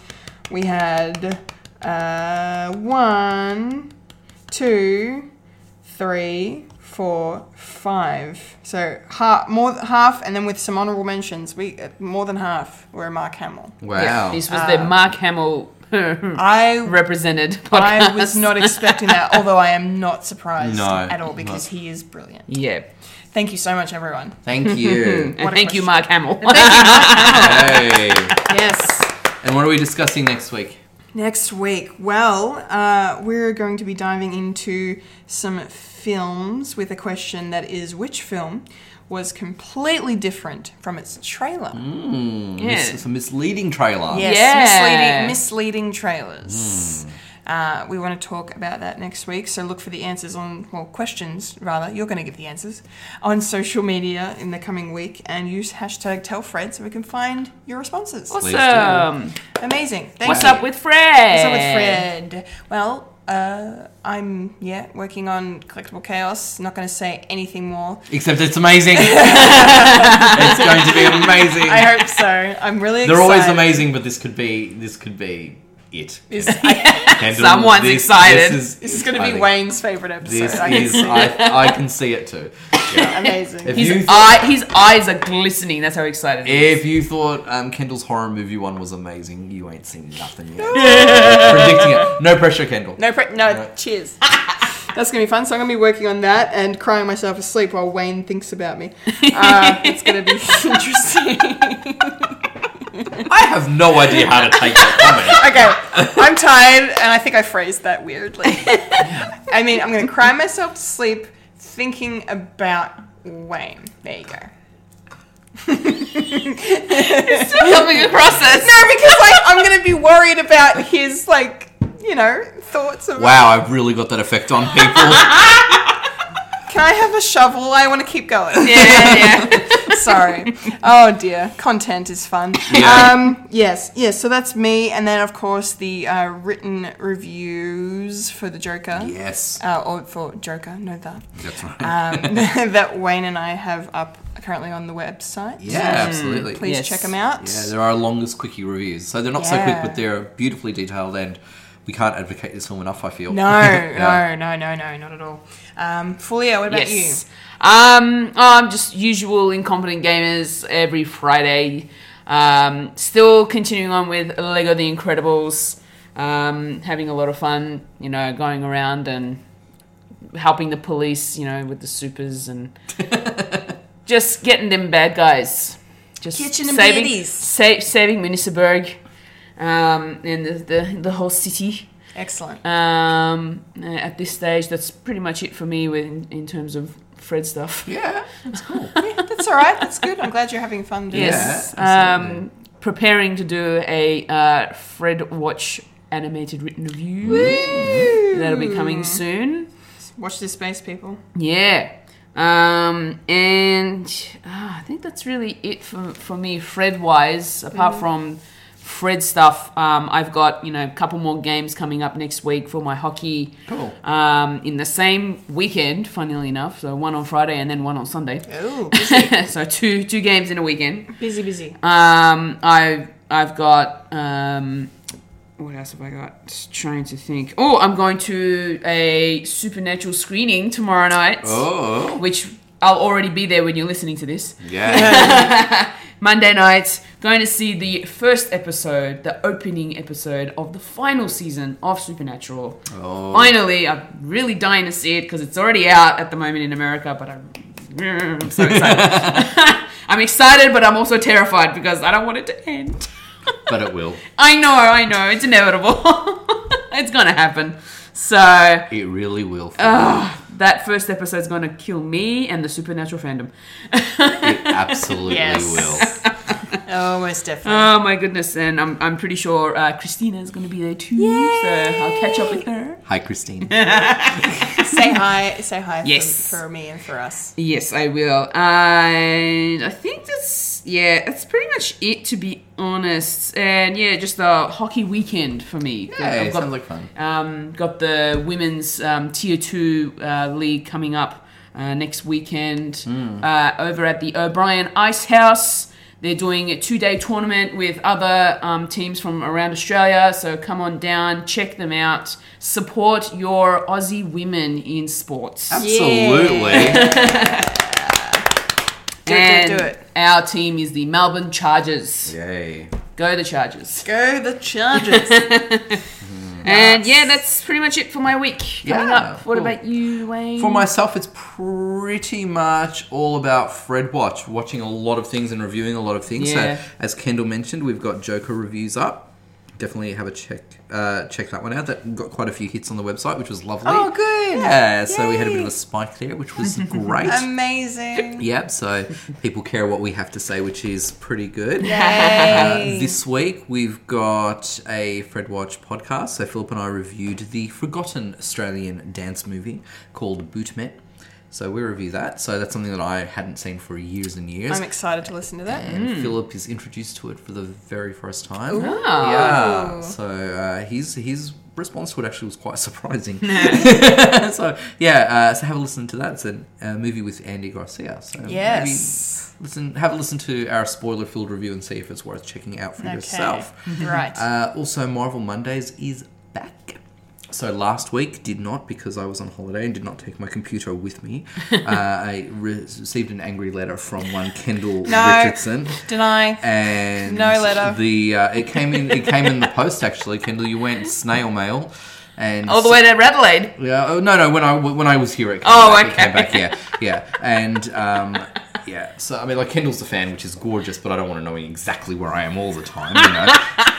S8: We had uh, one, two, three, four, five. So half, more th- half, and then with some honorable mentions, we uh, more than half were Mark Hamill.
S2: Wow.
S3: This was the Mark Hamill
S8: I
S3: represented
S8: Uh, I
S3: podcast.
S8: was not expecting that, although I am not surprised
S2: No,
S8: at all because he is brilliant.
S3: Yeah.
S8: Thank you so much, everyone.
S2: Thank you.
S3: And
S8: a
S3: thank you,
S8: question.
S3: Mark Hamill.
S2: hey.
S8: Yes.
S2: And what are we discussing next week?
S8: Next week, well, uh, we're going to be diving into some films with a question that is which film was completely different from its trailer?
S3: Yeah.
S8: Uh.
S2: It's a misleading trailer.
S8: Yes, misleading,
S3: Yeah.
S8: misleading trailers. Uh, we want to talk about that next week, so look for the answers on, well, questions rather. You're going to give the answers on social media in the coming week and use hashtag TellFred so we can find your responses.
S3: Awesome.
S8: Amazing. Thank
S3: What's
S8: you.
S3: up with Fred?
S8: What's up with Fred? Well, uh, I'm yeah working on collectible chaos. Not going to say anything more.
S2: Except it's amazing. it's going to be amazing.
S8: I hope so. I'm really.
S2: They're
S8: excited.
S2: always amazing, but this could be this could be it.
S8: Is,
S2: Kendall,
S3: Someone's excited.
S8: this is going to
S2: I
S8: be
S2: think
S8: Wayne's favorite episode.
S2: This
S8: I can
S2: is.
S8: see.
S2: I, I can see it too. Yeah.
S8: amazing.
S2: If
S3: His,
S2: you
S3: eye, his eyes are glistening. That's how excited he is.
S2: If you thought um, Kendall's horror movie one was amazing, you ain't seen nothing yet. Predicting it. No pressure, Kendall.
S8: No, pre- no,
S2: No.
S8: cheers. That's gonna be fun. So I'm gonna be working on that and crying myself asleep while Wayne thinks about me. Uh, it's gonna be interesting.
S2: I have no idea how to take that
S8: Okay, I'm tired, and I think I phrased that weirdly. I mean, I'm gonna cry myself to sleep thinking about Wayne. There you go.
S3: Coming across us.
S8: No, because like I'm gonna be worried about his like you know thoughts of.
S2: comment. Wow, I've really got that effect on people.
S8: Can I have a shovel? I want to keep going.
S3: Yeah, yeah.
S8: Sorry. Oh dear. Content is fun.
S2: Yeah.
S8: Um, yes, yes. So that's me, and then of course the uh, written reviews for the Joker.
S2: yes.
S8: Uh, or for Joker, no that.
S2: That's right.
S8: Um, that Wayne and I have up currently on the website.
S2: yeah, absolutely.
S8: Please
S3: Yes.
S8: check them out.
S2: Yeah, they're our longest quickie reviews. So they're not so quick,
S8: Yeah.
S2: but they're beautifully detailed and we can't advocate this film enough, I feel.
S8: No,
S2: Yeah.
S8: no, no, no, no, not at all. Um, Fulia, what about
S3: yes. Um, um, just usual incompetent gamers every Friday. Um, still continuing on with Lego The Incredibles. Um, having a lot of fun, you know, going around and helping the police, you know, with the supers and just getting them bad guys. Just
S11: Catching them
S3: saving,
S11: baddies.
S3: sa- saving Municeberg um, and the, the, the whole city.
S8: you? Excellent.
S3: Um, uh, at this stage, that's pretty much it for me with, in, in terms of Fred stuff.
S2: Yeah, that's cool.
S8: That's all right. That's good. I'm glad you're having fun doing that.
S3: Yes.
S2: absolutely.
S3: um, preparing to do a uh, Fred Watch animated written review. That'll be coming soon.
S8: Watch this space, people.
S3: Yeah. Um, and ah, I think that's really it for, for me, Fred wise. Apart
S2: Mm-hmm.
S3: from Fred stuff, um, I've got you know a couple more games coming up next week for my hockey.
S2: Cool.
S3: Um, in the same weekend, funnily enough, so one on Friday and then one on Sunday.
S8: Oh,
S3: so two two games in a weekend.
S8: busy, busy.
S3: Um, I I've got um, what else have I got? Just trying to think. Oh, I'm going to a supernatural screening tomorrow night,
S2: Oh,
S3: which I'll already be there when you're listening to this.
S2: yeah.
S3: Monday night, going to see the first episode, the opening episode of the final season of Supernatural.
S2: Oh.
S3: Finally, I'm really dying to see it because it's already out at the moment in America, but I'm, I'm so excited. I'm excited, but I'm also terrified because I don't want it to end.
S2: but it will.
S3: I know, I know, it's inevitable. it's gonna happen. So
S2: It really will.
S8: Oh.
S3: that first episode's gonna kill me and the supernatural fandom.
S2: it absolutely
S8: Yes.
S2: will.
S8: Oh, most definitely.
S3: Oh my goodness! And I'm, I'm pretty sure uh, Christina is going to be there too, so I'll catch up with her.
S2: Hi, Christine.
S8: say hi. Say hi.
S3: Yes.
S8: For, for me and for us.
S3: Yes, I will. And I think that's yeah, that's pretty much it to be honest. And yeah, just a hockey weekend for me.
S2: Hey,
S3: I've got,
S2: sounds like fun.
S8: Uh,
S3: um, got the women's um, tier two uh, league coming up uh, next weekend
S2: Hmm.
S3: uh, over at the O'Brien Ice House. They're doing a two day tournament with other um, teams from around Australia. So come on down, check them out, support your Aussie women in sports.
S2: Absolutely.
S8: Do it, do it, do it.
S3: Our team is the Melbourne Chargers.
S2: Yay.
S3: Go the Chargers.
S8: Go the Chargers.
S3: And yeah, that's pretty much it for my week. Coming
S2: Yeah,
S3: up. What
S2: cool.
S3: about you, Wayne?
S2: For myself, it's pretty much all about Fred Watch, watching a lot of things and reviewing a lot of things.
S3: Yeah.
S2: So, as Kendall mentioned, we've got Joker reviews up. Definitely have a check uh, check that one out. That got quite a few hits on the website, which was lovely.
S8: oh, good. Um,
S2: Yeah, so we had a bit of a spike there, which was great.
S8: Amazing.
S2: Yep, so people care what we have to say, which is pretty good. Uh,
S8: Yay.
S2: this week we've got a Fred Watch podcast. So Philip and I reviewed the forgotten Australian dance movie called Bootmet. So we review that. So that's something that I hadn't seen for years and years.
S8: I'm excited to listen to
S3: Mm.
S8: that.
S2: and Philip is introduced to it for the very first time.
S3: Ah.
S2: Yeah. So uh, he's he's response to it actually was quite surprising. so yeah, uh, so have a listen to that. It's a, a movie with Andy Garcia. So maybe
S8: Yes.
S2: listen, have a listen to our spoiler-filled review and see if it's worth checking out for yourself.
S8: Mm-hmm.
S3: Mm-hmm.
S8: right.
S2: Uh, also, Marvel Mondays is back. So last week did not because I was on holiday and did not take my computer with me. uh, I re- received an angry letter from one Kendall
S8: No.
S2: Richardson,
S8: Deny.
S2: and
S8: No letter.
S2: The uh, it came in it came in the post actually. Kendall, you went snail mail, and
S3: All the way to Adelaide.
S2: yeah, oh, no, no. When I when I was here, it came
S3: Oh,
S2: back,
S3: okay.
S2: It came back, yeah, yeah, and um, yeah. So I mean, like Kendall's a fan, which is gorgeous, but I don't want to know exactly where I am all the time. You know,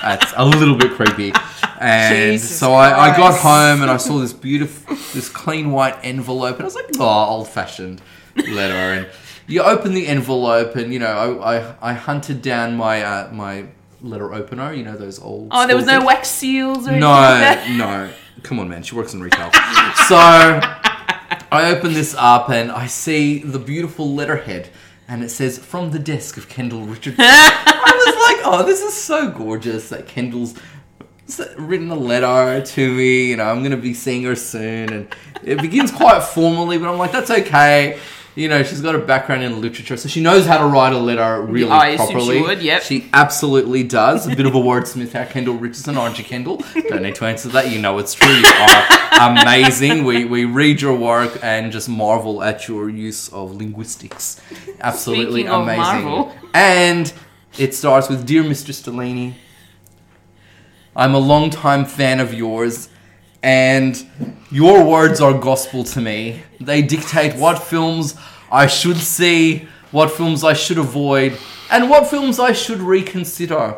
S2: that's a little bit creepy. And
S8: Jesus
S2: so I, I got
S8: Christ.
S2: home and I saw this beautiful, this clean white envelope, and I was like, oh, old fashioned letter. And you open the envelope, and you know, I I, I hunted down my uh, my letter opener. You know, those old.
S3: Oh, there was
S2: school
S3: no wax seals or anything like
S2: no,
S3: that.
S2: no. Come on, man. She works in retail. so I open this up and I see the beautiful letterhead, and it says "From the desk of Kendall Richardson." I was like, "Oh, this is so gorgeous that Kendall's s- written a letter to me. You know, I'm gonna be seeing her soon." And it begins quite formally, but I'm like, "That's okay." You know, she's got a background in literature, so she knows how to write a letter really
S3: I assume she
S2: properly.
S3: would, yep.
S2: She absolutely does. A bit of a wordsmith, our Kendall Richardson, aren't you, Kendall? Don't need to answer that. You know it's true. You are amazing. We, we read your work and just marvel at your use of linguistics. Absolutely
S3: Speaking of
S2: amazing.
S3: marvel.
S2: and it starts with Dear Mr. Stellini, I'm a longtime fan of yours, and your words are gospel to me. They dictate what films I should see, what films I should avoid, and what films I should reconsider.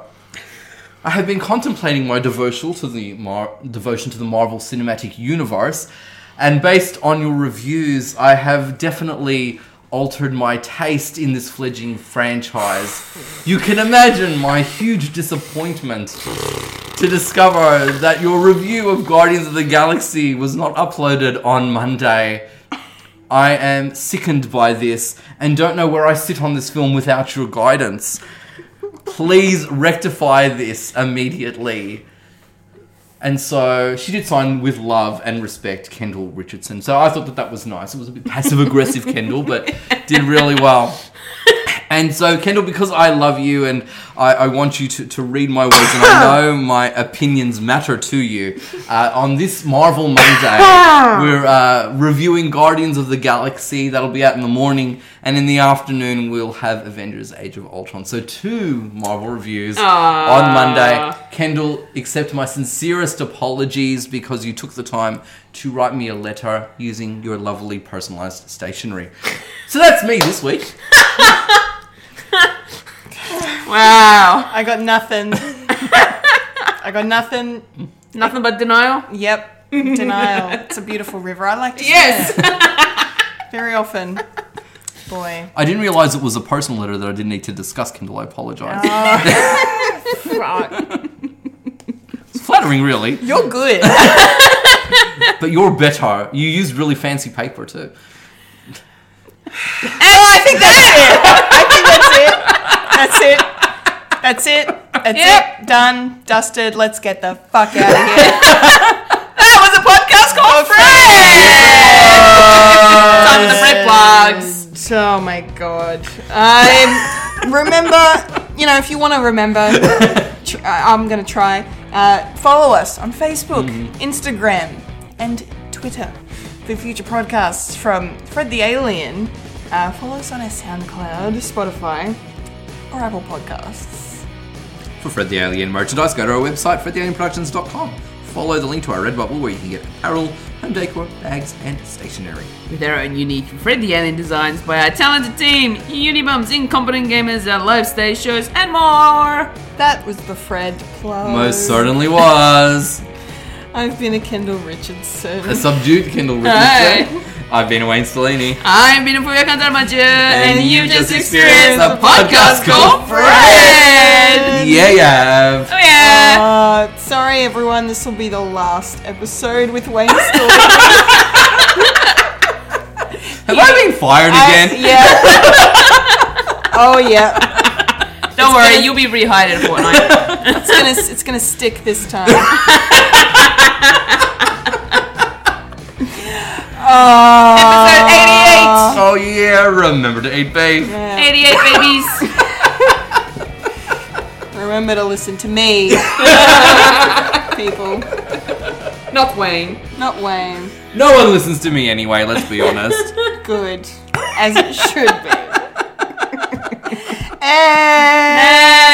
S2: I have been contemplating my devotion to the Mar- devotion to the Marvel Cinematic Universe, and based on your reviews, I have definitely altered my taste in this fledgling franchise. You can imagine my huge disappointment to discover that your review of Guardians of the Galaxy was not uploaded on Monday. I am sickened by this and don't know where I sit on this film without your guidance. Please rectify this immediately. And so she did sign with love and respect Kendall Richardson. So I thought that that was nice. It was a bit passive aggressive, Kendall, but did really well. And so, Kendall, because I love you and I, I want you to, to read my words and I know my opinions matter to you, uh, on this Marvel Monday, we're uh, reviewing Guardians of the Galaxy. That'll be out in the morning. And in the afternoon, we'll have Avengers Age of Ultron. So, two Marvel reviews on Monday. Kendall, accept my sincerest apologies because you took the time to write me a letter using your lovely personalized stationery. So, that's me this week.
S3: Wow.
S8: I got nothing. I got nothing.
S3: Nothing but denial.
S8: Yep.
S3: Mm-hmm.
S8: Denial. It's a beautiful river. I like to swim
S3: Yes.
S8: it very often. Boy.
S2: I didn't realize it was a personal letter that I didn't need to discuss, Kendall. I apologize.
S8: Fuck.
S2: It's flattering, really.
S8: You're good.
S2: But you're better. You used really fancy paper, too.
S8: I think that's it. I think that's it. That's it. That's it. That's
S3: Yep.
S8: it. Done. Dusted. Let's get the fuck out of here.
S3: that was a podcast called Friends. Time for the Fred plugs.
S8: Oh my god. Um, remember, you know, if you want to remember, tr- I- I'm gonna try. Uh, follow us on Facebook,
S2: Mm-hmm.
S8: Instagram, and Twitter for future podcasts from Fred the Alien. Uh, follow us on our SoundCloud, Spotify, or Apple Podcasts.
S2: For Fred the Alien merchandise, go to our website, fredthealienproductions.com. Follow the link to our Redbubble where you can get apparel, home decor, bags, and stationery.
S3: With our own unique Fred the Alien designs by our talented team, Unibums, Incompetent Gamers, our live stage shows, and more.
S8: That was the Fred plug.
S2: Most certainly was.
S8: I've been a Kendall Richardson.
S2: a subdued Kendall
S3: Hi.
S2: Richardson. I've been Wayne Stellini.
S3: I'm Bina Fuya Kantarmacha, and,
S2: you
S3: you've just
S2: just
S3: experienced
S2: experienced a
S3: a podcast
S2: podcast
S3: called
S2: called
S3: Fred.
S2: Yeah, you have.
S3: Oh, yeah.
S8: Uh, sorry, everyone. This will be the last episode with Wayne Story.
S2: Have I been fired again?
S8: yeah. oh yeah.
S3: Don't worry, you'll be rehired in a fortnight.
S8: It's gonna it's gonna stick this time.
S3: Episode
S2: Oh yeah, remember to eat beef.
S3: 88! 88 babies!
S8: Remember to listen to me, people,
S3: Not Wayne.
S8: not Wayne.
S2: No one listens to me anyway. Let's be honest.
S8: Good, as it should be. and.